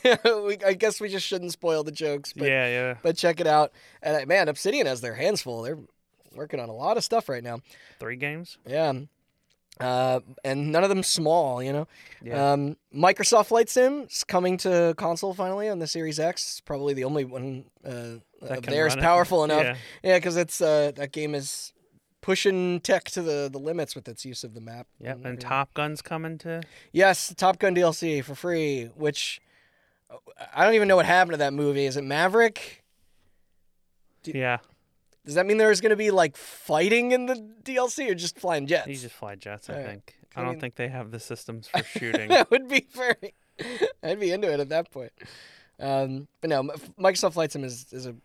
A: we, I guess we just shouldn't spoil the jokes, but
B: yeah.
A: but check it out. And uh, man, Obsidian has their hands full. They're working on a lot of stuff right now.
B: Three games?
A: Yeah. Uh, and none of them small, you know.
B: Yeah.
A: Um, Microsoft Flight Sim is coming to console finally on the Series X. It's Probably the only one uh,
B: That
A: of
B: can
A: theirs
B: run it.
A: powerful enough.
B: Yeah.
A: Yeah, because it's uh, that game is pushing tech to the, the limits with its use of the map. Mm,
B: Yep. And Top Gun's coming to.
A: Yes, Top Gun DLC for free, which uh, I don't even know what happened to that movie. Is it Maverick?
B: Yeah.
A: Does that mean there's going to be like fighting in the DLC or just flying jets?
B: You just fly jets, I
A: Alright.
B: think.
A: I
B: I don't
A: mean-
B: think they have the systems for shooting.
A: that would be very. I'd be into it at that point. Um, but no, M- Microsoft Flight Sim is, is a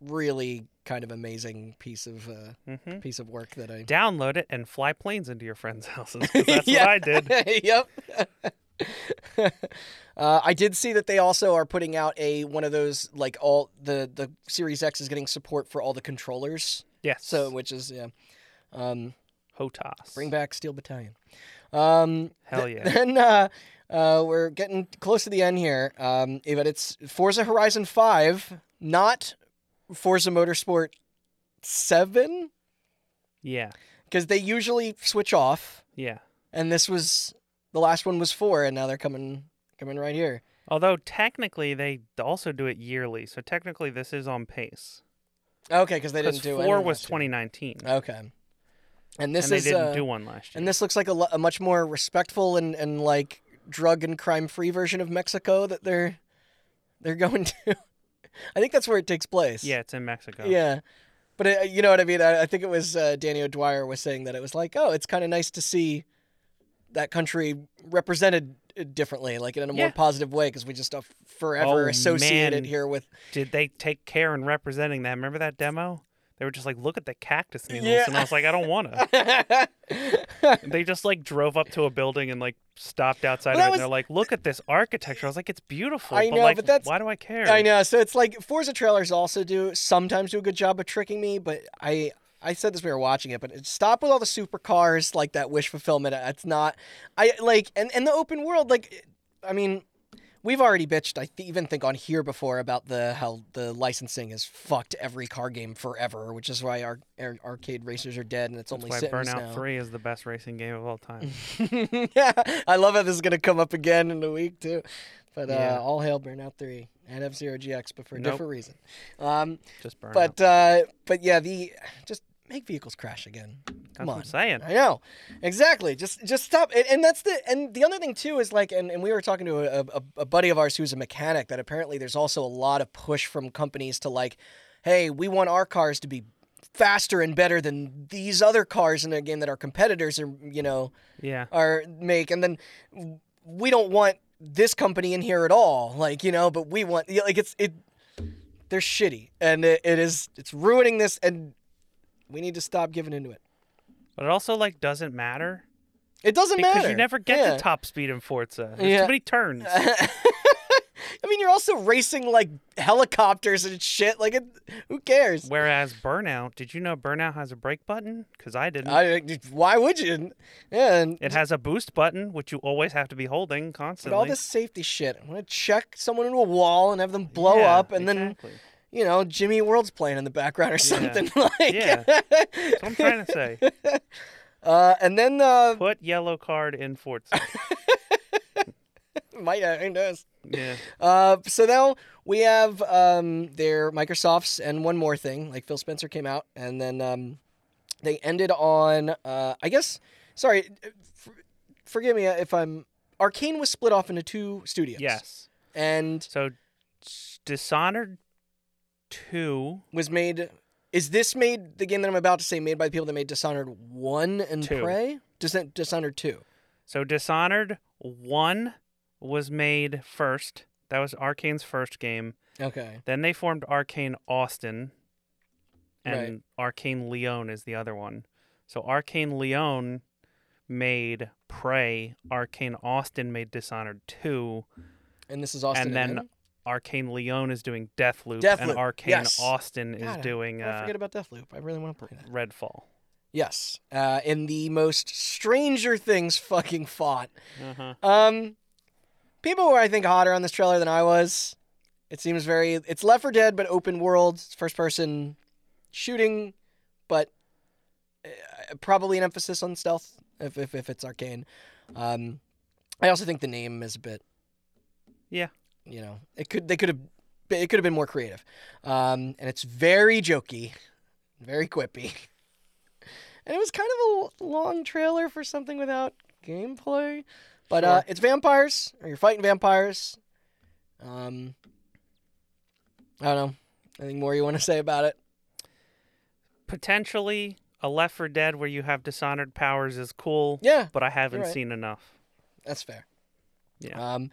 A: really kind of amazing piece of uh,
B: Mhm.
A: piece of work that I.
B: Download it and fly planes into your friends' houses. 'cause That's
A: Yeah.
B: what I did.
A: yep. uh, I did see that they also are putting out a one of those like all the the Series X is getting support for all the controllers.
B: Yes.
A: So which is yeah. Um,
B: Hotas.
A: bring back Steel Battalion. Um,
B: Hell yeah.
A: Then uh, uh, we're getting close to the end here, um, eh, but it's Forza Horizon 5, not Forza Motorsport 7,
B: yeah.
A: because they usually switch off,
B: Yeah.
A: and this was the last one was 4, and now they're coming coming right here.
B: Although technically they also do it yearly, so technically this is on pace.
A: Okay, because they
B: Because
A: didn't do any
B: four was
A: last year.
B: 2019,
A: Okay, and this
B: and they
A: is
B: didn't
A: uh,
B: do one last year.
A: and this looks like a, lo- a much more respectful and and like drug and crime free version of Mexico that they're they're going to. I think that's where it takes place.
B: yeah, it's in Mexico.
A: Yeah. But it, you know what I mean? I, I think it was uh, Danny O'Dwyer was saying that it was like, oh, it's kind of nice to see that country represented uh, differently, like in a more
B: Yeah.
A: positive way, because we just are forever
B: Oh,
A: associated
B: man.
A: here with.
B: Did they take care in representing that? Remember that demo? They were just like, look at the cactus needles,
A: Yeah.
B: and I was like, I don't want to.
A: yeah,
B: they just like drove up to a building and like stopped outside
A: Well,
B: of it.
A: that
B: and They're like, look at this architecture. I was like, it's beautiful.
A: I
B: but
A: know,
B: like,
A: but that's-
B: why do I care?
A: I know. So it's like Forza trailers also do sometimes do a good job of tricking me, but I. I said this when we were watching it, but it- stop with all the supercars, like that wish fulfillment. Uh, It's not, I like, and, and the open world, like, I mean, we've already bitched, I th- even think on here before about the how the licensing has fucked every car game forever, which is why our, our arcade racers are dead and it's
B: That's
A: only
B: why
A: Sims
B: Burnout
A: now.
B: 3 is the best racing game of all time.
A: yeah, I love how this is gonna come up again in a week too. But uh,
B: Yeah.
A: all hail Burnout Three and F Zero GX, but for a
B: Nope.
A: different reason. Um,
B: Just Burnout.
A: but uh, but yeah, the just make vehicles crash again.
B: that's
A: Come
B: what I'm
A: on.
B: saying.
A: I know, exactly. Just just stop. And, and that's the and the other thing too is like, and, and we were talking to a, a, a buddy of ours who's a mechanic that apparently there's also a lot of push from companies to like, hey, we want our cars to be faster and better than these other cars in the game that our competitors are, you know,
B: Yeah.
A: or make and then we don't want this company in here at all like you know but we want yeah, like it's it they're shitty and it, it is it's ruining this and we need to stop giving into it
B: But it also like doesn't matter
A: it doesn't
B: because
A: matter
B: you never get
A: yeah.
B: to top speed in Forza. There's
A: Yeah.
B: too many turns.
A: i mean you're also racing like helicopters and shit like it, who cares
B: Whereas Burnout, did you know Burnout has a brake button? Because I didn't.
A: I, why would you yeah and
B: it has a boost button, which you always have to be holding
A: but
B: constantly.
A: all this safety shit i'm gonna check someone into a wall and have them blow
B: Yeah,
A: up and then
B: exactly.
A: you know jimmy world's playing in the background or something like
B: Yeah. That's what I'm trying to say.
A: Uh, and then uh,
B: Put yellow card in Forza.
A: might uh, who knows?
B: Yeah.
A: Uh, so now we have um, their Microsoft's and one more thing. Like Phil Spencer came out, and then um, they ended on uh, I guess. Sorry, for, forgive me if I'm. Arcane was split off into two studios.
B: Yes.
A: and
B: So s- Dishonored 2
A: was made. Is this made the game that I'm about to say made by the people that made Dishonored one and
B: Two.
A: Prey? Dishon- Dishonored two.
B: So Dishonored 1 was made first. That was Arcane's first game.
A: Okay.
B: Then they formed Arcane Austin and
A: Right.
B: Arcane Leon is the other one. So Arcane Leon made Prey, Arcane Austin made Dishonored 2,
A: And this is Austin.
B: and then Arcane Leon is doing Deathloop,
A: Deathloop,
B: and Arcane
A: yes.
B: Austin is
A: God, I-
B: doing
A: I
B: uh,
A: forget about Deathloop. I really want to play that.
B: Redfall.
A: Yes, uh, in the most Stranger Things fucking font.
B: Uh-huh.
A: Um, people were, I think, hotter on this trailer than I was. It seems very. It's Left 4 Dead, but open world, it's first person shooting, but uh, probably an emphasis on stealth if, if, if it's arcane. Um, I also think the name is a bit.
B: Yeah.
A: You know, it could they could have it could have been more creative, um, and it's very jokey, very quippy. and it was kind of a l- long trailer for something without gameplay. But uh, it's vampires, or you're fighting vampires. Um, I don't know. Anything more you want to say about it?
B: Potentially, a Left for Dead where you have dishonored powers is cool.
A: Yeah,
B: But I haven't
A: right.
B: seen enough.
A: that's fair.
B: Yeah.
A: Um,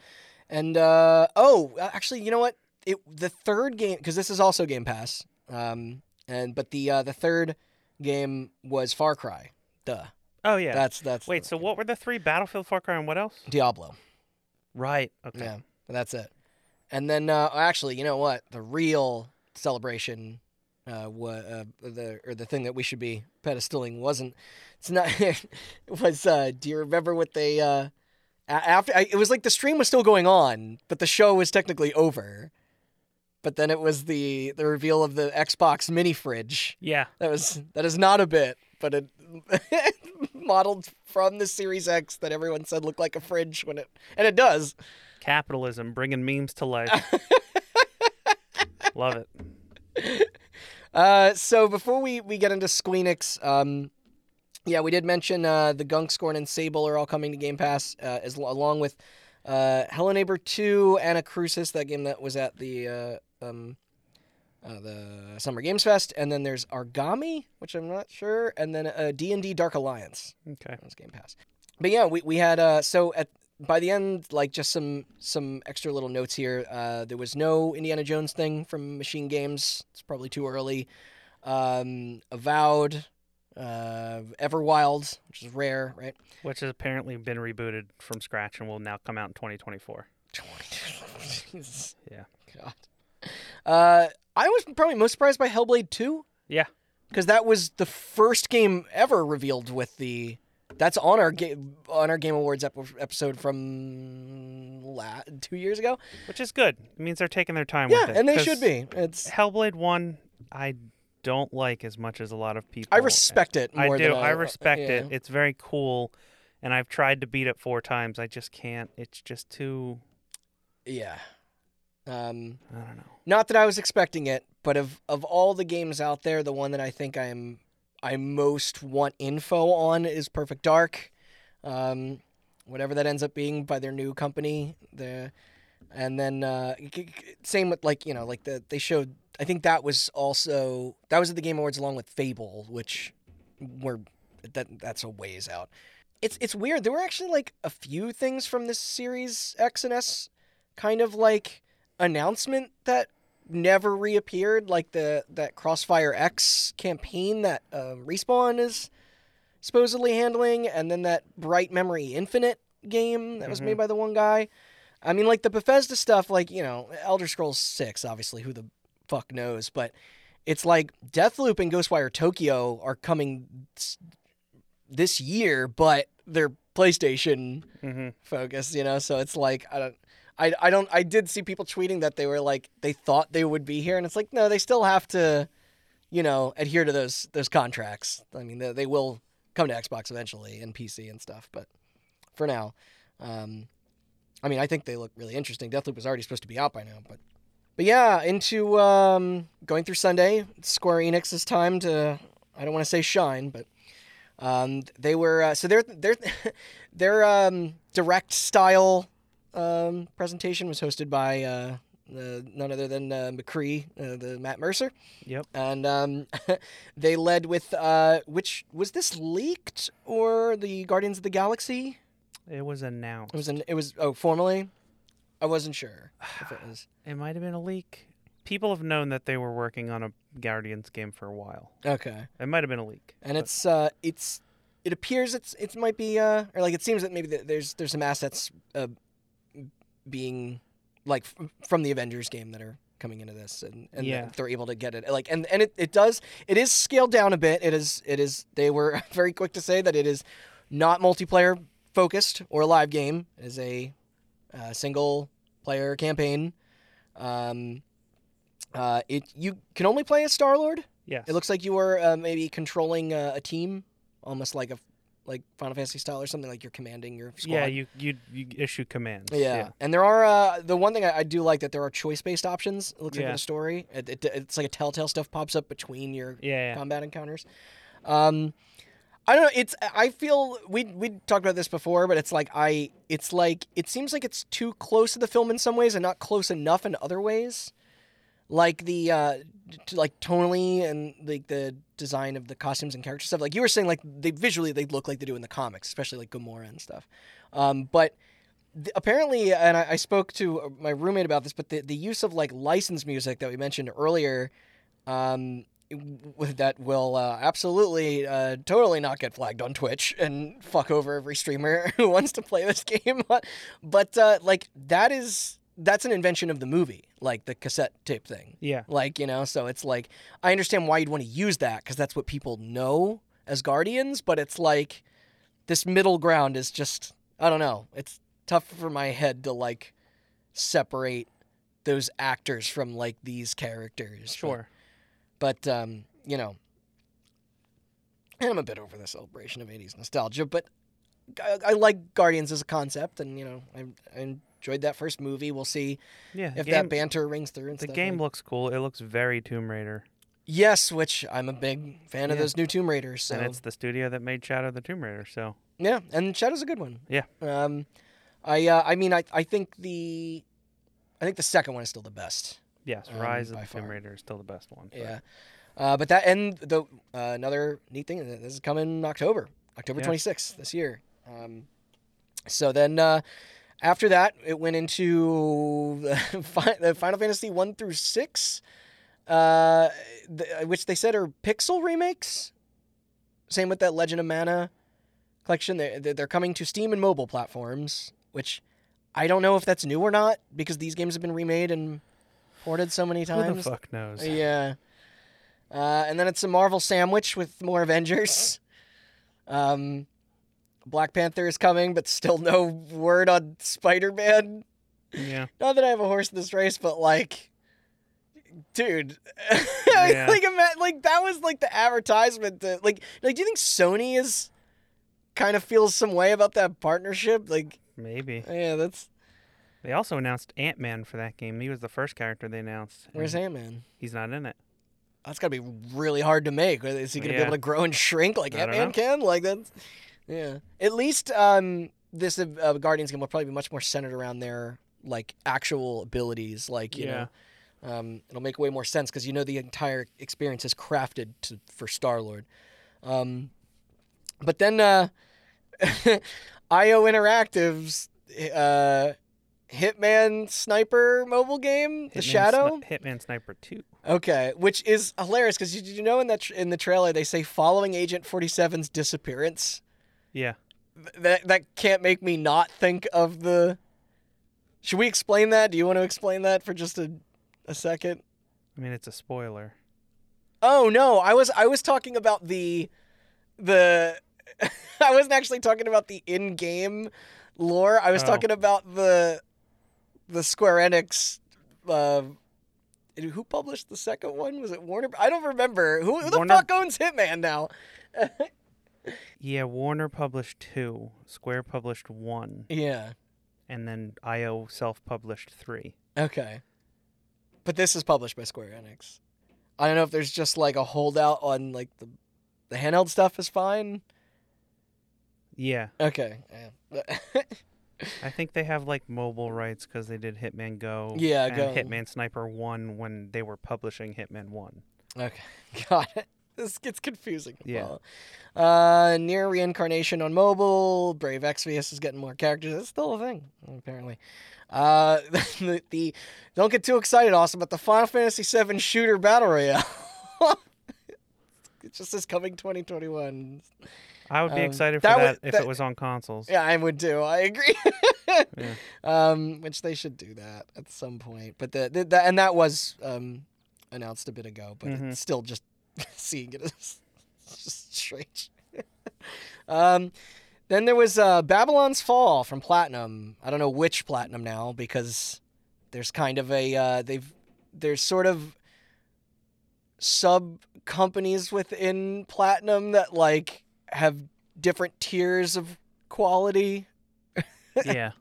A: and uh, oh, actually, you know what? It the third game because this is also Game Pass. Um, and but the uh, the third game was Far Cry. Duh.
B: Oh yeah.
A: That's that's
B: Wait. So what were the three Battlefield, Far Cry, and what else?
A: Diablo.
B: Right. Okay.
A: Yeah, and that's it. And then uh, actually, you know what? The real celebration, uh, wa- uh, the or the thing that we should be pedestaling wasn't. It's not. it was. Uh, do you remember what they? Uh, a- after I, it was like the stream was still going on, but the show was technically over. But then it was the the reveal of the Xbox mini fridge.
B: Yeah.
A: That was that is not a bit, but it modeled from the Series X that everyone said looked like a fridge when it and it does.
B: Capitalism bringing memes to life. Love it.
A: Uh, so before we, we get into Squeenix, um, yeah, we did mention uh, the Gunk Scorn and Sable are all coming to Game Pass, uh, as along with uh, Hello Neighbor Two, Anna Crucis, that game that was at the uh, um, uh, the Summer Games Fest, and then there's Argami, which I'm not sure, and then uh, D and D Dark Alliance.
B: Okay.
A: That was Game Pass. But yeah, we, we had uh so at by the end, like just some some extra little notes here. Uh, there was no Indiana Jones thing from Machine Games. It's probably too early. Um, Avowed, uh, Everwild, which is rare, right?
B: Which has apparently been rebooted from scratch and will now come out in 2024.
A: Jesus.
B: Yeah.
A: God. Uh, I was probably most surprised by Hellblade Two
B: Yeah.
A: because that was the first game ever revealed with the. That's on our game on our Game Awards ep- episode from la- two years ago.
B: Which is good. It means they're taking their time
A: Yeah,
B: with it.
A: and they
B: 'cause
A: should be. It's
B: Hellblade 1, I don't like as much as a lot of people.
A: I respect it
B: Oh, I
A: more
B: do.
A: than
B: I respect
A: yeah.
B: it. It's very cool. And I've tried to beat it four times. I just can't. It's just too.
A: Yeah. Um,
B: I don't know.
A: not that I was expecting it, but of of all the games out there, the one that I think I'm I most want info on is Perfect Dark. Um, whatever that ends up being by their new company, the and then uh, g- g- same with like you know like the they showed I think that was also that was at the Game Awards along with Fable, which were that that's a ways out. It's it's weird. There were actually like a few things from this series X and S, kind of like announcement that never reappeared, like the that Crossfire X campaign that um, Respawn is supposedly handling, and then that Bright Memory Infinite game that was
B: Mhm.
A: made by the one guy. I mean, like the Bethesda stuff, like you know, Elder Scrolls Six, obviously, who the fuck knows, but it's like Deathloop and Ghostwire Tokyo are coming s- this year, but they're PlayStation
B: hmm
A: focused, you know. So it's like I don't, I, I don't, I did see people tweeting that they were like they thought they would be here, and it's like no, they still have to, you know, adhere to those those contracts. I mean, they, they will come to Xbox eventually and PC and stuff, but for now, um, I mean, I think they look really interesting. Deathloop was already supposed to be out by now, but. But yeah, into um, going through Sunday, Square Enix's time to I don't want to say shine, but um, they were uh, so their their their um, direct style um, presentation was hosted by uh, uh, none other than uh, McCree, uh, the Matt Mercer,
B: Yep.
A: and um, they led with uh, which was this leaked or the Guardians of the Galaxy?
B: It was announced.
A: It was an it was oh formally, I wasn't sure if it was
B: It might have been a leak. People have known that they were working on a Guardians game for a while.
A: okay.
B: It might have been a leak.
A: and it's uh, it's it appears it's it might be uh, or like it seems that maybe that there's there's some assets uh, being like f- from the Avengers game that are coming into this and and
B: Yeah.
A: they're able to get it like and and it, it does it is scaled down a bit it is it is they were very quick to say that it is not multiplayer focused or a live game it is a uh, single player campaign um uh it you can only play as Star Lord
B: Yes.
A: it looks like you were uh, maybe controlling uh, a team, almost like a like Final Fantasy style or something. Like you're commanding your squad.
B: Yeah, you, you you issue commands.
A: Yeah. and there are uh, the one thing I, I do like that there are choice based options. It looks like
B: Yeah.
A: for the story, it, it, it's like a telltale stuff pops up between your
B: Yeah. yeah.
A: combat encounters. Um, I don't know. It's I feel we we talked about this before, but it's like I it's like it seems like it's too close to the film in some ways and not close enough in other ways. Like the uh t- like tonally and like the design of the costumes and character stuff. Like you were saying, like they visually they look like they do in the comics, especially like Gamora and stuff. Um, but th- apparently, and I, I spoke to uh, my roommate about this, but the the use of like licensed music that we mentioned earlier um, with- that will uh, absolutely, uh, totally not get flagged on Twitch and fuck over every streamer who wants to play this game. but uh, like that is that's an invention of the movie, like the cassette tape thing.
B: Yeah.
A: Like you know, so it's like I understand why you'd want to use that because that's what people know as Guardians. But it's like this middle ground is just I don't know. It's tough for my head to like separate those actors from like these characters. but-
B: Sure.
A: but um, you know, and I'm a bit over the celebration of '80s nostalgia. But I, I like Guardians as a concept, and you know, I, I enjoyed that first movie. We'll see
B: Yeah.
A: if
B: game-
A: that banter rings through. And
B: the
A: stuff
B: game
A: like-
B: looks cool. It looks very Tomb Raider,
A: yes, which I'm a big fan of
B: Yeah.
A: those new Tomb Raiders. So
B: and it's the studio that made Shadow the Tomb Raider. So
A: yeah, and Shadow's a good one.
B: Yeah.
A: Um, I uh, I mean, I I think the, I think the second one is still the best.
B: yes,
A: Um,
B: Rise of
A: by
B: the Tomb
A: far.
B: Raider is still the best one. but-
A: Yeah. Uh, but that and the uh, another neat thing this is coming October, October
B: Yeah.
A: 26th this year. Um, so then uh, after that, it went into the, fi- the Final Fantasy one through six, uh, th- which they said are pixel remakes. Same with that Legend of Mana collection. They're, they're they're coming to Steam and mobile platforms, which I don't know if that's new or not because these games have been remade and ported so many
B: Who the
A: times.
B: fuck knows?
A: Yeah. Uh, and then it's a Marvel sandwich with more Avengers. Um, Black Panther is coming, but still no word on Spider Man.
B: Yeah.
A: Not that I have a horse in this race, but like, dude,
B: Yeah.
A: like, ima- like that was like the advertisement. That, like, like, do you think Sony is kind of feels some way about that partnership? Like,
B: Maybe.
A: yeah, that's
B: They also announced Ant Man for that game. He was the first character they announced.
A: where's
B: and
A: Ant Man.
B: He's not in it.
A: That's got to be really hard to make. Is he going to
B: Yeah.
A: be able to grow and shrink like
B: I
A: Ant
B: don't
A: Man
B: know.
A: can? Like that's yeah. At least um, this uh, Guardians game will probably be much more centered around their like actual abilities. Like you
B: Yeah.
A: know, um, it'll make way more sense because you know the entire experience is crafted to, for Star Lord. Um, but then uh, IO Interactive's uh, Hitman Sniper mobile game, The
B: Hitman Sni-
A: Shadow.
B: Hitman Sniper 2.
A: Okay, which is hilarious because you, you know in that tr- in the trailer they say following Agent 47's disappearance.
B: Yeah.
A: Th- that that can't make me not think of the. Should we explain that? Do you want to explain that for just a, a second?
B: I mean, it's a spoiler.
A: Oh no, I was I was talking about the, the, I wasn't actually talking about the in-game lore. I was
B: Oh.
A: talking about the, the Square Enix. Uh, who published the second one? Was it Warner? I don't remember. Who, who the
B: Warner-
A: fuck owns Hitman now?
B: Yeah, Warner published 2, Square published 1,
A: Yeah.
B: and then IO self published 3.
A: Okay. But this is published by Square Enix. I don't know if there's just like a holdout on like the, the handheld stuff is fine.
B: Yeah.
A: Okay. Yeah.
B: I think they have like mobile rights because they did Hitman Go.
A: Yeah,
B: and
A: Go.
B: Hitman Sniper 1 when they were publishing Hitman 1.
A: Okay, got it. This gets confusing. to
B: Yeah.
A: follow. Uh, near reincarnation on mobile. Brave Exvius is getting more characters. That's still a thing, apparently. Uh, the, the don't get too excited, Austin, but the Final Fantasy VII shooter battle royale. it just says coming 2021.
B: I would be
A: Um,
B: excited for
A: that
B: that,
A: was-
B: if
A: that-
B: it was on consoles.
A: Yeah, I would too. I agree.
B: Yeah.
A: Um, which they should do that at some point. But the, the, the and that was um announced a bit ago, but
B: Mhm.
A: it's still just seeing it is just strange. um, then there was uh, Babylon's Fall from Platinum. I don't know which Platinum now because there's kind of a uh, they've there's sort of sub companies within Platinum that like have different tiers of quality.
B: yeah.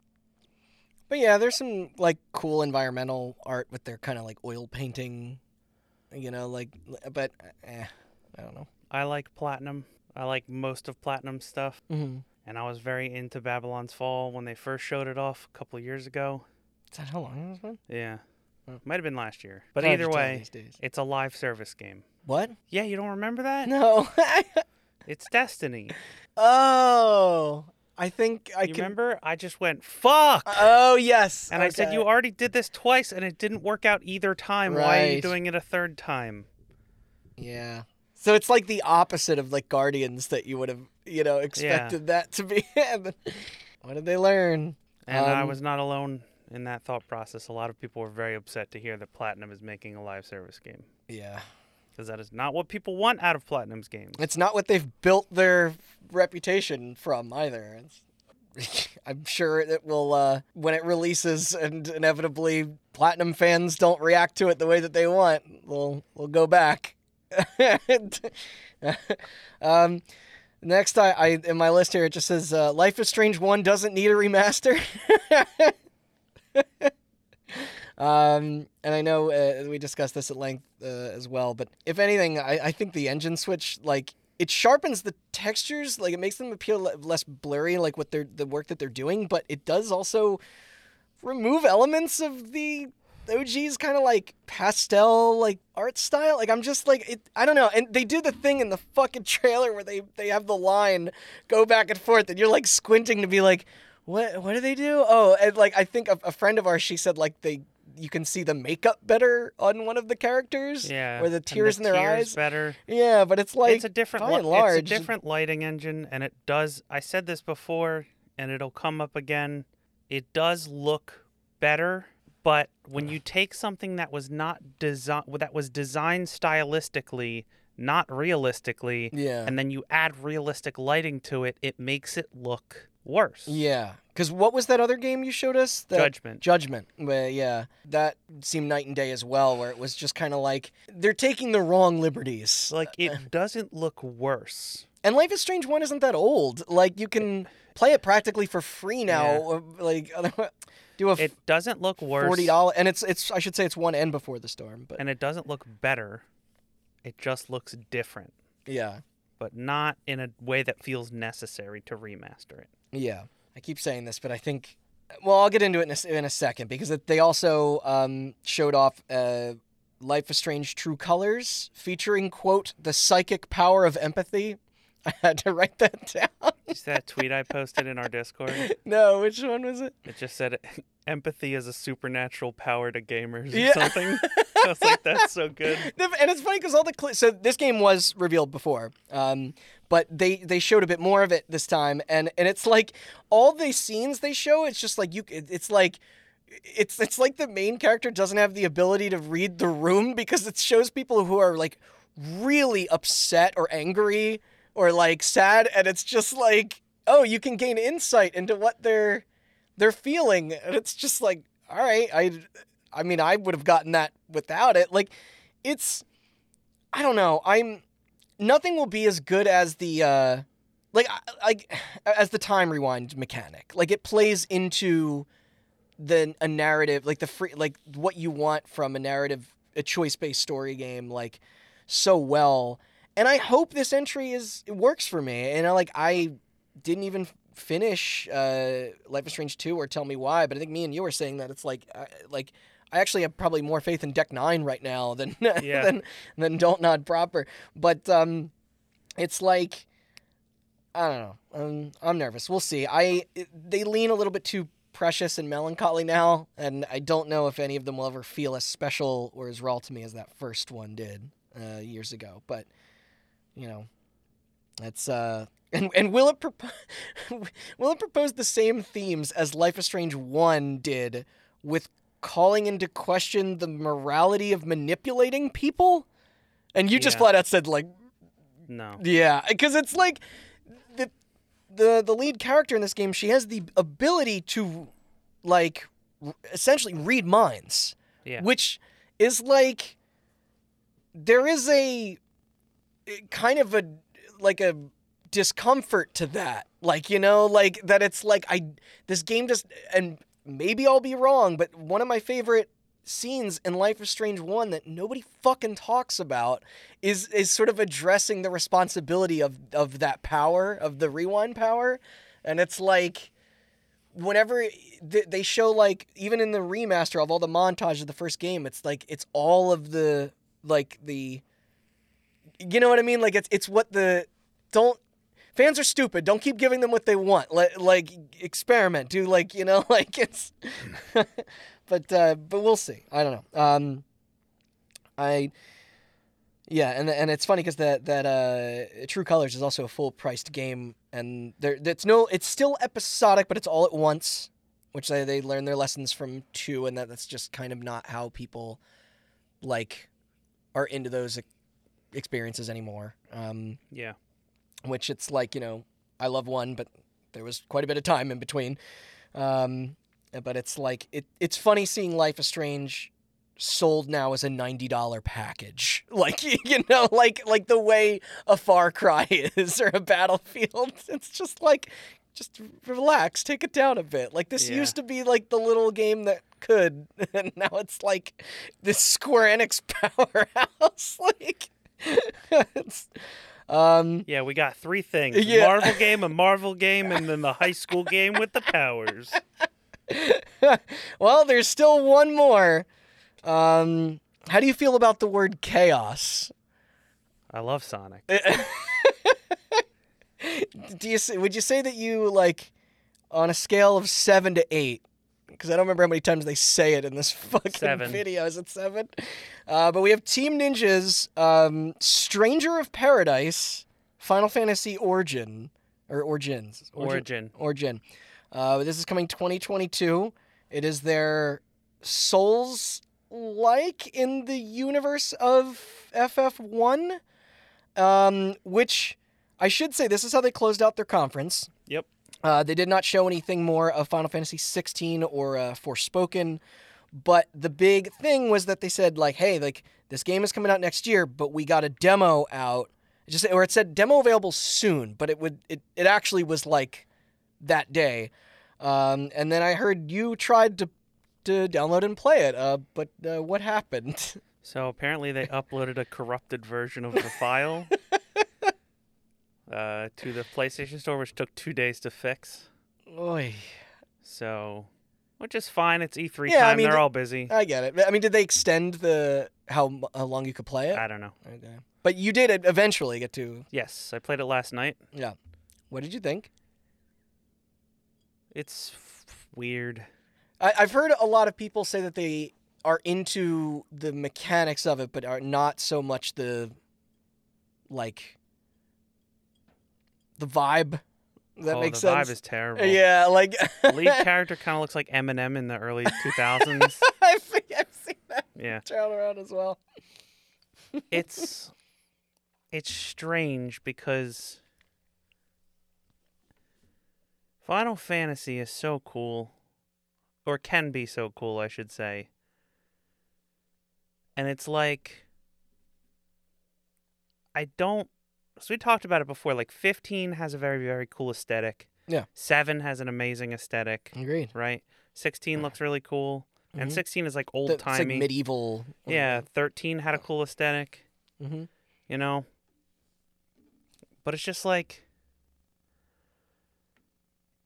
A: But yeah, there's some like cool environmental art with their kind of like oil painting, you know, like but eh, I don't know.
B: I like Platinum. I like most of Platinum stuff.
A: Mhm.
B: And I was very into Babylon's Fall when they first showed it off a couple years ago.
A: Is that how long Oh, this one?
B: Yeah. Might have been last year. But
A: Hard to
B: either
A: tell
B: way,
A: these days.
B: it's a live service game.
A: What?
B: Yeah, you don't remember that?
A: No.
B: It's Destiny.
A: oh, I think I
B: You
A: can.
B: remember? I just went, fuck!
A: Oh yes.
B: and I said,
A: okay.
B: you already did this twice and it didn't work out either time. Why are you
A: Right.
B: doing it a third time?
A: Yeah. So it's like the opposite of like Guardians that you would have, you know, expected that to be. But what did they learn?
B: And I
A: Um,
B: was not alone in that thought process. A lot of people were very upset to hear that Platinum is making a live service game
A: Yeah.
B: because that is not what people want out of Platinum's games.
A: It's not what they've built their reputation from either. It's, I'm sure it will uh, when it releases, and inevitably platinum fans don't react to it the way that they want. We'll we'll go back. um, next, I, I in my list here it just says uh, "Life is Strange One" doesn't need a remaster. Um, and I know uh, we discussed this at length uh, as well, but if anything, I, I think the engine switch like it sharpens the textures, like it makes them appear le- less blurry, like what they're the work that they're doing, but it does also remove elements of the OG's kind of like pastel like art style. Like I'm just like it, I don't know. And they do the thing in the fucking trailer where they they have the line go back and forth, and you're like squinting to be like, what what do they do? Oh, and like I think a, a friend of ours she said like they you can see the makeup better on one of the characters.
B: Yeah.
A: Or the
B: and
A: tears in their
B: tears
A: eyes.
B: Better.
A: Yeah, but it's like
B: it's a different
A: by
B: li-
A: and large.
B: it's a different lighting engine and it does I said this before and it'll come up again. It does look better, but when you take something that was not design that was designed stylistically, not realistically,
A: Yeah.
B: and then you add realistic lighting to it, it makes it look worse.
A: Yeah. Because what was that other game you showed us? That-
B: Judgment.
A: Judgment. Well, yeah. That seemed night and day as well, where it was just kind of like they're taking the wrong liberties.
B: Like it doesn't look worse.
A: And Life is Strange 1 isn't that old. Like, you can play it practically for free now. Like, otherwise- do a f-
B: It doesn't look worse.
A: $40. And it's, it's, I should say it's one and before the storm, but
B: and it doesn't look better. It just looks different.
A: yeah.
B: but not in a way that feels necessary to remaster it.
A: Yeah, I keep saying this, but I think, well, I'll get into it in a, s- in a second because it, they also um, showed off uh, Life is Strange True Colors featuring, quote, the psychic power of empathy. I had to write that down.
B: Just that tweet I posted in our Discord.
A: no, which one was it?
B: It just said, "Empathy is a supernatural power to gamers" or
A: Yeah.
B: something. I was like, "That's so good."
A: The- And it's funny because all the clips. So this game was revealed before, um, but they they showed a bit more of it this time, and and it's like all the scenes they show. It's just like you. it- It's like. It's it's like the main character doesn't have the ability to read the room because it shows people who are like really upset or angry or like sad, and it's just like oh, you can gain insight into what they're they're feeling, and it's just like all right, I I mean I would have gotten that without it, like it's I don't know. I'm nothing will be as good as the uh like I- like as the time rewind mechanic. Like it plays into the a narrative, like the free like what you want from a narrative a choice-based story game like so well. And I hope this entry is it works for me. And I like I didn't even finish uh Life is Strange 2 or tell me why, but I think me and you were saying that it's like I, like I actually have probably more faith in Deck Nine right now than
B: Yeah.
A: than than Don't Nod proper. But um, it's like I don't know. Um, I'm nervous. We'll see. I it- they lean a little bit too precious and melancholy now, and I don't know if any of them will ever feel as special or as raw to me as that first one did uh, years ago. But you know, that's uh. And, and will it propo- will it propose the same themes as Life is Strange One did, with calling into question the morality of manipulating people? And you just
B: Yeah.
A: flat out said like,
B: No,
A: yeah, because it's like the the the lead character in this game. She has the ability to like r- essentially read minds,
B: yeah,
A: which is like there is a it- kind of a like a discomfort to that like you know like that it's like i this game just and maybe i'll be wrong but one of my favorite scenes in Life is Strange 1 that nobody fucking talks about is is sort of addressing the responsibility of of that power of the rewind power and it's like whenever th- they show like even in the remaster of all the montage of the first game it's like it's all of the like the you know what i mean like it's it's what the don't fans are stupid don't keep giving them what they want Let, like experiment do like you know like it's but uh but we'll see i don't know um i yeah, and and it's funny because that that uh, True Colors is also a full priced game, and there that's no, it's still episodic, but it's all at once, which they they learn their lessons from two, and that that's just kind of not how people like are into those ex- experiences anymore. Um,
B: Yeah.
A: which it's like you know I love one, but there was quite a bit of time in between. Um, but it's like it it's funny seeing Life is Strange sold now as a ninety dollar package, like you know, like like the way a Far Cry is or a Battlefield. It's just like just relax, take it down a bit. Like this
B: Yeah.
A: used to be like the little game that could, and now it's like this Square Enix powerhouse. like, it's, um,
B: Yeah, we got three things.
A: Yeah.
B: Marvel game, a Marvel game, and then the high school game with the powers.
A: well, there's still one more. Um, how do you feel about the word chaos?
B: I love Sonic.
A: Do you say, would you say that you like on a scale of seven to eight? Because I don't remember how many times they say it in this fucking
B: Seven.
A: video. Is it seven? Uh, but we have Team Ninjas, um, Stranger of Paradise, Final Fantasy Origin or Origins
B: Origin.
A: Origin. Uh, this is coming 2022. It is their Souls like in the universe of FF1, um, which I should say this is how they closed out their conference.
B: Yep.
A: Uh, they did not show anything more of Final Fantasy 16 or uh, Forspoken, but the big thing was that they said like, "Hey, like this game is coming out next year, but we got a demo out." It just or it said demo available soon, but it would it, it actually was like that day. Um, and then I heard you tried to to download and play it, uh, but uh, what happened?
B: So apparently they uploaded a corrupted version of the file uh, to the PlayStation Store, which took two days to fix.
A: Oy.
B: So, which is fine. It's E3
A: Yeah, I
B: time.
A: mean, uh,
B: They're all busy.
A: I get it. I mean, did they extend the how mu- how long you could play it?
B: I don't know.
A: Okay. But you did e-, eventually get to
B: Yes, I played it last night.
A: Yeah. What did you think?
B: It's f- weird.
A: I, I've heard a lot of people say that they are into the mechanics of it, but are not so much the like the vibe. Does that
B: oh,
A: makes
B: the
A: sense.
B: vibe is terrible.
A: yeah, like
B: Lead character kind of looks like Eminem in the early 2000s.
A: I think I've seen that
B: yeah.
A: trail around as well.
B: it's it's strange because Final Fantasy is so cool or can be so cool, I should say. And it's like I don't so we talked about it before like 15 has a very very cool aesthetic.
A: Yeah.
B: 7 has an amazing aesthetic,
A: Agreed.
B: right? 16 looks really cool. And
A: Mhm.
B: 16 is like
A: Mm-hmm. The-
B: old
A: It's like mm-hmm.
B: timey.
A: medieval.
B: yeah, 13 had a cool aesthetic
A: hmm
B: you know but it's just like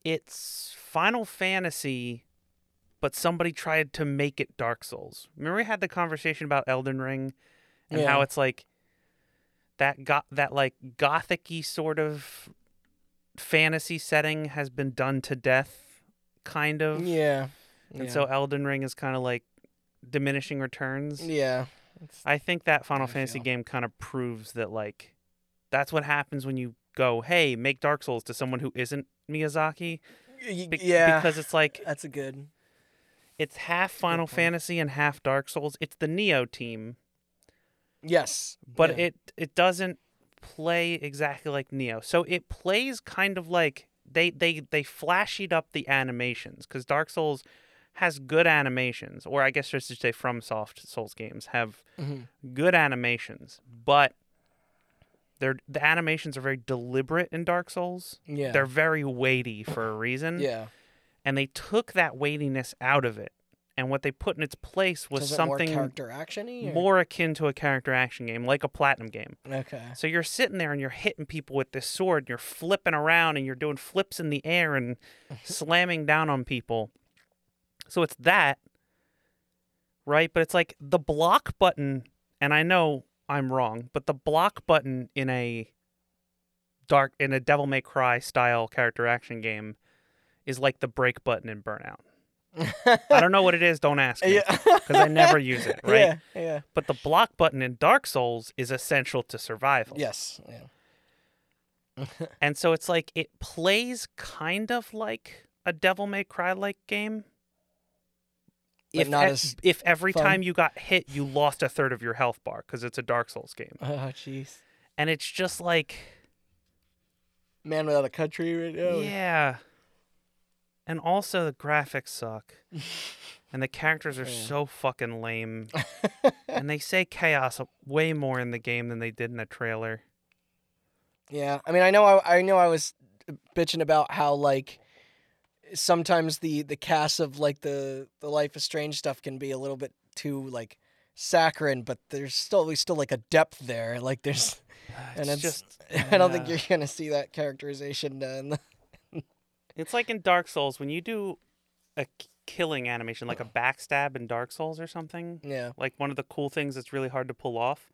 B: it's final fantasy but somebody tried to make it dark souls remember we had the conversation about elden ring and how
A: Yeah.
B: it's like that got that like gothicy sort of fantasy setting has been done to death kind of
A: Yeah.
B: and
A: yeah.
B: so elden ring is kind of like diminishing returns
A: yeah.
B: I think that Final
A: I
B: Fantasy
A: feel.
B: game kind of proves that like that's what happens when you go, hey, make Dark Souls to someone who isn't Miyazaki.
A: Y-
B: Be-
A: yeah.
B: Because it's like
A: that's a good.
B: it's half Final
A: point.
B: Fantasy and half Dark Souls. It's the Neo team,
A: Yes.
B: but
A: yeah.
B: it it doesn't play exactly like Neo. So it plays kind of like they they they flashied up the animations because Dark Souls has good animations, or I guess just to say from Soft Souls games have
A: Mhm.
B: good animations, but they're the animations are very deliberate in Dark Souls.
A: Yeah.
B: They're very weighty for a reason.
A: Yeah.
B: And they took that weightiness out of it and what they put in its place was
A: Is it
B: something
A: more character action
B: more akin to a character action game, like a platinum game.
A: Okay.
B: So you're sitting there and you're hitting people with this sword and you're flipping around and you're doing flips in the air and slamming down on people. So it's that, right? But it's like the block button, and I know I'm wrong, but the block button in a dark, in a Devil May Cry style character action game is like the break button in Burnout. I don't know what it is, don't ask me.
A: Yeah.
B: Because I never use it, right?
A: Yeah. Yeah.
B: But the block button in Dark Souls is essential to survival.
A: Yes. Yeah.
B: And so it's like it plays kind of like a Devil May Cry like game.
A: But not
B: e-
A: as
B: if every
A: fun.
B: time you got hit, you lost a third of your health bar because it's a Dark Souls game.
A: Oh, jeez.
B: And it's just like,
A: Man without a country right now.
B: yeah. And also the graphics suck. and the characters are
A: Yeah.
B: so fucking lame. and they say chaos way more in the game than they did in the trailer.
A: Yeah, I mean, I know, I, I know, I was bitching about how like sometimes the the cast of like the the Life is Strange stuff can be a little bit too like saccharine, but there's still there's still like a depth there. Like there's, and
B: It's
A: it's,
B: just
A: I don't think
B: yeah.
A: you're gonna see that characterization done.
B: It's like in Dark Souls when you do a k- killing animation, like a backstab in Dark Souls or something.
A: yeah,
B: Like one of the cool things that's really hard to pull off.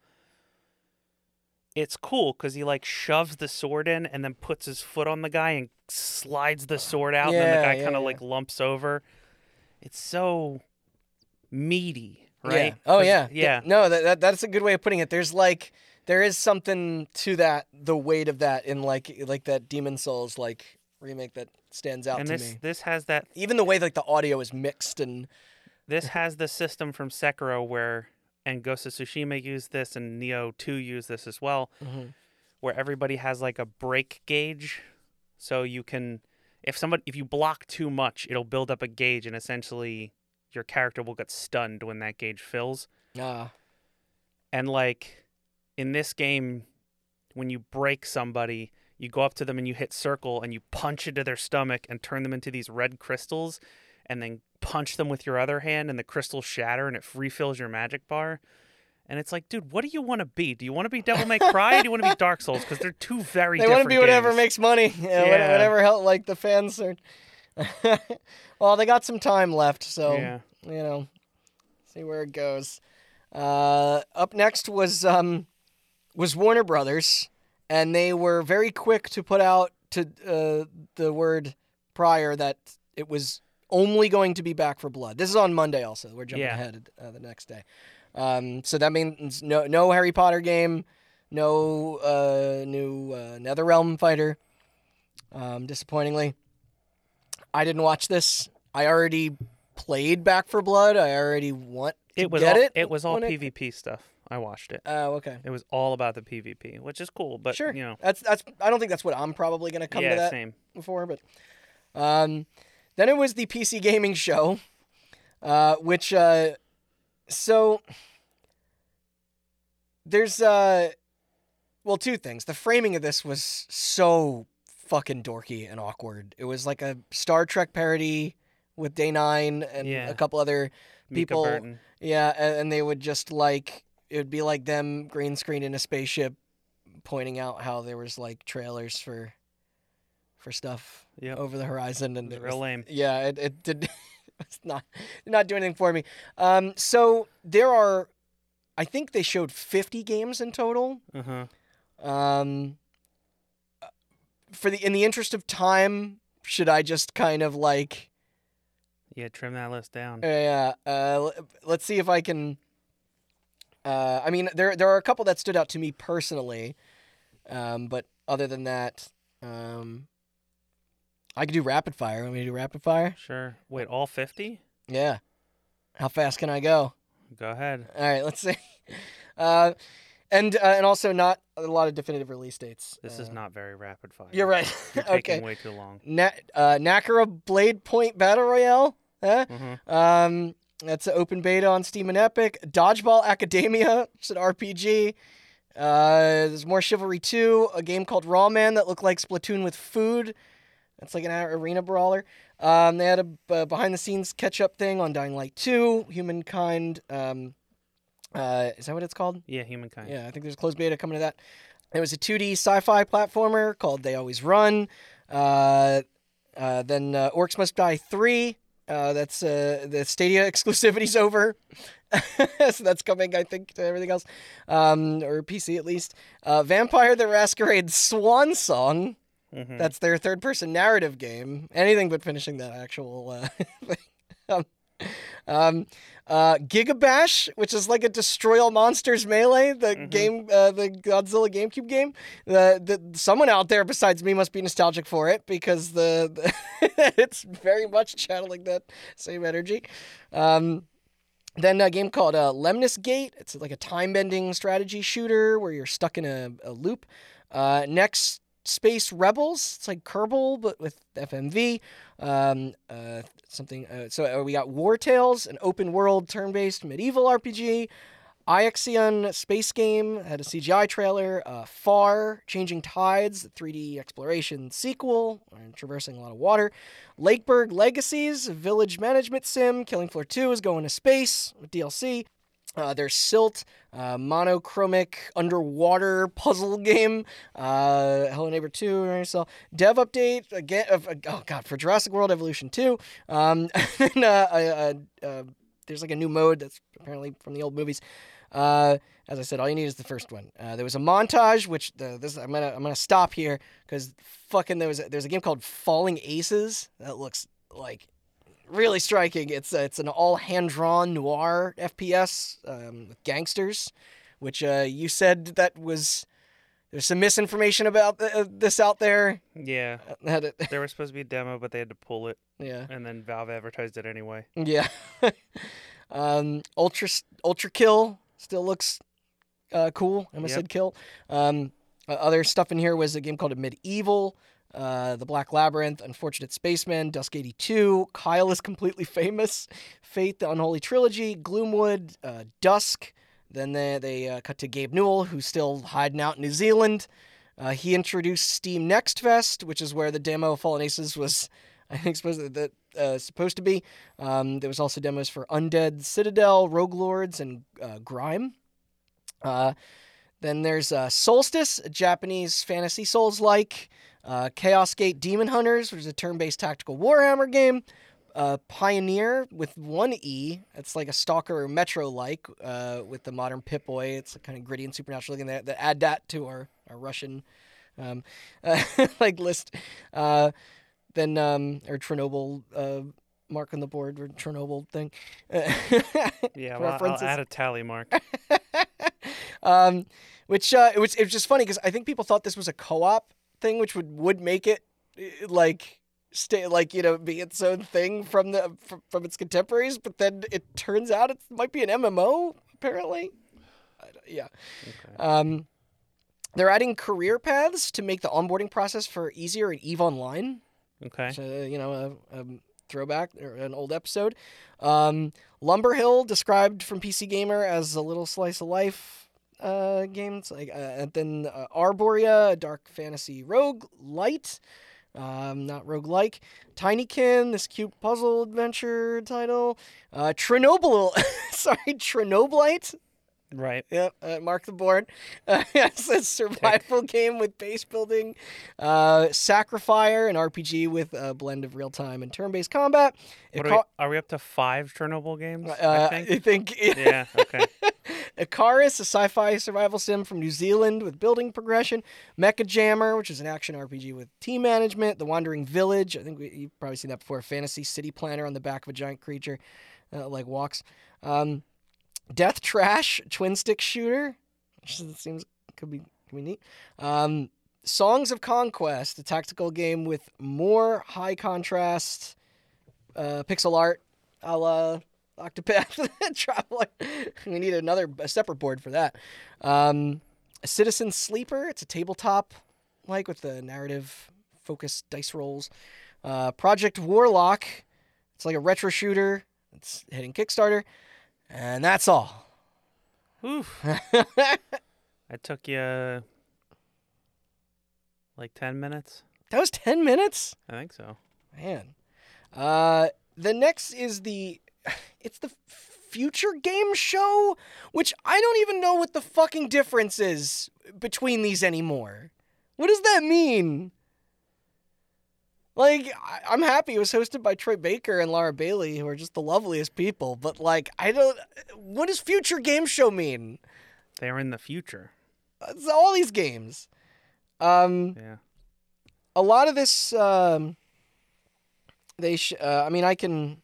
B: It's cool because he like shoves the sword in and then puts his foot on the guy and slides the sword out, and then the
A: Yeah,
B: guy
A: yeah,
B: kind of
A: yeah.
B: like lumps over. It's so meaty,
A: Yeah.
B: right?
A: Oh
B: 'Cause-
A: yeah, Th-
B: yeah.
A: no, that, that that's a good way of putting it. There's like there is something to that, the weight of that in like like that Demon Souls like remake that stands out
B: And
A: to
B: this
A: me.
B: this has that
A: Even the way like the audio is mixed and
B: this has the system from Sekiro where and Ghost of Tsushima used this and Neo 2 used this as well where everybody has like a break gauge so you can if somebody if you block too much it'll build up a gauge and essentially your character will get stunned when that gauge fills
A: Ah,
B: and like in this game when you break somebody you go up to them and you hit circle and you punch into their stomach and turn them into these red crystals and then punch them with your other hand and the crystals shatter and it refills your magic bar and it's like dude what do you want to be do you want to be devil may cry or do you want to be dark souls because they're two very
A: they
B: different
A: want to be whatever
B: games.
A: makes money. Yeah, what-
B: Yeah.
A: Whatever help like the fans are. well, they got some time left, so
B: yeah
A: you know, see where it goes. Uh, up next was um, was Warner Brothers, and they were very quick to put out to uh, the word prior that it was only going to be Back for Blood. This is on Monday, also. We're jumping
B: Yeah.
A: ahead uh, the next day, um, so that means no no Harry Potter game, no uh, new uh, NetherRealm fighter. Um, disappointingly, I didn't watch this. I already played Back for Blood. I already want to
B: it was
A: get
B: all
A: it.
B: was all
A: when it-
B: pvp stuff i watched it
A: Oh, okay.
B: it was all about the pvp which is cool but
A: sure.
B: you know
A: That's that's. I don't think that's what I'm probably gonna come
B: yeah
A: to that
B: same
A: before, but um, then it was the PC gaming show, uh, which uh, so there's uh, well, two things. The framing of this was so fucking dorky and awkward. It was like a Star Trek parody with Day Nine and
B: Yeah.
A: a couple other people.
B: Mika Burton.
A: Yeah, a- and, they would just like it would be like them green screen in a spaceship, pointing out how there was like trailers for, for stuff
B: Yep.
A: over the horizon, and
B: It
A: it
B: was real
A: was-
B: lame.
A: yeah, it it did it's not did not do anything for me. Um, so there are, I think they showed fifty games in total.
B: Uh-huh.
A: Um, uh, for the in the interest of time, should I just kind of like
B: Yeah, trim that list down.
A: Yeah. Uh, l- let's see if I can. Uh, I mean, there there are a couple that stood out to me personally, um, but other than that, um, I could do rapid fire. Want me to do rapid fire?
B: Sure. Wait, all 50?
A: Yeah. How fast can I go?
B: Go ahead.
A: All right. Let's see. Uh, and uh, and also not a lot of definitive release dates.
B: This is
A: Uh,
B: not very rapid fire.
A: You're right.
B: You're taking
A: okay.
B: way too long.
A: Na- uh, Nakara Blade Point Battle Royale. Huh?
B: Mhm.
A: Um, that's an open beta on Steam and Epic. Dodgeball Academia, it's an RPG. Uh, there's more Chivalry 2, a game called Raw Man that looked like Splatoon with food. That's like an a- arena brawler. Um, they had a uh, behind the scenes catch up thing on Dying Light 2, Humankind. Um, uh, is that what it's called?
B: Yeah, humankind.
A: Yeah, I think there's a closed beta coming to that. There was a 2D sci-fi platformer called They Always Run. Uh, uh, then uh, Orcs Must Die 3. Uh, that's uh, the Stadia exclusivity's over, so that's coming. I think to everything else, um, or PC at least. Uh, Vampire the Masquerade Swan Song.
B: Mhm.
A: That's their third-person narrative game. Anything but finishing that actual uh, thing. Um, um, uh, Gigabash, which is like a destroy all monsters melee, the game, uh, the Godzilla GameCube game. The, the someone out there besides me must be nostalgic for it because the, the it's very much channeling that same energy. Um, then a game called uh, Lemnis Gate. It's like a time bending strategy shooter where you're stuck in a, a loop. Uh, next, Space Rebels. It's like Kerbal but with FMV. Um, uh, something. Uh, so uh, we got War Tales, an open world turn based medieval RPG. Ixion Space Game had a CGI trailer. Uh, Far Changing Tides, a 3D exploration sequel, and traversing a lot of water. Lakeburg Legacies, a village management sim. Killing Floor 2 is going to space with DLC. Uh, there's Silt, uh, monochromic underwater puzzle game. Uh, Hello Neighbor 2, Run Yourself. Dev update again. Of, oh god, for Jurassic World Evolution 2. Um, and, uh, uh, uh, uh, there's like a new mode that's apparently from the old movies. Uh, as I said, all you need is the first one. Uh, there was a montage, which the, this I'm gonna I'm gonna stop here because fucking there was a, there's a game called Falling Aces that looks like really striking. It's uh, it's an all hand drawn noir FPS um, with gangsters, which uh, you said that was there's some misinformation about th- uh, this out there.
B: Yeah.
A: Had it,
B: There was supposed to be a demo, but they had to pull it,
A: yeah,
B: and then Valve advertised it anyway.
A: yeah. um, Ultra Ultra Kill still looks uh, cool. I almost
B: Yep.
A: said kill. Um, uh, other stuff in here was a game called Medieval. Uh, the Black Labyrinth, Unfortunate Spaceman, Dusk 82, Kyle is Completely Famous, Fate, The Unholy Trilogy, Gloomwood, uh, Dusk. Then they, they uh, cut to Gabe Newell, who's still hiding out in New Zealand. Uh, he introduced Steam Next Fest, which is where the demo of Fallen Aces was, I think, supposed to, that, uh, supposed to be. Um, there was also demos for Undead Citadel, Rogue Lords, and uh, Grime. Uh, then there's uh, Solstice, a Japanese fantasy souls like. Uh, Chaos Gate Demon Hunters, which is a turn based tactical Warhammer game. Uh, Pioneer with one E. It's like a Stalker or Metro like uh, with the modern Pip Boy. It's kind of gritty and supernatural looking. They, they add that to our, our Russian um, uh, like list. Uh, then, um, or Chernobyl uh, mark on the board, or Chernobyl thing.
B: Yeah, well, I'll
A: References.
B: add a tally mark.
A: um, which uh, it was it was just funny because I think people thought this was a co-op thing, which would would make it eh, like stay like you know be its own thing from the from, from its contemporaries. But then it turns out it might be an MMO apparently. I don't- yeah. Um, they're adding career paths to make the onboarding process for easier in Eve Online.
B: Okay.
A: So, uh, you know, a, a throwback or an old episode. Um, Lumberhill described from PC Gamer as a little slice of life uh, game. It's like, uh, and then uh, Arborea, a dark fantasy rogue light. Um, not roguelike. Tinykin, this cute puzzle adventure title. Uh, Chernobyl, sorry, Chernobylite.
B: Right.
A: Yep, uh, mark the board. Uh, yes, a survival game with base building, uh, Sacrifier, an RPG with a blend of real time and turn based combat. It
B: What are, we,
A: ca-
B: are we up to five Chernobyl games?
A: uh,
B: I
A: I
B: think.
A: think
B: yeah. Okay.
A: Icarus, a sci-fi survival sim from New Zealand with building progression. Mecha Jammer, which is an action RPG with team management. The Wandering Village, I think we, you've probably seen that before. Fantasy city planner on the back of a giant creature, uh, like walks. Um, Death Trash, twin stick shooter, which is- seems could be could be neat. Um, Songs of Conquest, a tactical game with more high contrast uh, pixel art, a la Octopath Traveler. We need another a separate board for that. Um, a Citizen Sleeper. It's a tabletop like with the narrative focused dice rolls. Uh, Project Warlock. It's like a retro shooter. It's hitting Kickstarter, and that's all.
B: Oof. I took you like ten minutes.
A: That was 10 minutes?
B: I think so.
A: Man. Uh, the next is the. It's the future game show, which I don't even know what the fucking difference is between these anymore. What does that mean? Like, I- I'm happy it was hosted by Troy Baker and Laura Bailey, who are just the loveliest people, but like, I don't. What does future game show mean?
B: They're in the future.
A: It's all these games. Um.
B: Yeah.
A: a lot of this um, they sh- uh, i mean i can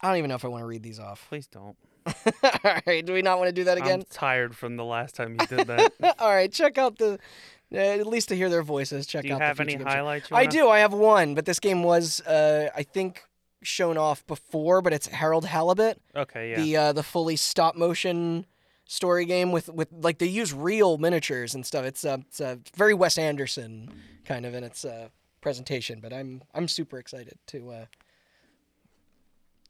A: i don't even know if i want to read these off
B: Please don't.
A: all right do we not want to do that
B: I'm
A: again
B: tired from the last time you did that.
A: all right check out the uh, at least to hear their voices check
B: Do you
A: out
B: have
A: the
B: any
A: Future Game Show.
B: highlights? You
A: i
B: wanna-
A: do i have one but this game was uh, i think shown off before but it's harold halibut
B: Okay. Yeah.
A: the uh, the fully stop motion story game with with like they use real miniatures and stuff. It's uh, it's uh, very Wes Anderson kind of in its uh, presentation, but I'm I'm super excited to uh,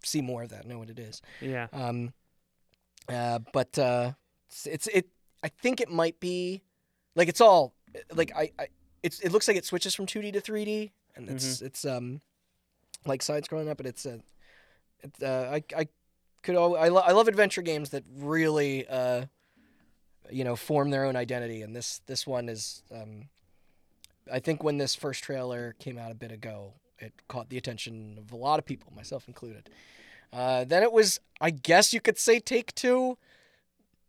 A: see more of that. Know what it is.
B: yeah.
A: Um, uh, but uh, it's, it's it. I think it might be like it's all like I, I it's it looks like it switches from 2D to 3D, and it's it's um like side scrolling up, but it's a it's, uh, I I could al- I, lo- I love adventure games that really uh you know form their own identity, and this this one is um I think when this first trailer came out a bit ago. It caught the attention of a lot of people, myself included. Uh, then it was, I guess you could say Take Two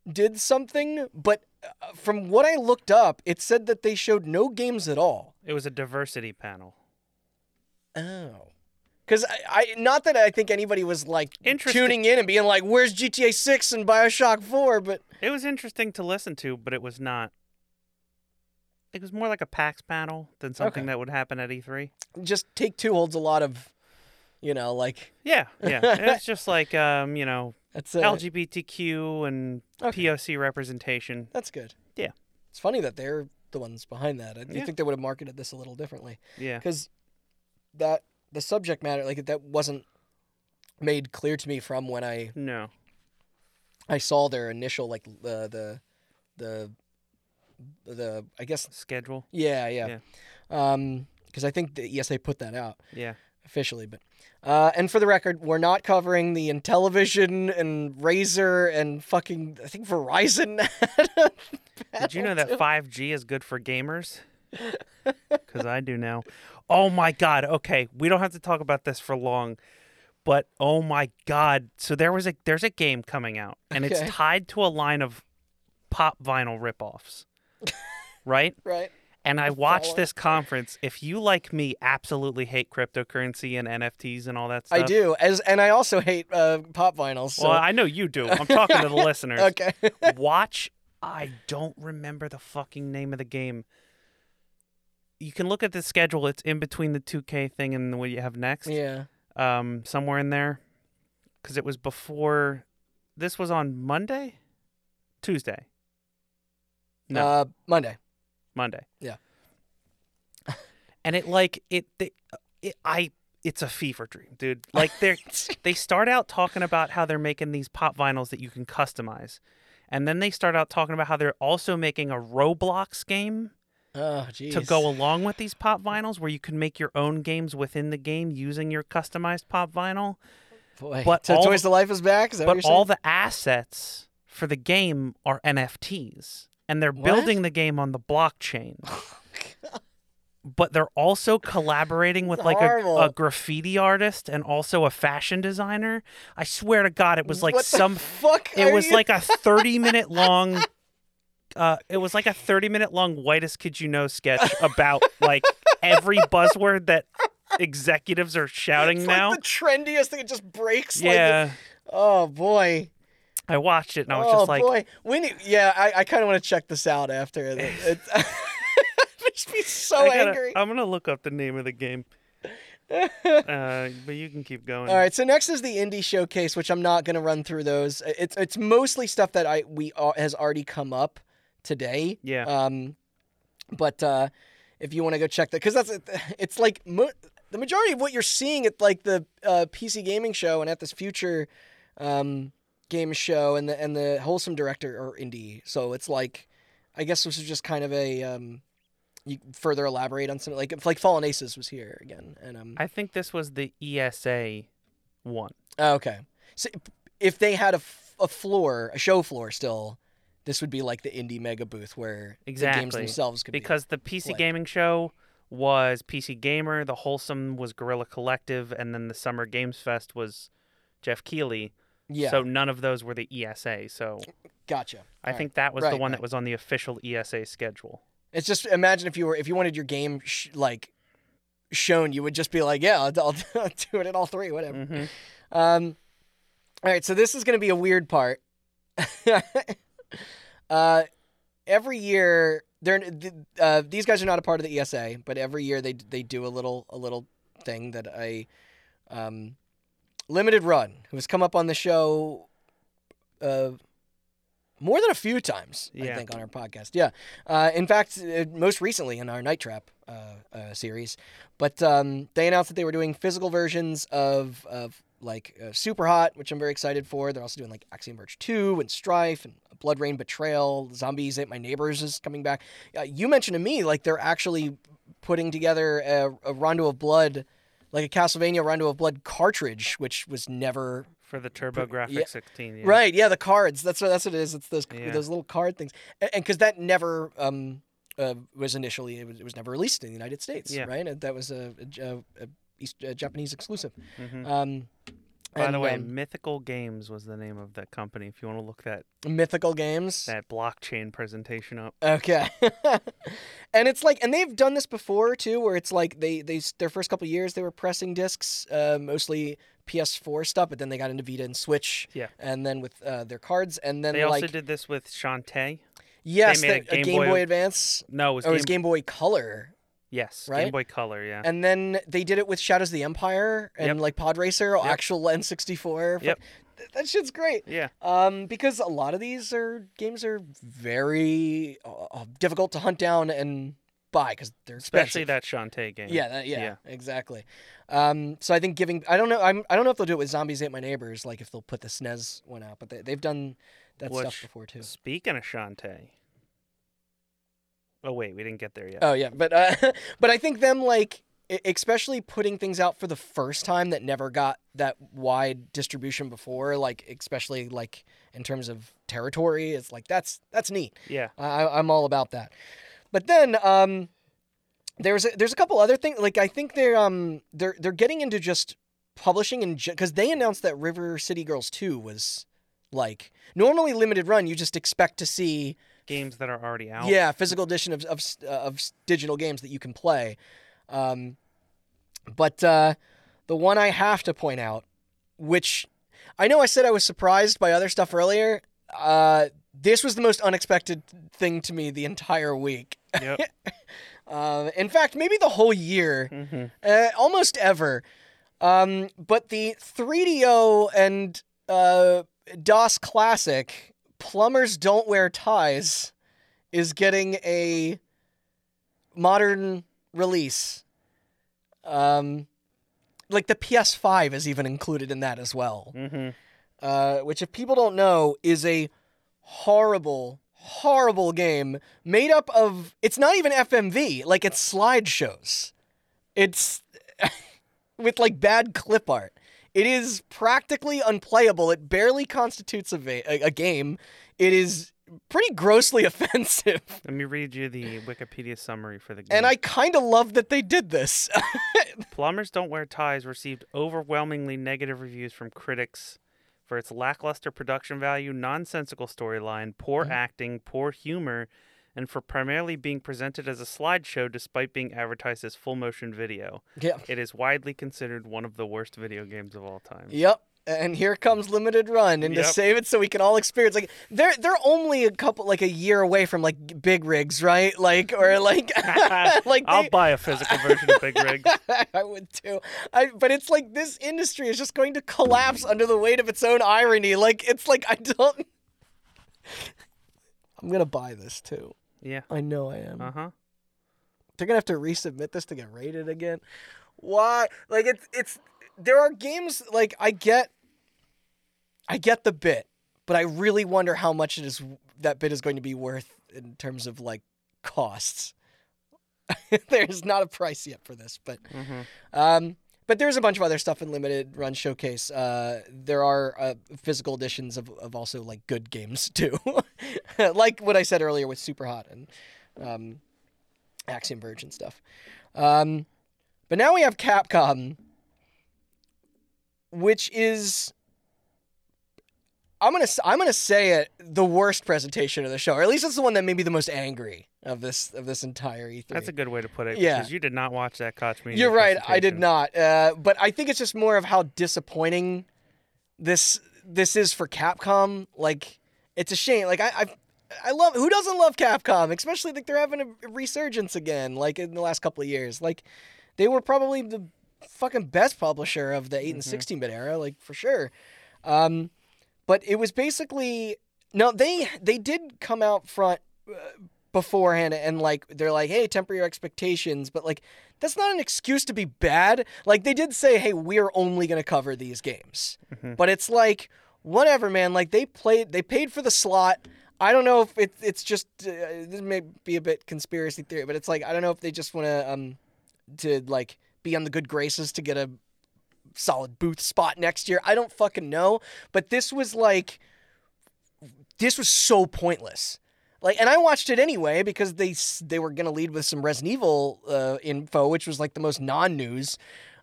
A: did something, but uh, from what I looked up, it said that they showed no games at all.
B: It was a diversity panel.
A: Oh. Because I, I, not that I think anybody was like
B: Interesting.
A: tuning in and being like, where's GTA 6 and Bioshock 4? But
B: It was interesting to listen to, but it was not. It was more like a PAX panel than something
A: Okay.
B: that would happen at E E3.
A: just Take Two holds a lot of, you know, like,
B: Yeah, yeah. it's just like um, you know,
A: that's uh, it.
B: LGBTQ and
A: Okay.
B: POC representation.
A: That's good.
B: Yeah.
A: It's funny that they're the ones behind that. I do
B: Yeah.
A: think they would have marketed this a little differently.
B: Yeah,
A: because that the subject matter like that wasn't made clear to me from when I
B: no,
A: I saw their initial like uh, the the the I guess
B: schedule.
A: yeah yeah, Um 'cause because I think that, yes they put that out
B: Yeah,
A: officially but uh, and for the record we're not covering the Intellivision and Razor and fucking I think Verizon
B: did you know that 5G is good for gamers? Because I do now. Oh my God. Okay, we don't have to talk about this for long, but oh my God. So there was a there's a game coming out, and
A: Okay.
B: it's tied to a line of pop vinyl ripoffs, right?
A: right
B: And I watched
A: follow.
B: this conference. If you like me, absolutely hate cryptocurrency and NFTs and all that stuff.
A: I do as and I also hate uh, pop vinyls so
B: Well, I know you do. I'm talking to the listeners.
A: okay
B: Watch. I don't remember the fucking name of the game. You can look at the schedule. It's in between the 2K thing and what you have next.
A: yeah
B: Um, somewhere in there, because it was before. This was on Monday, Tuesday, No.
A: uh, Monday
B: Monday.
A: Yeah.
B: and it like it, they, uh, it I it's a fever dream, dude. Like they're they start out talking about how they're making these pop vinyls that you can customize. And then they start out talking about how they're also making a Roblox game
A: oh jeez
B: to go along with these pop vinyls where you can make your own games within the game using your customized pop vinyl.
A: Boy.
B: But
A: so
B: all-
A: Toys to Life is back. Is that what
B: But
A: you're saying?
B: all the assets for the game are NFTs and they're
A: What?
B: building the game on the blockchain. but they're also collaborating with like a,
A: Horrible.
B: a graffiti artist and also a fashion designer. I swear to God, it was like
A: What the
B: some
A: fuck?
B: it
A: are
B: was
A: you-
B: like a 30 minute long uh, it was like a 30 minute long whitest kid you know sketch about like every buzzword that executives are shouting
A: It's like
B: now
A: the trendiest thing. It just breaks. Like
B: yeah
A: the- oh boy.
B: i watched it and i was
A: oh
B: just like
A: boy. We need. Yeah, I, I kind of want to check this out after. It, it, it makes me so
B: I gotta-
A: angry.
B: i'm gonna look up the name of the game uh, but you can keep going
A: All right, so next is the indie showcase, which I'm not going to run through those. It's it's mostly stuff that I we al- has already come up today.
B: Yeah.
A: Um, but uh, if you want to go check that, because that's it's like mo- the majority of what you're seeing at like the uh, PC gaming show and at this future um, game show and the and the wholesome director are indie. So it's like, I guess this is just kind of a um, you further elaborate on something like if, like Fallen Aces was here again, and um.
B: I think this was the ESA one.
A: oh, okay, so if they had a, f- a floor, a show floor still, this would be like the indie mega booth where the games
B: Exactly.
A: themselves could be.
B: because the PC
A: played.
B: gaming show was PC Gamer, the Wholesome was Gorilla Collective, and then the Summer Games Fest was Jeff Keeley.
A: yeah,
B: So none of those were the ESA. So
A: gotcha.
B: I
A: All right.
B: think that was the
A: Right,
B: one
A: right.
B: that was on the official ESA schedule.
A: It's just imagine if you were if you wanted your game sh- like shown, you would just be like, yeah, I'll, I'll do it at all three, whatever.
B: Mhm.
A: Um, all right, so this is going to be a weird part. uh, every year, they're th- uh, these guys are not a part of the ESA, but every year they they do a little a little thing that I um, limited run who has come up on the show. Uh, more than a few times, I
B: Yeah.
A: think, on our podcast. Yeah. Uh, in fact, uh, most recently in our Night Trap uh, uh, series, but um, they announced that they were doing physical versions of of like uh, Super Hot, which I'm very excited for. They're also doing like Axiom Verge Two and Strife and Blood Rain Betrayal, Zombies Ate My Neighbors is coming back. Uh, you mentioned to me like they're actually putting together a, a Rondo of Blood, like a Castlevania Rondo of Blood cartridge, which was never
B: For the TurboGrafx 16. Yeah.
A: Right. Yeah, the cards. That's what that's what it is. It's those
B: Yeah.
A: those little card things, and because that never um uh, was initially it was, it was never released in the United States.
B: Yeah.
A: Right. And that was a, a, J- a East, a Japanese exclusive.
B: Mhm.
A: Um,
B: By the
A: and,
B: way,
A: um,
B: Mythical Games was the name of that company. If you want to look that
A: mythical games.
B: that blockchain presentation up.
A: Okay. and it's like, and they've done this before too, where it's like they they their first couple years they were pressing discs, uh, mostly PS4 stuff, but then they got into Vita and Switch.
B: Yeah.
A: And then with uh, their cards, and then
B: They
A: like
B: also did this with Shantae.
A: yes,
B: they made
A: the-
B: a
A: a
B: Game
A: Game
B: Boy-
A: Boy Advance.
B: No, it was,
A: Oh, it was
B: Game,
A: Game Boy Color.
B: Yes,
A: right?
B: Game Boy Color. Yeah.
A: And then they did it with Shadows of the Empire and
B: Yep.
A: like Pod Racer,
B: Yep.
A: actual N64. Fu-
B: Yep.
A: Th- That shit's great.
B: yeah.
A: Um, because a lot of these are games are very uh, uh, difficult to hunt down and buy because they're expensive.
B: Especially that Shantae game.
A: Yeah, that, yeah,
B: Yeah.
A: exactly. Um, so I think giving I don't know I'm I don't know if they'll do it with Zombies Ate My Neighbors like if they'll put the SNES one out, but they, they've done that stuff
B: Which-
A: before too.
B: Speaking of Shantae. Oh wait, we didn't get there yet.
A: Oh yeah, but uh, but I think them like e- especially putting things out for the first time that never got that wide distribution before, like especially like in terms of territory, it's like that's that's neat.
B: yeah.
A: I, I'm all about that. But then um, there's a, there's a couple other things. Like I think they're um they're they're getting into just publishing and because they announced that River City Girls two was like normally limited run. You just expect to see
B: Games that are already out.
A: yeah, physical edition of of, s- uh, of s- digital games that you can play. Um, but uh, the one I have to point out, which I know I said I was surprised by other stuff earlier, uh, this was the most unexpected thing to me the entire week.
B: Yep.
A: Uh, in fact, maybe the whole year,
B: hmm
A: uh, almost ever. Um, but the 3DO and uh, DOS Classic, Plumbers Don't Wear Ties, is getting a modern release. Um, like the PS5 is even included in that as well,
B: hmm
A: uh, which, if people don't know, is a horrible, horrible game made up of. It's not even FMV, like it's slideshows. It's with like bad clip art. It is practically unplayable. It barely constitutes a, va- a, a game. It is pretty grossly offensive.
B: Let me read you the Wikipedia summary for the game.
A: And I kind of love that they did this.
B: Plumbers Don't Wear Ties received overwhelmingly negative reviews from critics for its lackluster production value, nonsensical storyline, poor
A: Mm-hmm.
B: acting, poor humor, and for primarily being presented as a slideshow despite being advertised as full motion video.
A: yeah.
B: It is widely considered one of the worst video games of all time.
A: Yep. And here comes limited run, and to
B: Yep.
A: save it so we can all experience like they're they're only a couple like a year away from like big rigs, right? Like or like like
B: I'll
A: they-
B: buy a physical version of Big Rig.
A: I would too. I, but it's like this industry is just going to collapse under the weight of its own irony. Like it's like I don't. I'm gonna buy this too.
B: Yeah.
A: I know I am.
B: Uh huh.
A: They're gonna have to resubmit this to get rated again. Why? Like it's it's there are games like I get. I get the bit, but I really wonder how much it is that bit is going to be worth in terms of like costs. There's not a price yet for this, but
B: Mm-hmm.
A: um, but there's a bunch of other stuff in limited run showcase. Uh, there are uh, physical editions of, of also like good games too, like what I said earlier with Super Hot and um, Axiom Verge and stuff. Um, but now we have Capcom, which is I'm gonna s- I'm gonna say it the worst presentation of the show, or at least it's the one that made me the most angry of this of this entire E E3.
B: That's a good way to put it.
A: Yeah.
B: Because you did not watch that Koch meeting.
A: You're right. I did not. Uh, but I think it's just more of how disappointing this this is for Capcom. Like it's a shame. Like I I, I love who doesn't love Capcom, especially like they're having a resurgence again. Like in the last couple of years, like they were probably the fucking best publisher of the 8 and 16 bit era, like for sure. Um, but it was basically no, they they did come out front uh, beforehand and like they're like, hey, temper your expectations, but like that's not an excuse to be bad. Like they did say, hey, we're only gonna cover these games, but it's like whatever, man. Like they played, they paid for the slot. I don't know if it, it's just uh, this may be a bit conspiracy theory, but it's like I don't know if they just want to um to like be on the good graces to get a solid booth spot next year. I don't fucking know, but this was like this was so pointless. Like, and I watched it anyway because they s- they were gonna lead with some Resident Evil uh, info, which was like the most non-news.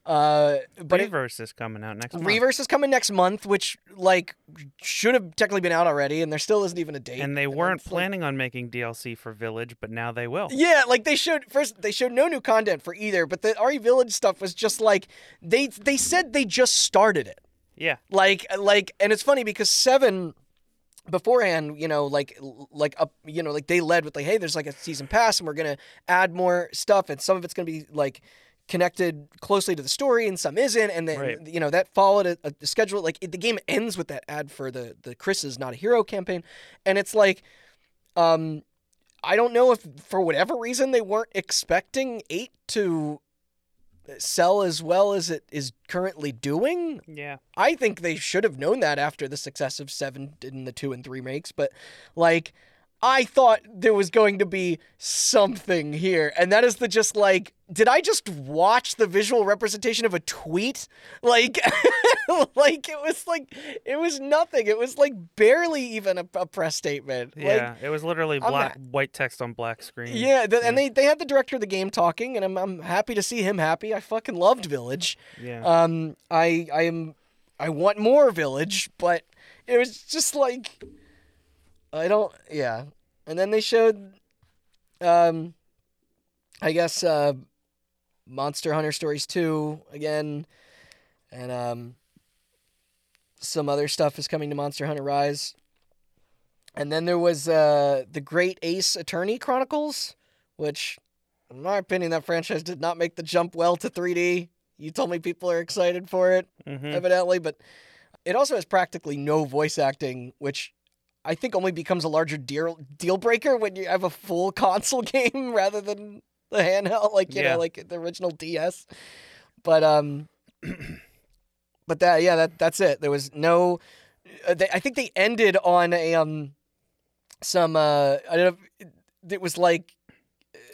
A: Uh, but
B: But
A: it,
B: Reverse is coming out next month.
A: Reverse is coming next month, which like should have technically been out already, and there still isn't even a date.
B: And they
A: then
B: weren't
A: it's like-
B: planning on making DLC for Village, but now they will.
A: Yeah, like they showed first they showed no new content for either, but the RE Village stuff was just like they they said they just started it.
B: Yeah.
A: Like like and it's funny because 7 beforehand, you know, like like up you know, like they led with like hey, there's like a season pass and we're going to add more stuff and some of it's going to be like connected closely to the story and some isn't and then
B: Right.
A: you know that followed a, a schedule like it, the game ends with that ad for the the Chris is not a hero campaign and it's like um I don't know if for whatever reason they weren't expecting 8 to sell as well as it is currently doing
B: Yeah.
A: I think they should have known that after the success of seven and the two and three makes, but like I thought there was going to be something here. And that is the just like, did I just watch the visual representation of a tweet? Like, like it was like, it was nothing. It was like barely even a, a press statement. Like,
B: Yeah. it was literally
A: I'm
B: black, white text on black screen.
A: yeah, th- and they, they had the director of the game talking, and I'm, I'm happy to see him happy. I fucking loved Village.
B: Yeah.
A: Um, I I am I want more Village, but it was just like I don't yeah. And then they showed, um, I guess uh, Monster Hunter Stories two again, and um, some other stuff is coming to Monster Hunter Rise. And then there was uh, the Great Ace Attorney Chronicles, which, in my opinion, that franchise did not make the jump well to 3D. You told me people are excited for it,
B: Mhm.
A: evidently, but it also has practically no voice acting, which I think only becomes a larger deal deal breaker when you have a full console game rather than the handheld, like you
B: Yeah.
A: know, like the original DS. But um, but that yeah, that that's it. There was no. Uh, they, I think they ended on a um, some uh, I don't know. It, it was like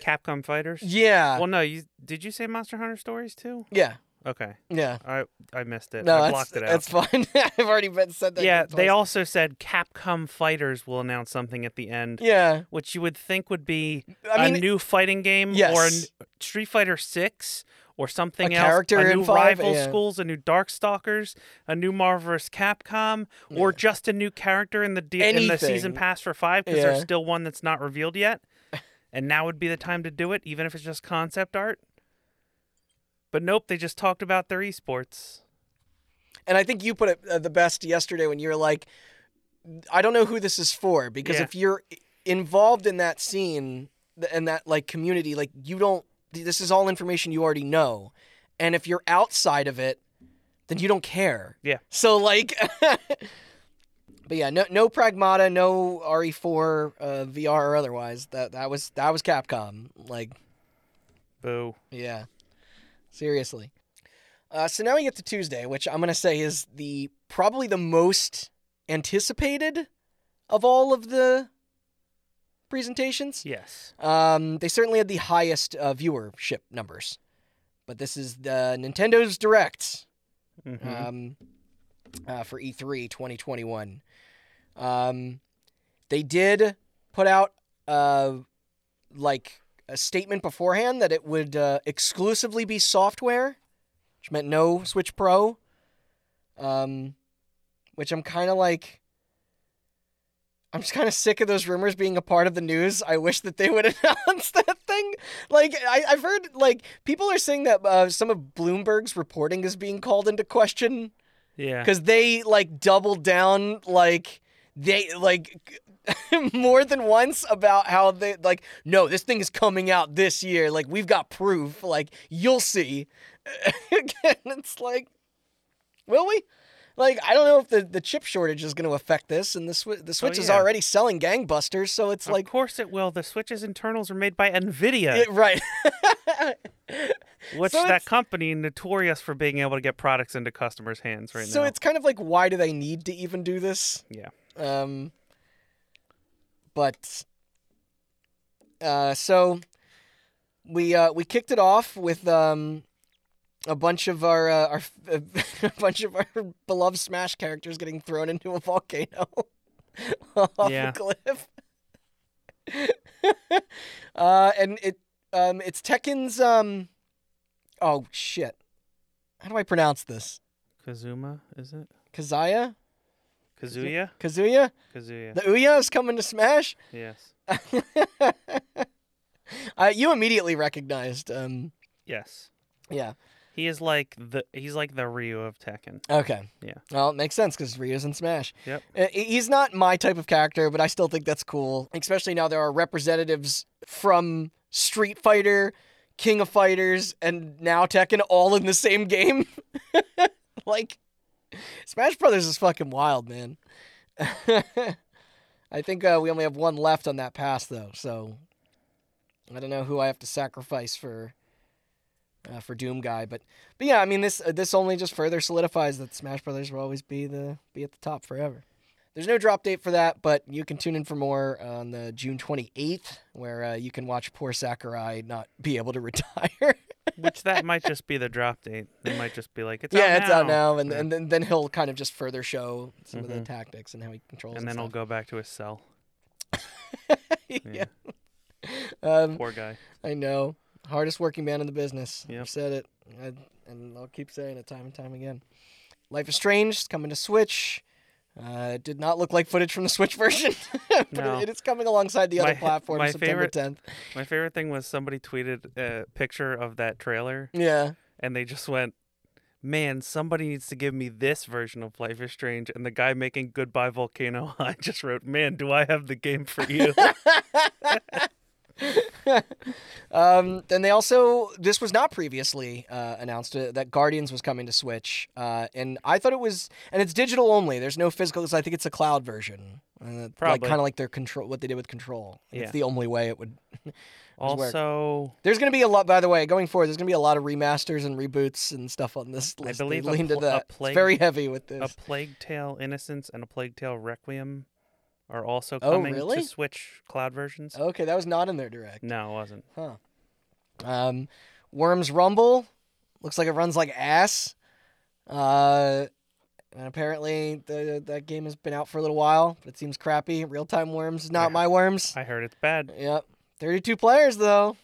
B: Capcom Fighters.
A: yeah,
B: Well, no, you did you say Monster Hunter Stories too?
A: yeah,
B: Okay,
A: yeah.
B: I I missed it.
A: No,
B: I
A: that's,
B: blocked it out.
A: that's fine. I've already been said that.
B: yeah, they
A: twice.
B: also said Capcom Fighters will announce something at the end,
A: Yeah,
B: which you would think would be
A: I
B: a
A: mean,
B: new fighting game or a
A: yes.
B: n- Street Fighter Six or something
A: A
B: else.
A: character
B: a
A: in
B: new
A: five,
B: Rival
A: yeah.
B: Schools, a new Darkstalkers, a new Marvel vs. Capcom, or just a new character in the D- in the season
A: Anything.
B: pass for five because there's
A: Yeah.
B: still one that's not revealed yet. And now would be the time to do it, even if it's just concept art. But nope, they just talked about their esports.
A: and I think you put it uh, the best yesterday when you were like, I don't know who this is for because
B: Yeah.
A: if you're i- involved in that scene th- and that like community, like you don't. th- This is all information you already know, and if you're outside of it, then you don't care.
B: Yeah.
A: So like. But yeah, no, no Pragmata, no RE4, uh, VR or otherwise. That that was that was Capcom. Like,
B: Boo.
A: yeah. Seriously. Uh, so now we get to Tuesday, which I'm going to say is the probably the most anticipated of all of the presentations.
B: Yes.
A: Um, they certainly had the highest uh, viewership numbers, but this is the Nintendo's Direct
B: Mhm.
A: um, uh, for E3 2021. Um, they did put out uh, like a statement beforehand that it would uh, exclusively be software, which meant no Switch Pro. Um, which I'm kind of like. I'm just kind of sick of those rumors being a part of the news. I wish that they would announce that thing. Like I, I've heard, like people are saying that uh, some of Bloomberg's reporting is being called into question
B: Yeah.
A: because they like doubled down, like they like more than once about how they like no, this thing is coming out this year. Like we've got proof. Like you'll see. Again, it's like, will we? Like I don't know if the, the chip shortage is going to affect this, and the Swi the Switch is
B: Oh, yeah.
A: already selling gangbusters, so it's like
B: of course it will. The Switch's internals are made by Nvidia,
A: it- right.
B: which
A: so it's-
B: that company notorious for being able to get products into customers' hands right
A: so
B: now.
A: it's kind of like why do they need to even do this?
B: yeah.
A: Um, but uh, so we uh, we kicked it off with um, a bunch of our uh, our a bunch of our beloved Smash characters getting thrown into a volcano off
B: Yeah.
A: a cliff. uh, and it um, it's Tekken's um, oh shit, how do I pronounce this?
B: Kazuma, is it?
A: Kazuya,
B: Kazuya?
A: Kazuya,
B: Kazuya.
A: the Ouya is coming to Smash.
B: Yes.
A: Uh, you immediately recognized. Um,
B: Yes.
A: yeah.
B: He is like the he's like the Ryu of Tekken.
A: Okay.
B: Yeah.
A: Well, it makes sense because Ryu's in Smash.
B: Yep.
A: Uh, he- He's not my type of character, but I still think that's cool. Especially now there are representatives from Street Fighter, King of Fighters, and now Tekken all in the same game. like, Smash Brothers is fucking wild, man. I think uh, we only have one left on that pass, though. So I don't know who I have to sacrifice for uh, for Doom Guy, but but yeah, I mean this uh, this only just further solidifies that Smash Brothers will always be the be at the top forever. There's no drop date for that, but you can tune in for more on the June 28th, where uh, you can watch poor Sakurai not be able to retire.
B: Which that might just be the drop date. They might just be like, it's
A: yeah,
B: out
A: it's
B: now.
A: out now, and,
B: Yeah.
A: and then, then he'll kind of just further show some of the
B: Mhm.
A: tactics and how he controls.
B: And then he'll go back to his cell.
A: stuff.
B: Yeah.
A: yeah. Um,
B: Poor guy.
A: I know. Hardest working man in the business.
B: Yep.
A: I've said it, I, and I'll keep saying it time and time again. Life is Strange is coming to Switch. Uh, it did not look like footage from the Switch version, but
B: No.
A: it is coming alongside the other
B: My-
A: platform
B: my
A: September
B: favorite-
A: 10th.
B: My favorite thing was somebody tweeted a picture of that trailer
A: Yeah.
B: and they just went, Man, somebody needs to give me this version of Life is Strange. And the guy making Goodbye Volcano I just wrote, Man, do I have the game for you?
A: Um, then they also, this was not previously uh, announced, uh, that Guardians was coming to Switch. Uh, and I thought it was, and it's digital only. There's no physical, so I think it's a cloud version. Uh, Like,
B: Probably.
A: kind of like their control, what they did with Control.
B: Yeah.
A: It's the only way it would work.
B: also,
A: There's going to be a lot, by the way, going forward, there's going to be a lot of remasters and reboots and stuff on this list. They
B: believe a
A: leaned into
B: pl- a
A: that. It's
B: plague-
A: very heavy with
B: A
A: this.
B: Plague Tale Innocence and A Plague Tale Requiem are also
A: Oh,
B: coming
A: really? Oh.
B: to Switch cloud versions.
A: okay, that was not in their direct.
B: No, it wasn't.
A: Um, Worms Rumble looks like it runs like ass. Uh, and apparently the, that game has been out for a little while, but it seems crappy. Real time Worms is not
B: Yeah.
A: my Worms.
B: I heard it's bad.
A: Yep. 32 players, though.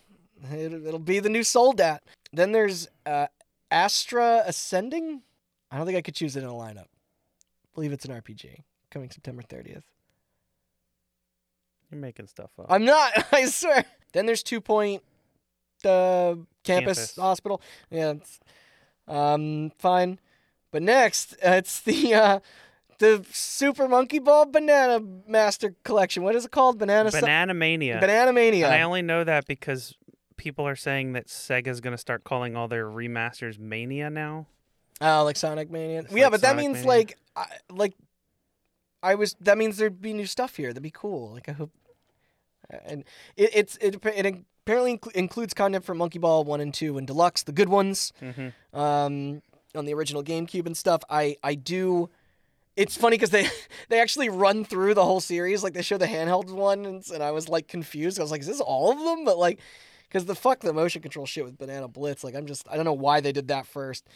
A: It, it'll be the new Soul Dat. Then there's uh, Astra Ascending. I don't think I could choose it in a lineup. believe it's an RPG coming September 30th.
B: You're making stuff up.
A: I'm not, I swear. Then there's Two Point uh, campus,
B: Campus.
A: Hospital. Yeah, it's, um, fine. But next, uh, it's the uh, the Super Monkey Ball Banana Master Collection. What is it called? Banana
B: Banana Mania.
A: Banana Mania.
B: And I only know that because people are saying that Sega's going to start calling all their remasters Mania now.
A: Oh, like Sonic Mania.
B: It's
A: yeah,
B: like
A: but that
B: Sonic
A: means
B: Mania.
A: like, I, like, I was. That means there'd be new stuff here. That'd be cool. Like I hope. uh, And it it's it, appa- it apparently inclu- includes content from Monkey Ball one and two and Deluxe, the good ones,
B: Mhm.
A: um, on the original GameCube and stuff. I I do. it's funny because they they actually run through the whole series. Like they show the handheld ones, and I was like confused. I was like, is this all of them? But like, because the fuck the motion control shit with Banana Blitz. Like I'm just I don't know why they did that first.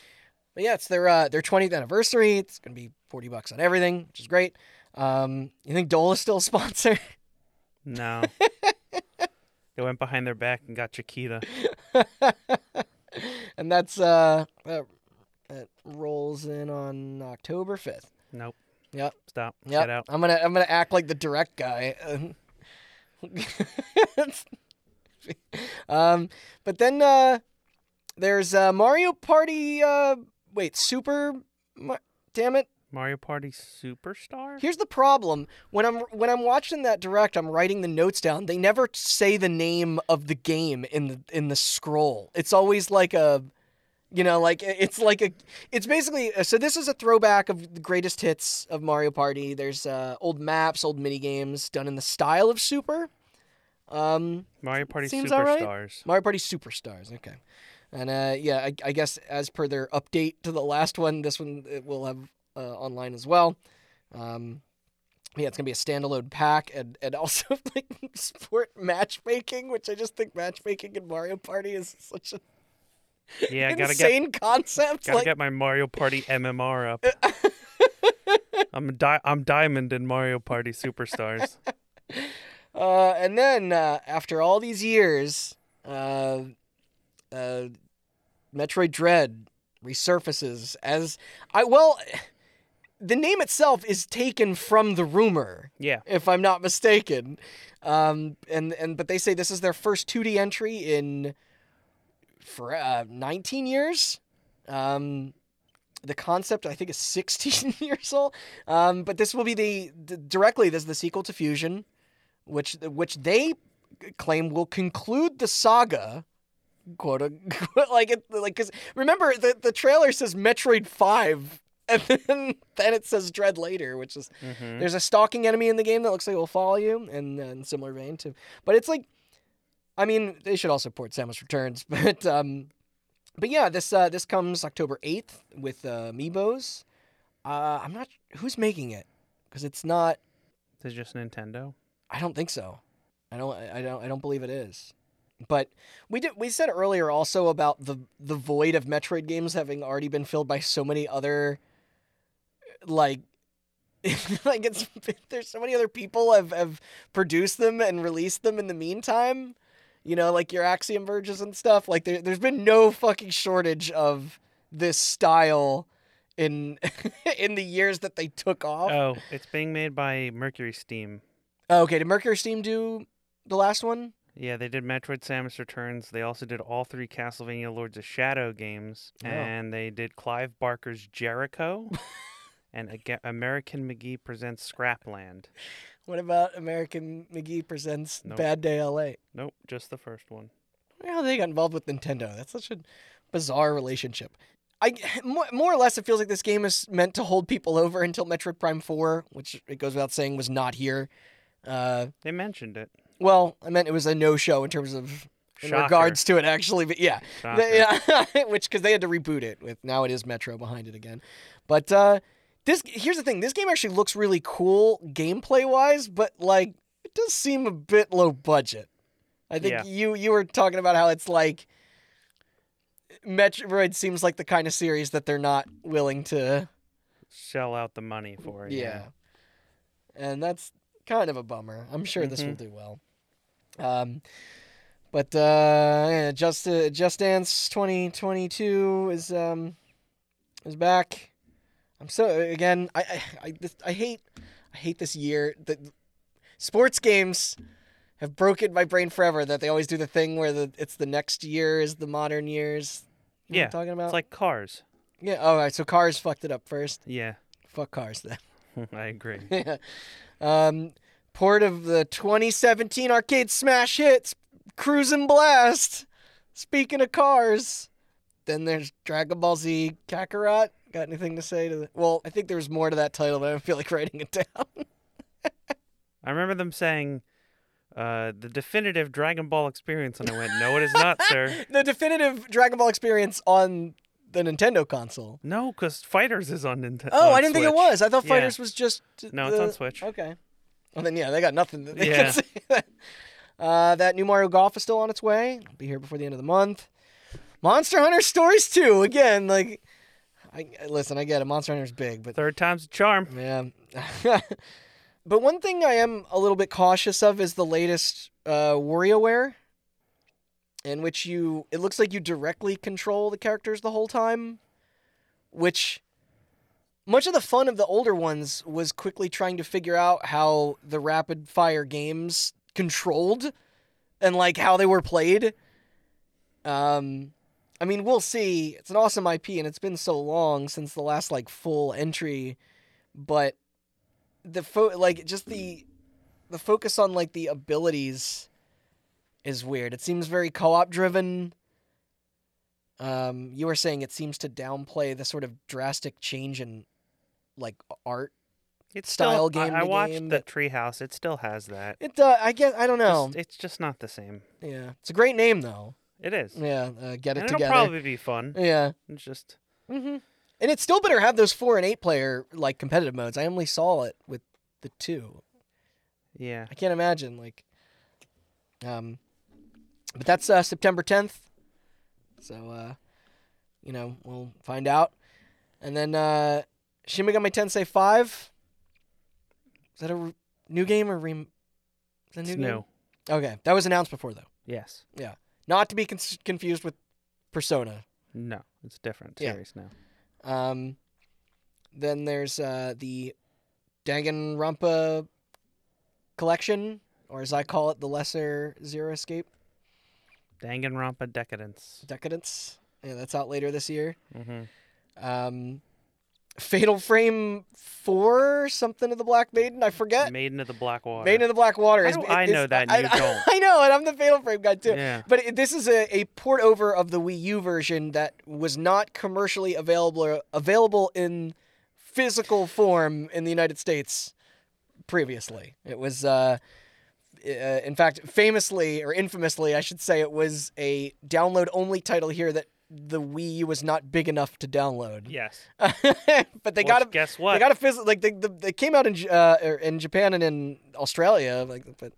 A: But yeah, it's their uh, their 20th anniversary. It's gonna be 40 bucks on everything, which is great. Um, you think Dole is still a sponsor?
B: No. they went behind their back and got Chiquita.
A: and that's uh that, that rolls in on October 5th.
B: Nope.
A: Yep.
B: Stop.
A: Yep.
B: Get out.
A: I'm gonna I'm gonna act like the direct guy. um, but then uh, there's uh, Mario Party. Uh, wait, Super. Ma- Damn it!
B: Mario Party Superstar?
A: Here's the problem. When I'm when I'm watching that direct, I'm writing the notes down. They never say the name of the game in the in the scroll. It's always like a you know, like it's like a, it's basically uh, so. This is a throwback of the greatest hits of Mario Party. There's uh, old maps, old mini games done in the style of Super. Um,
B: Mario Party
A: Seems all right.
B: Superstars.
A: Mario Party Superstars. Okay. And uh, yeah, I, I guess as per their update to the last one, this one it will have uh, online as well. Um, yeah, it's gonna be a standalone pack and, and also like sport matchmaking, which I just think matchmaking in Mario Party is such an
B: Yeah, I gotta get
A: insane concept.
B: gotta
A: like,
B: get my Mario Party MMR up. I'm di- I'm diamond in Mario Party Superstars.
A: Uh, and then uh, after all these years, uh, uh, Metroid Dread resurfaces as I well, the name itself is taken from the rumor,
B: Yeah.
A: if I'm not mistaken. Um, and and but they say this is their first 2D entry in for uh, 19 years. Um, the concept I think is 16 years old. Um, but this will be the, the directly this is the sequel to Fusion which which they claim will conclude the saga quote unquote like it like because remember the, the trailer says metroid 5 and then, then it says dread later which is
B: hmm
A: there's a stalking enemy in the game that looks like it will follow you and uh, in similar vein too but it's like i mean they should also port samus returns but um but yeah this uh this comes october 8th with uh, amiibos uh i'm not who's making it because it's not
B: This is just Nintendo.
A: I don't think so. I don't. I don't. I don't believe it is. But we did. We said earlier also about the the void of Metroid games having already been filled by so many other, like, like it's there's so many other people have have produced them and released them in the meantime. You know, like your Axiom Verges and stuff. Like there, there's been no fucking shortage of this style in in the years that they took off.
B: Oh, it's being made by Mercury Steam.
A: Oh, okay, did Mercury Steam do the last one?
B: Yeah, they did Metroid Samus Returns. They also did all three Castlevania Lords of Shadow games,
A: Oh.
B: and they did Clive Barker's Jericho, and aga American McGee presents Scrapland.
A: What about American McGee presents
B: Nope.
A: Bad Day LA?
B: Nope, just the first one.
A: Well, they got involved with Nintendo. That's such a bizarre relationship. I more, more or less it feels like this game is meant to hold people over until Metroid Prime 4, which it goes without saying was not here. Uh,
B: They mentioned it.
A: well, I meant it was a no-show in terms of in
B: Shocker.
A: regards to it actually, but yeah.
B: Shocker.
A: They- yeah, which because they had to reboot it with now it is Metro behind it again. But uh, this here's the thing: this game actually looks really cool gameplay wise, but like it does seem a bit low budget. I think
B: Yeah.
A: you you were talking about how it's like Metroid seems like the kind of series that they're not willing to.
B: Shell out the money for it.
A: Yeah. And that's kind of a bummer. I'm sure this will
B: Mm-hmm.
A: do well. Um, but uh, yeah, Just uh, Just Dance 2022 is um, is back. I'm so again. I I I, this, I hate I hate this year. The sports games have broken my brain forever. That they always do the thing where the it's the next year is the modern years. You know what
B: Yeah.
A: I'm talking about
B: It's like cars.
A: yeah. Oh, All right. So cars fucked it up first.
B: Yeah,
A: Fuck cars then.
B: I agree.
A: um, port of the 2017 arcade smash hits, Cruisin' Blast. Speaking of cars, then there's Dragon Ball Z Kakarot. Got anything to say to the? Well, I think there's more to that title, but I don't feel like writing it down.
B: I remember them saying uh, the definitive Dragon Ball experience, and I went, no, it is not, sir.
A: the definitive Dragon Ball experience on the Nintendo console.
B: No, because Fighters is on Nintendo.
A: Oh, I didn't think it was. I thought
B: Yeah.
A: Fighters was just.
B: No, it's
A: the-
B: on Switch.
A: Okay. Well, then, yeah, they got nothing that they can
B: Yeah.
A: see. uh, that new Mario Golf is still on its way. It'll be here before the end of the month. Monster Hunter Stories 2, again, like. I, listen, I get it. Monster Hunter's big, but
B: Third time's a charm.
A: Yeah. but one thing I am a little bit cautious of is the latest uh, WarioWare, in which you it looks like you directly control the characters the whole time, which much of the fun of the older ones was quickly trying to figure out how the rapid fire games controlled and like how they were played. Um, I mean, we'll see. It's an awesome IP, and it's been so long since the last like full entry, but the fo- like just the the focus on like the abilities is weird. It seems very co-op driven. Um, you were saying it seems to downplay the sort of drastic change in like art.
B: It's
A: Style
B: still,
A: game
B: I, I
A: to
B: watched
A: game
B: the Treehouse. It still has that.
A: It uh, I guess I don't know.
B: Just- it's just not the same.
A: yeah, it's a great name though.
B: It is.
A: Yeah, uh, get it
B: and it'll
A: together.
B: probably be fun.
A: Yeah.
B: It's just
A: Mm-hmm. And it still better have those four and eight player like competitive modes. I only saw it with the two.
B: yeah.
A: I can't imagine like, um, but that's uh, September tenth. So uh, you know we'll find out. And then uh, Shin Megami Tensei five. Is that a re- new game or rem? Is that a new
B: It's
A: game?
B: new.
A: Okay, that was announced before though.
B: Yes.
A: Not to be con- confused with Persona
B: No. It's a different
A: Yeah.
B: series now.
A: Um, then there's uh, the Danganronpa collection, or as I call it, the Lesser Zero Escape
B: Danganronpa Decadence.
A: Decadence. Yeah, that's out later this year.
B: Mm-hmm.
A: Um, Fatal Frame Four, something of the Black Maiden. I forget.
B: Maiden of the Black Water.
A: Maiden of the Black Water.
B: How
A: is-
B: do I
A: is-
B: know that and
A: I,
B: you don't?
A: I know, and I'm the Fatal Frame guy too.
B: Yeah.
A: But it, this is a, a port over of the Wii U version that was not commercially available or available in physical form in the United States previously. It was, uh, uh, in fact, famously or infamously, I should say, it was a download only title here that the Wii U was not big enough to download.
B: Yes.
A: but they
B: Which,
A: got a
B: guess what?
A: they got a physical like they, the, they came out in J- uh, er, in Japan and in Australia like but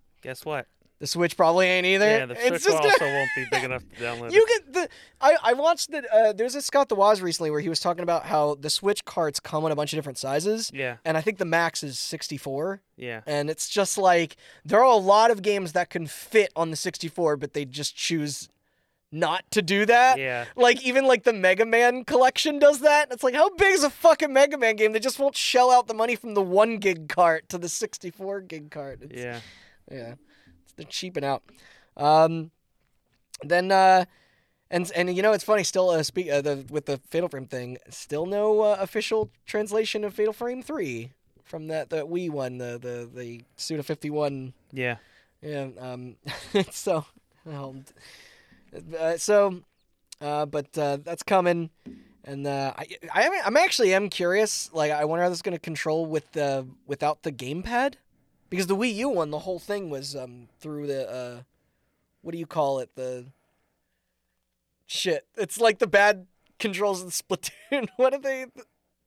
B: guess what?
A: the Switch probably ain't either.
B: Yeah, the Switch
A: it's just
B: also won't be big enough to download.
A: you
B: it.
A: get the I, I watched the uh, there's a Scott the Waz recently where he was talking about how the Switch carts come in a bunch of different sizes
B: Yeah.
A: and I think the max is 64
B: Yeah.
A: and it's just like there are a lot of games that can fit on the 64 but they just choose not to do that.
B: Yeah.
A: Like even like the Mega Man collection does that. It's like how big is a fucking Mega Man game? They just won't shell out the money from the one gig cart to the sixty four gig cart. It's,
B: Yeah.
A: yeah, they're cheaping out. Um, then uh, and and you know it's funny still uh, speak uh, the with the Fatal Frame thing still no uh, official translation of Fatal Frame three from that that Wii one the the the Suda fifty one
B: Yeah.
A: yeah um so um, uh, so uh, but uh, that's coming and uh, I I haven't, I'm actually am curious like I wonder how this is gonna control with the without the gamepad because the Wii U one, the whole thing was um through the uh, what do you call it? The shit. It's like the bad controls in Splatoon. what are they?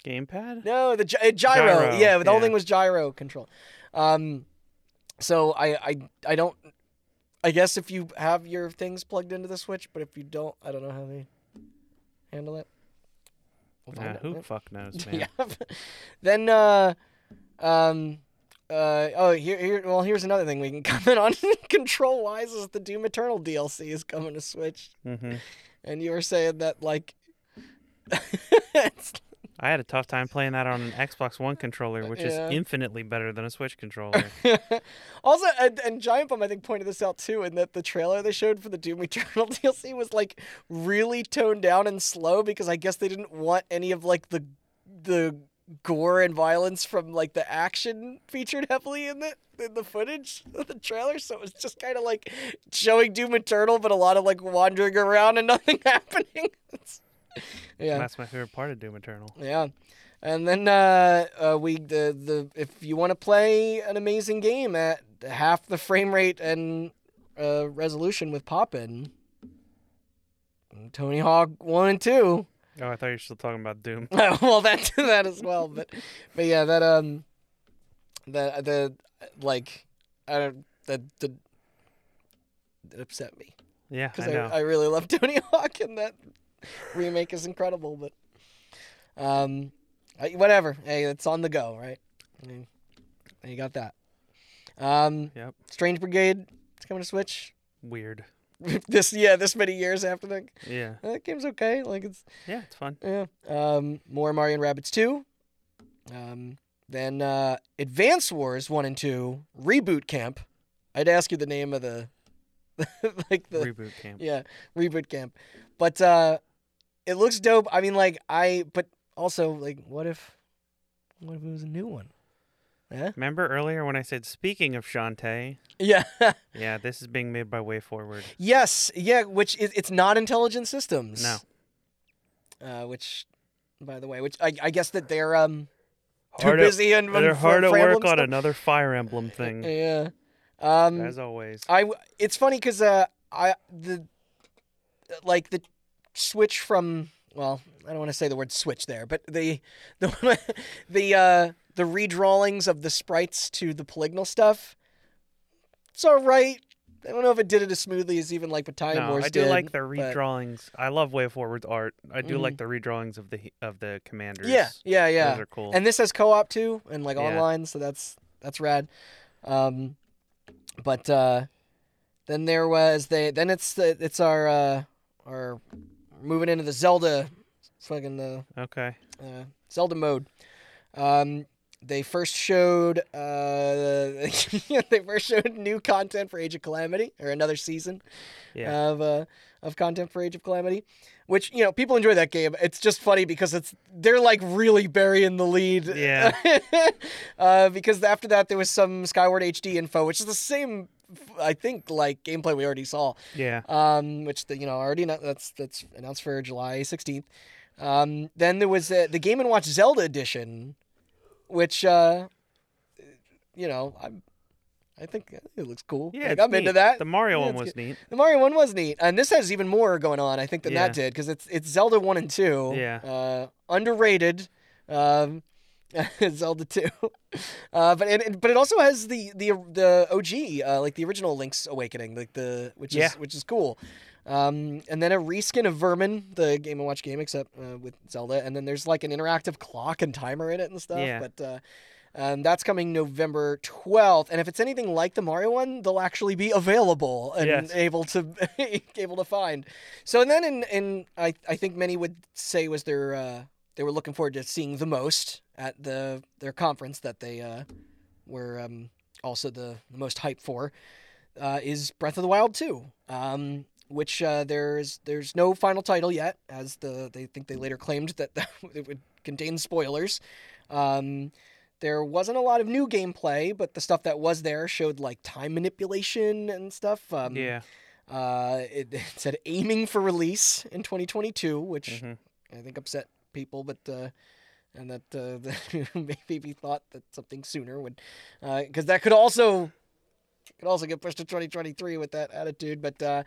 B: Gamepad?
A: No, the gy- uh, gyro.
B: Gyro,
A: Yeah, the whole
B: yeah.
A: thing was gyro control. Um, so I I I don't. I guess if you have your things plugged into the Switch, but if you don't, I don't know how they handle it. We'll
B: Nah,
A: find out.
B: Ah, who
A: Yeah.
B: fuck knows, man?
A: Yeah. then, uh, um, uh, oh, here, here, well, here's another thing we can comment on. Control wise, is the Doom Eternal DLC is coming to Switch,
B: Mm-hmm.
A: and you were saying that like, it's,
B: I had a tough time playing that on an Xbox One controller, which
A: Yeah.
B: is infinitely better than a Switch controller.
A: also, and, and Giant Bomb I think pointed this out too, in that the trailer they showed for the Doom Eternal DLC was like really toned down and slow because I guess they didn't want any of like the the gore and violence from like the action featured heavily in the in the footage of the trailer. So it was just kind of like showing Doom Eternal, but a lot of like wandering around and nothing happening. It's- yeah.
B: That's my favorite part of Doom Eternal.
A: Yeah. And then uh, uh, we the the if you want to play an amazing game at half the frame rate and uh, resolution with Poppin, Tony Hawk One and Two,
B: Oh, I thought you were still talking about Doom.
A: well, that that as well, but but yeah, that um, that the like, I don't that the that upset me
B: Yeah, I
A: because I,
B: know.
A: I, really love Tony Hawk and that remake is incredible, but um, I- whatever. Hey, it's on the go, right? I mean, you got that. Um,
B: Yep.
A: Strange Brigade. It's coming to Switch.
B: Weird.
A: this yeah, this many years after that.
B: Yeah.
A: That game's okay. Like it's
B: Yeah, it's fun.
A: yeah. Um, more Mario and Rabbits two. Um, then uh, Advance Wars one and two reboot camp. I'd ask you the name of the like the
B: Reboot camp.
A: yeah reboot camp, but uh, it looks dope. I mean, like I but also like what if what if it was a new one? Yeah.
B: Remember earlier when I said, speaking of Shantae,
A: Yeah.
B: yeah, this is being made by Way Forward.
A: yes. Yeah. Which is it's not Intelligent Systems.
B: No.
A: Uh, which, by the way, which I, I guess that they're um. Too
B: Hard at-
A: busy and
B: They're
A: and
B: hard at
A: Framblin'
B: work
A: stuff.
B: on another Fire Emblem thing,
A: Yeah. Um,
B: as always.
A: I w- it's funny because uh, I the like the switch from well, I don't want to say the word switch there, but the the the uh, the redrawings of the sprites to the polygonal stuff. It's all right. I don't know if it did it as smoothly as even like what Time
B: No,
A: Wars
B: I do
A: did,
B: like the
A: but- Mm-hmm.
B: redrawings. I love Way Forward's art. I do like the redrawings of the of the commanders.
A: Yeah, yeah, yeah.
B: Those are cool.
A: And this has co-op too, and like
B: Yeah.
A: online, so that's that's rad. Um, but uh, then there was they. Then it's the it's our uh, our moving into the Zelda, fucking the
B: okay.
A: uh, Zelda mode. Um, they first showed uh, they first showed new content for Age of Calamity or another season
B: Yeah.
A: of uh, of content for Age of Calamity, which you know people enjoy that game. It's just funny because it's they're like really burying the lead.
B: Yeah.
A: uh, because after that there was some Skyward HD info, which is the same, I think, like gameplay we already saw.
B: yeah.
A: Um, which the, you know already annou- that's that's announced for July sixteenth. Um, then there was uh, the Game and Watch Zelda edition, which uh, you know I'm. I think it looks cool.
B: Yeah.
A: Like,
B: it's
A: I'm
B: neat.
A: into that.
B: The Mario
A: Yeah,
B: one
A: it's
B: was
A: good. Mm-hmm.
B: neat.
A: The Mario one was neat, and this has even more going on, I think, than
B: Yeah.
A: that did because it's it's Zelda one and two.
B: Yeah.
A: Uh, underrated. Um, Zelda two, uh, but and, and- but it also has the the the OG uh, like the original Link's Awakening, like the which
B: Yeah.
A: is which is cool. Um, and then a reskin of Vermin, the Game and Watch game, except uh, with Zelda. And then there's like an interactive clock and timer in it and stuff.
B: Yeah.
A: But uh, um, that's coming November 12th. And if it's anything like the Mario one, they'll actually be available and
B: Yes.
A: able to able to find. So and then in, in I I think many would say was their uh, they were looking forward to seeing the most at the their conference that they uh, were um, also the, the most hyped for uh, is Breath of the Wild 2, um, which uh, there's there's no final title yet, as the they think they later claimed that it would contain spoilers. Um, there wasn't a lot of new gameplay, but the stuff that was there showed like time manipulation and stuff. Um,
B: Yeah.
A: uh, it, it said aiming for release in 2022, which
B: Mhm.
A: I think upset people, but uh, and that uh, the- maybe thought that something sooner would, because that could also could also get pushed to 2023 with that attitude. But uh,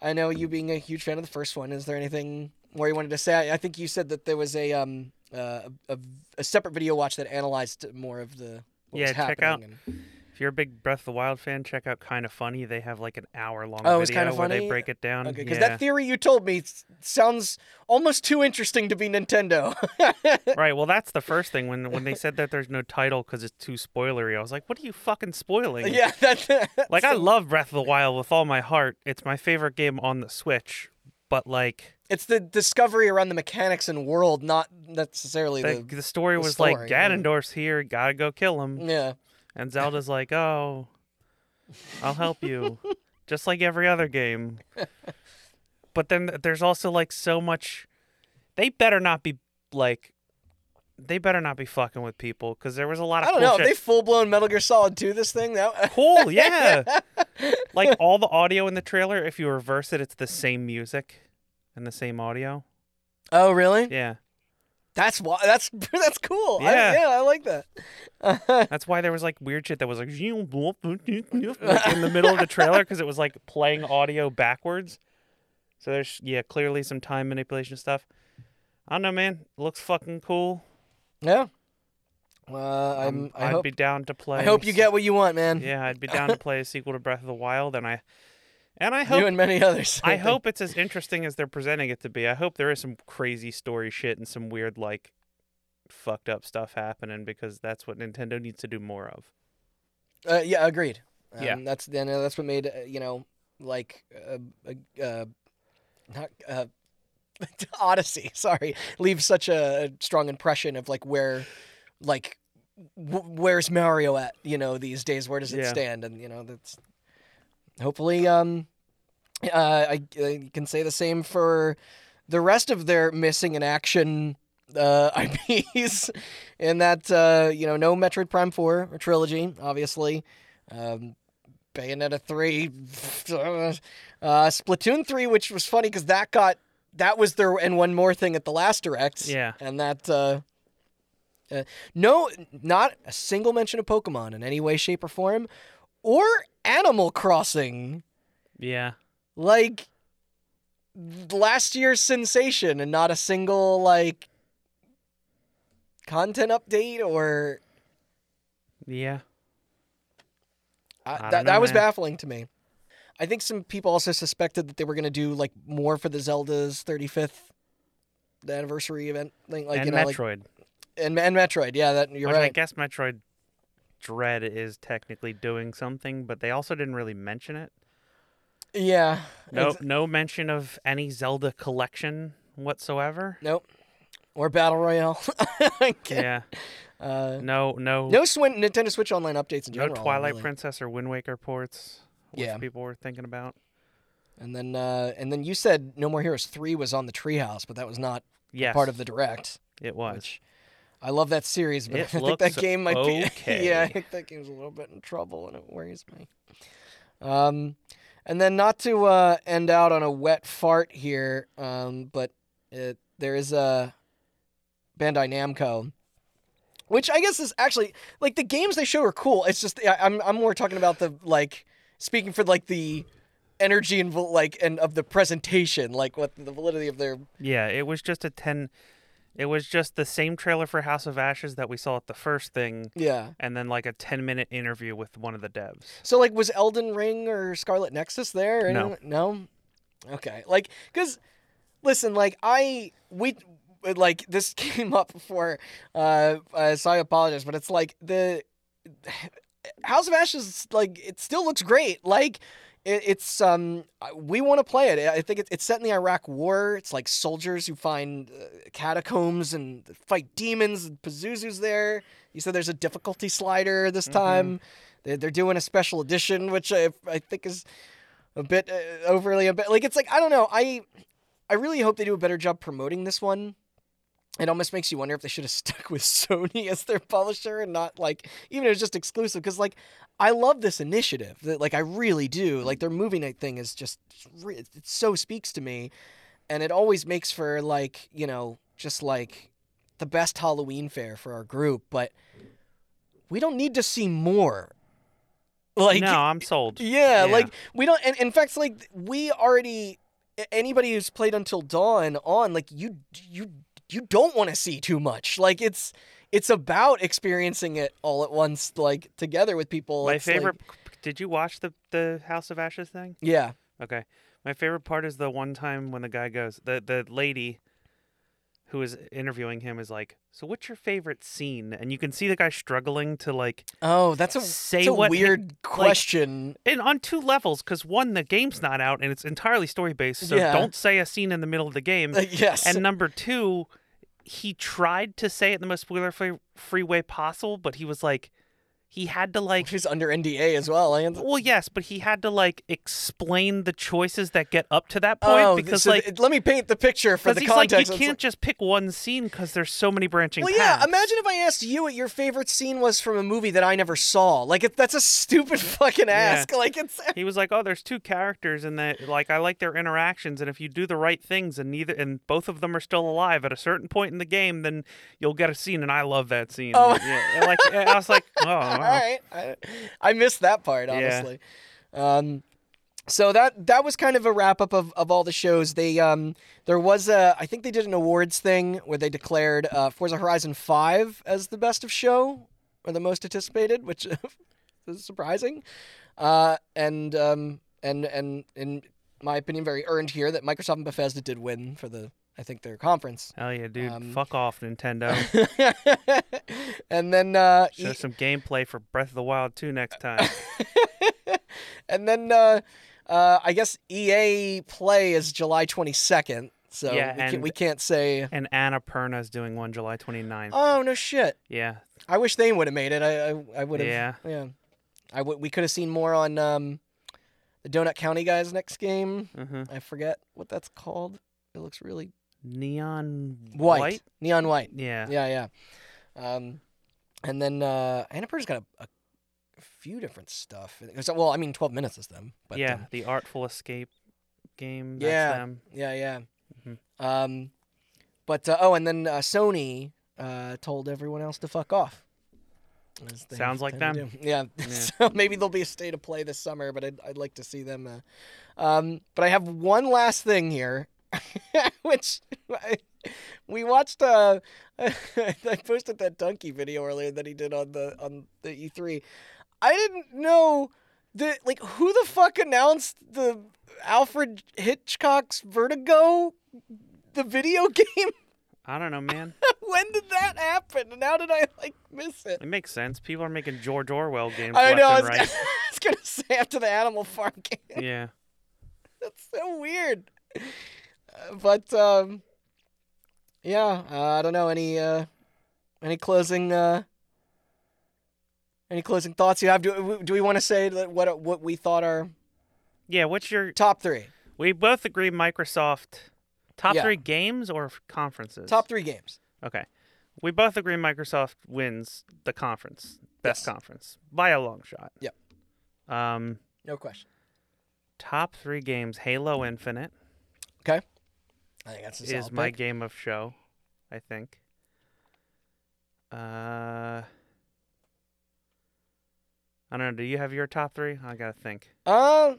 A: I know you being a huge fan of the first one. Is there anything more you wanted to say? I, I think you said that there was a um uh, a, a, a separate video watch that analyzed more of the what was
B: Yeah, check out
A: happening and-
B: If you're a big Breath of the Wild fan, check out Kind of Funny. They have like an hour long
A: Oh,
B: video
A: it's Kinda
B: where
A: Funny?
B: they break it down.
A: Okay, because
B: yeah.
A: that theory you told me s- sounds almost too interesting to be Nintendo.
B: right. Well, that's the first thing when when they said that there's no title because it's too spoilery. I was like, what are you fucking spoiling?
A: yeah, that's
B: Like I love Breath of the Wild with all my heart. It's my favorite game on the Switch. But like
A: It's the discovery around the mechanics and world, not necessarily
B: the,
A: the.
B: the story
A: the
B: was
A: story,
B: like
A: yeah.
B: Ganondorf's here, gotta go kill him.
A: Yeah,
B: And Zelda's like, "Oh, I'll help you," just like every other game. But then th- there's also like so much. They better not be like, they better not be fucking with people because there was a lot of
A: I don't
B: cool
A: know. If
B: shit.
A: they full blown Metal Gear Solid 2 this thing, that
B: Cool, yeah. like all the audio in the trailer, if you reverse it, it's the same music and the same audio.
A: oh really?
B: Yeah,
A: That's why. That's that's cool. I,
B: Yeah.
A: yeah, I like that.
B: that's why there was like weird shit that was like, like in the middle of the trailer because it was like playing audio backwards. So there's yeah, clearly some time manipulation stuff. I don't know, man. Looks fucking cool.
A: Yeah. Uh, I'm, I
B: would
A: hope
B: be down to play.
A: I hope you
B: s-
A: get what you want, man.
B: Yeah, I'd be down to play a sequel to Breath of the Wild, and I, and I hope
A: You and many others.
B: I
A: think.
B: hope it's as interesting as they're presenting it to be. I hope there is some crazy story shit and some weird like fucked up stuff happening because that's what Nintendo needs to do more of.
A: Uh, yeah, agreed. Um,
B: Yeah.
A: that's and uh, that's what made uh, you know like uh, uh, uh, not uh, Odyssey. Sorry, leave such a strong impression of like where, like w- where's Mario at? You know, these days, where does it
B: Yeah.
A: stand? And you know, that's hopefully um, uh, I, I can say the same for the rest of their missing in action uh, IPs, in that uh, you know no Metroid Prime Four or trilogy, obviously. Um, Bayonetta three, uh, Splatoon three, which was funny because that got that was their and one more thing at the last direct.
B: Yeah.
A: and that uh, uh, no, not a single mention of Pokemon in any way, shape, or form, or Animal Crossing
B: Yeah.
A: like th- last year's sensation and not a single like content update or
B: Yeah.
A: I,
B: don't
A: uh, that,
B: know,
A: that was
B: man.
A: baffling to me i think some people also suspected that they were going to do like more for the zelda's 35th anniversary event thing like
B: and
A: you know like
B: Metroid.
A: and, and metroid yeah that you're
B: Which I
A: right
B: guess Metroid Dread is technically doing something, but they also didn't really mention it.
A: yeah
B: No
A: It's-
B: no mention of any Zelda collection whatsoever.
A: nope or battle royale I can't-
B: Yeah.
A: uh,
B: No no
A: no Swin- nintendo switch online updates in
B: no
A: general
B: Twilight
A: really.
B: Princess or Wind Waker ports, which
A: Yeah.
B: people were thinking about.
A: And then uh, and then you said No More Heroes 3 was on the treehouse, but that was not
B: Yes.
A: part of the direct.
B: it was.
A: Which I love that series, but
B: It
A: I think that
B: looks
A: game might be
B: okay.
A: Yeah, I think that game's a little bit in trouble and it worries me. Um and then not to uh, end out on a wet fart here, um, but it, there is a Bandai Namco, which I guess is actually like the games they show are cool. It's just I, I'm I'm more talking about the like speaking for like the energy and val- like and of the presentation, like what the validity of their
B: Yeah, it was just a 10 it was just the same trailer for House of Ashes that we saw at the first thing
A: yeah.
B: and then like a 10 minute interview with one of the devs.
A: So like, was Elden Ring or Scarlet Nexus there? or
B: No.
A: anyone- No. Okay. Like, cause listen, like I we like this came up before, uh, uh, so I apologize, but it's like the House of Ashes. Like, it still looks great. Like. it- It's um, we want to play it. I think it- it's set in the Iraq War. It's like soldiers who find uh, catacombs and fight demons. Pazuzu's there. You said there's a difficulty slider this time. They- They're doing a special edition, which I, I think is a bit uh, overly a bit like it's like I don't know. I I really hope they do a better job promoting this one. It almost makes you wonder if they should have stuck with Sony as their publisher and not like even if it's just exclusive because like I love this initiative that like I really do like their movie night thing is just re- it so speaks to me and it always makes for like you know just like the best Halloween fair for our group but we don't need to see more like
B: no, I'm sold.
A: yeah,
B: Yeah.
A: like we don't. And in fact, like we already a- anybody who's played Until Dawn on, like you, you, you don't want to see too much. Like it's it's about experiencing it all at once, like together with people.
B: My
A: It's, like-
B: favorite Did you watch the the House of Ashes thing?
A: yeah.
B: Okay. My favorite part is the one time when the guy goes, the the lady who is interviewing him is like, "So what's your favorite scene?" And you can see the guy struggling to like
A: Oh, that's a,
B: Say
A: that's a
B: what hit-
A: weird question.
B: and on two levels cuz one the game's not out and it's entirely story based, so
A: Yeah.
B: don't say a scene in the middle of the game.
A: Uh, yes.
B: And number two, he tried to say it the most spoiler free, free way possible, but he was like, he had to like,
A: She's under NDA as well. And
B: well, yes, but he had to like explain the choices that get up to that point
A: oh,
B: because
A: so
B: like,
A: th- let me paint the picture for
B: because
A: the
B: he's
A: context.
B: like, you
A: It's
B: can't just pick one scene because there's so many branching
A: Well,
B: paths.
A: yeah. Imagine if I asked you what your favorite scene was from a movie that I never saw. Like, it, that's a stupid fucking ask. Like, it's
B: He was like, "Oh, there's two characters, and that like I like their interactions, and if you do the right things, and neither and both of them are still alive at a certain point in the game, then you'll get a scene, and I love that scene."
A: Oh.
B: yeah, like I was like, "Oh, wow.
A: all right. I, I missed that part,
B: Yeah.
A: honestly. Um, so that that was kind of a wrap up of, of all the shows. They um there was a I think they did an awards thing where they declared uh, Forza Horizon Five as the best of show or the most anticipated, which is surprising. Uh, and um and and in my opinion, very earned here that Microsoft and Bethesda did win for the I think their conference.
B: Hell yeah, dude.
A: Um,
B: Fuck off, Nintendo.
A: and then uh,
B: Show
A: E-
B: some gameplay for Breath of the Wild 2 next time.
A: and then uh, uh, I guess EA Play is July twenty second. So
B: Yeah,
A: we, can,
B: and-
A: we can't say.
B: and Annapurna's doing one July 29th.
A: Oh no shit!
B: yeah.
A: I wish they would have made it. I I, I would have.
B: Yeah.
A: Yeah. I would. We could have seen more on um, the Donut County guys next game.
B: hmm
A: I forget what that's called. It looks really
B: Neon
A: white, neon white.
B: Yeah.
A: Yeah, yeah. Um, and then uh, Annapurna's got a, a few different stuff. So- Well, I mean, twelve minutes is them. But
B: yeah.
A: um,
B: the Artful Escape game. That's
A: Yeah.
B: them.
A: Yeah, yeah.
B: Mhm.
A: Um, but uh, oh, and then uh, Sony uh, told everyone else to fuck off. As they
B: Sounds
A: have
B: like
A: time to
B: them.
A: do. Yeah. so maybe there'll be a state of play this summer, but I'd, I'd like to see them. Uh, um, but I have one last thing here, which I, we watched. Uh, I posted that donkey video earlier that he did on the on the E3. I didn't know the like who the fuck announced the Alfred Hitchcock's Vertigo the video game?
B: I don't know, man.
A: when did that happen? And how did I like miss it?
B: It makes sense. People are making George Orwell games
A: I
B: left
A: know. I
B: and
A: was,
B: right.
A: I was gonna say after the Animal Farm game.
B: yeah.
A: That's so weird. Uh, But um, yeah, uh, I don't know any uh, any closing uh, any closing thoughts you have. Do, do we want to say that what what we thought are
B: Yeah, what's your
A: top three?
B: We both agree Microsoft top
A: Yeah.
B: 3 games or f- conferences?
A: Top three games.
B: Okay. We both agree Microsoft wins the conference, best
A: Yes.
B: conference by a long shot.
A: Yep.
B: Um,
A: No question.
B: top three games: Halo Infinite
A: Okay. I think that's a
B: is
A: solid
B: my
A: pick.
B: game of show, I think. Uh, I don't know. Do you have your top three? I gotta think.
A: Uh,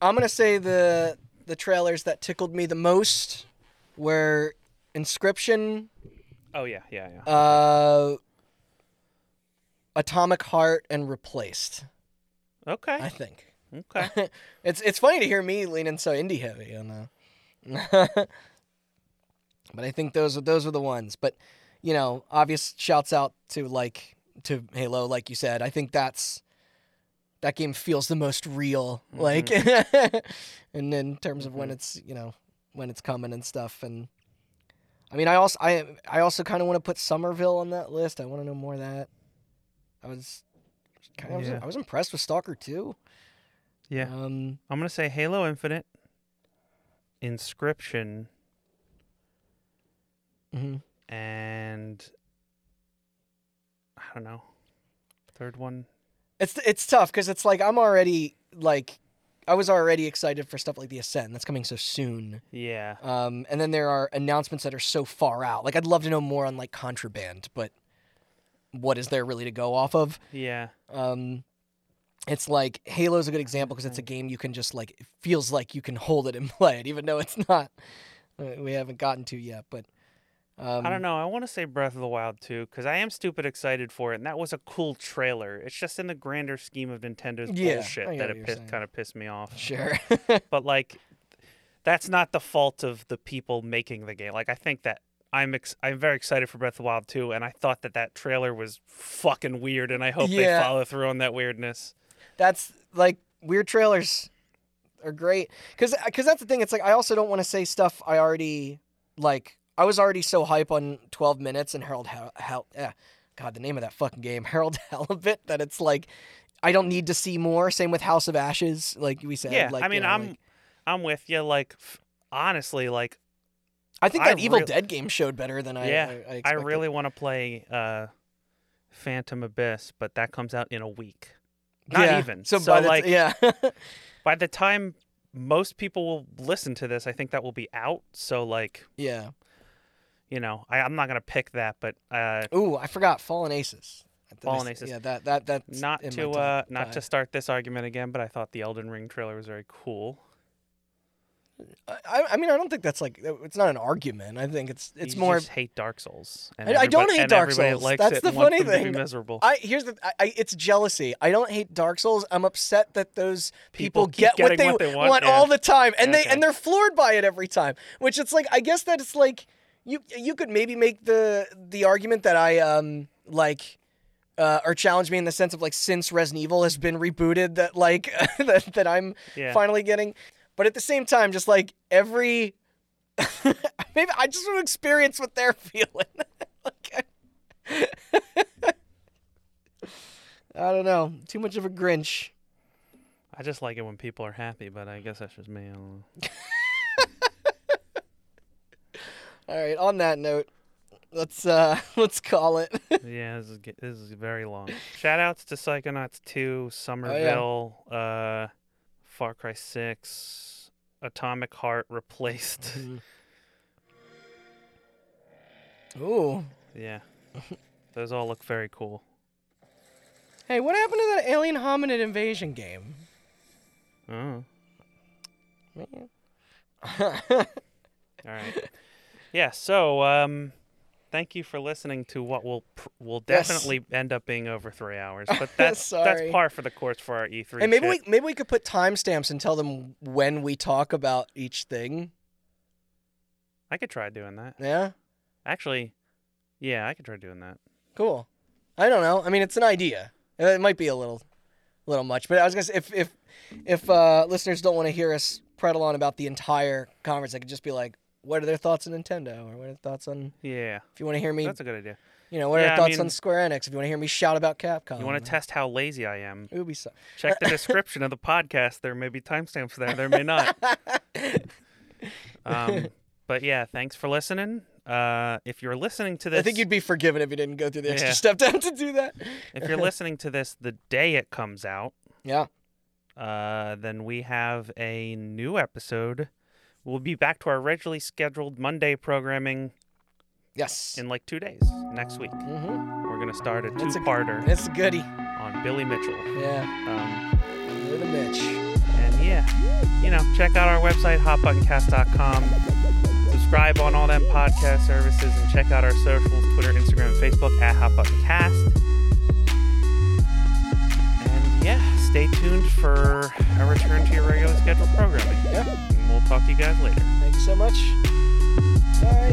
A: I'm gonna say the the trailers that tickled me the most were Inscription,
B: Oh yeah, yeah, yeah.
A: uh, Atomic Heart, and Replaced. I
B: Uh, okay,
A: think
B: okay.
A: it's it's funny to hear me leaning so indie heavy on. Uh, but I think those are those are the ones. But you know, obvious shouts out to like to Halo, like you said. I think that's that game feels the most real,
B: Mm-hmm.
A: like, and in terms of when it's you know when it's coming and stuff. And I mean, I also I I also kind of want to put Somerville on that list. I want to know more of that. I was kind of
B: Yeah.
A: I was impressed with Stalker too.
B: Yeah.
A: Um,
B: I'm gonna say Halo Infinite, Inscription, Mm-hmm.
A: mhm.
B: and I don't know. Third one.
A: It's it's tough because it's like I'm already like I was already excited for stuff like the Ascent that's coming so soon.
B: Yeah.
A: Um, and then there are announcements that are so far out. Like I'd love to know more on like Contraband, but what is there really to go off of?
B: Yeah.
A: Um, it's like Halo's a good example because it's a game you can just like it feels like you can hold it and play it, even though it's not. uh, We haven't gotten to yet, but um,
B: I don't know. I want to say Breath of the Wild too, because I am stupid excited for it, and that was a cool trailer. It's just in the grander scheme of Nintendo's
A: Yeah, I
B: bullshit
A: get
B: that
A: what
B: it
A: you're
B: pissed,
A: saying.
B: kind of pissed me off.
A: Sure.
B: But like, that's not the fault of the people making the game. Like, I think that I'm ex- I'm very excited for Breath of the Wild too, and I thought that that trailer was fucking weird, and I hope
A: Yeah.
B: they follow through on that weirdness.
A: that's like weird trailers are great because that's the thing it's like i also don't want to say stuff i already like i was already so hype on 12 minutes and harold how yeah god the name of that fucking game harold halibut that it's like i don't need to see more same with house of ashes like we said
B: yeah,
A: like,
B: I
A: you
B: mean,
A: know,
B: I'm
A: like-
B: I'm with you. Like, f- honestly, like
A: i think
B: I
A: that evil
B: real-
A: dead game showed better than i
B: Yeah,
A: i, I,
B: I
A: expected.
B: really want to play uh, Phantom Abyss, but that comes out in a week. Not
A: Yeah.
B: even.
A: so,
B: So,
A: by the t-
B: like,
A: yeah
B: by the time most people will listen to this, I think that will be out. So, like,
A: yeah
B: you know, I, I'm not gonna pick that, but uh,
A: ooh i forgot fallen aces
B: Ballinasses.
A: Yeah, that that that's
B: Not
A: in my
B: to
A: top
B: uh, not to
A: five.
B: start this argument again, but I thought the Elden Ring trailer was very cool.
A: I, I mean, I don't think that's like uh, it's not an argument. I think it's it's
B: you
A: more.
B: just hate Dark Souls. And
A: I- I don't
B: everybody-
A: hate
B: and
A: Dark
B: everybody
A: Souls.
B: Likes
A: That's
B: it
A: the
B: and wants
A: funny
B: them to be
A: thing.
B: miserable.
A: I here's the. I, I, it's jealousy. I don't hate Dark Souls. I'm upset that those people,
B: People keep
A: get what
B: getting
A: they,
B: what they want, yeah.
A: all the time, and they
B: Okay.
A: and they're floored by it every time. Which it's like I guess that it's like you you could maybe make the the argument that I um like. Uh, or challenge me in the sense of like since Resident Evil has been rebooted that like that, that I'm
B: Yeah.
A: finally getting, but at the same time just like every maybe I just want to experience what they're feeling. like, I- I don't know. Too much of a Grinch.
B: I just like it when people are happy, but I guess that's just me. I don't know.
A: All right. On that note, let's uh let's call it.
B: yeah, this is ge- this is very long. Shout outs to Psychonauts
A: Oh,
B: 2, Somerville, uh, Far Cry 6, Atomic Heart replaced.
A: Mm-hmm. Ooh.
B: yeah, those all look very cool.
A: Hey, what happened to that alien hominid invasion game? Mm.
B: Oh. All right. Yeah. So, um, thank you for listening to what will pr- will
A: Yes.
B: definitely end up being over three hours, but that's that's
A: Sorry.
B: par for the course for our E3.
A: And maybe we
B: shit.
A: maybe we could put timestamps and tell them when we talk about each thing.
B: I could try doing that.
A: Yeah.
B: Actually, yeah, I could try doing that.
A: Cool. I don't know. I mean, it's an idea. Uh, It might be a little, little much. But I was gonna say, if if if uh, listeners don't want to hear us prattle on about the entire conference, I could just be like, "What are their thoughts on Nintendo?" or "What are their thoughts on?"
B: Yeah,
A: If you want to hear me,
B: that's a good idea.
A: you know, what are
B: yeah,
A: their
B: I
A: thoughts on
B: mean-
A: Square Enix? If you want to hear me shout about Capcom,
B: You want to test how lazy I am?
A: Ubisoft.
B: Check the description of the podcast. There may be timestamps there. There may not. um, but yeah, thanks for listening. Uh, if you're listening to this,
A: I think you'd be forgiven if you didn't go through the extra
B: Yeah.
A: step down to do that.
B: if you're listening to this the day it comes out,
A: Yeah.
B: uh, then we have a new episode. We'll be back to our regularly scheduled Monday programming
A: Yes.
B: in like two days next week.
A: Mm-hmm.
B: We're gonna start a
A: It's a-
B: two-parter
A: It's a goodie.
B: on Billy Mitchell.
A: Yeah.
B: Um,
A: Little Mitch.
B: And yeah, you know, check out our website, hotbuttoncast.com. Subscribe on all them podcast services and check out our socials Twitter, Instagram, and Facebook at hotbuttoncast. And yeah, stay tuned for a return to your regular scheduled programming.
A: Yeah.
B: And we'll talk to you guys later.
A: Thanks so much. Bye.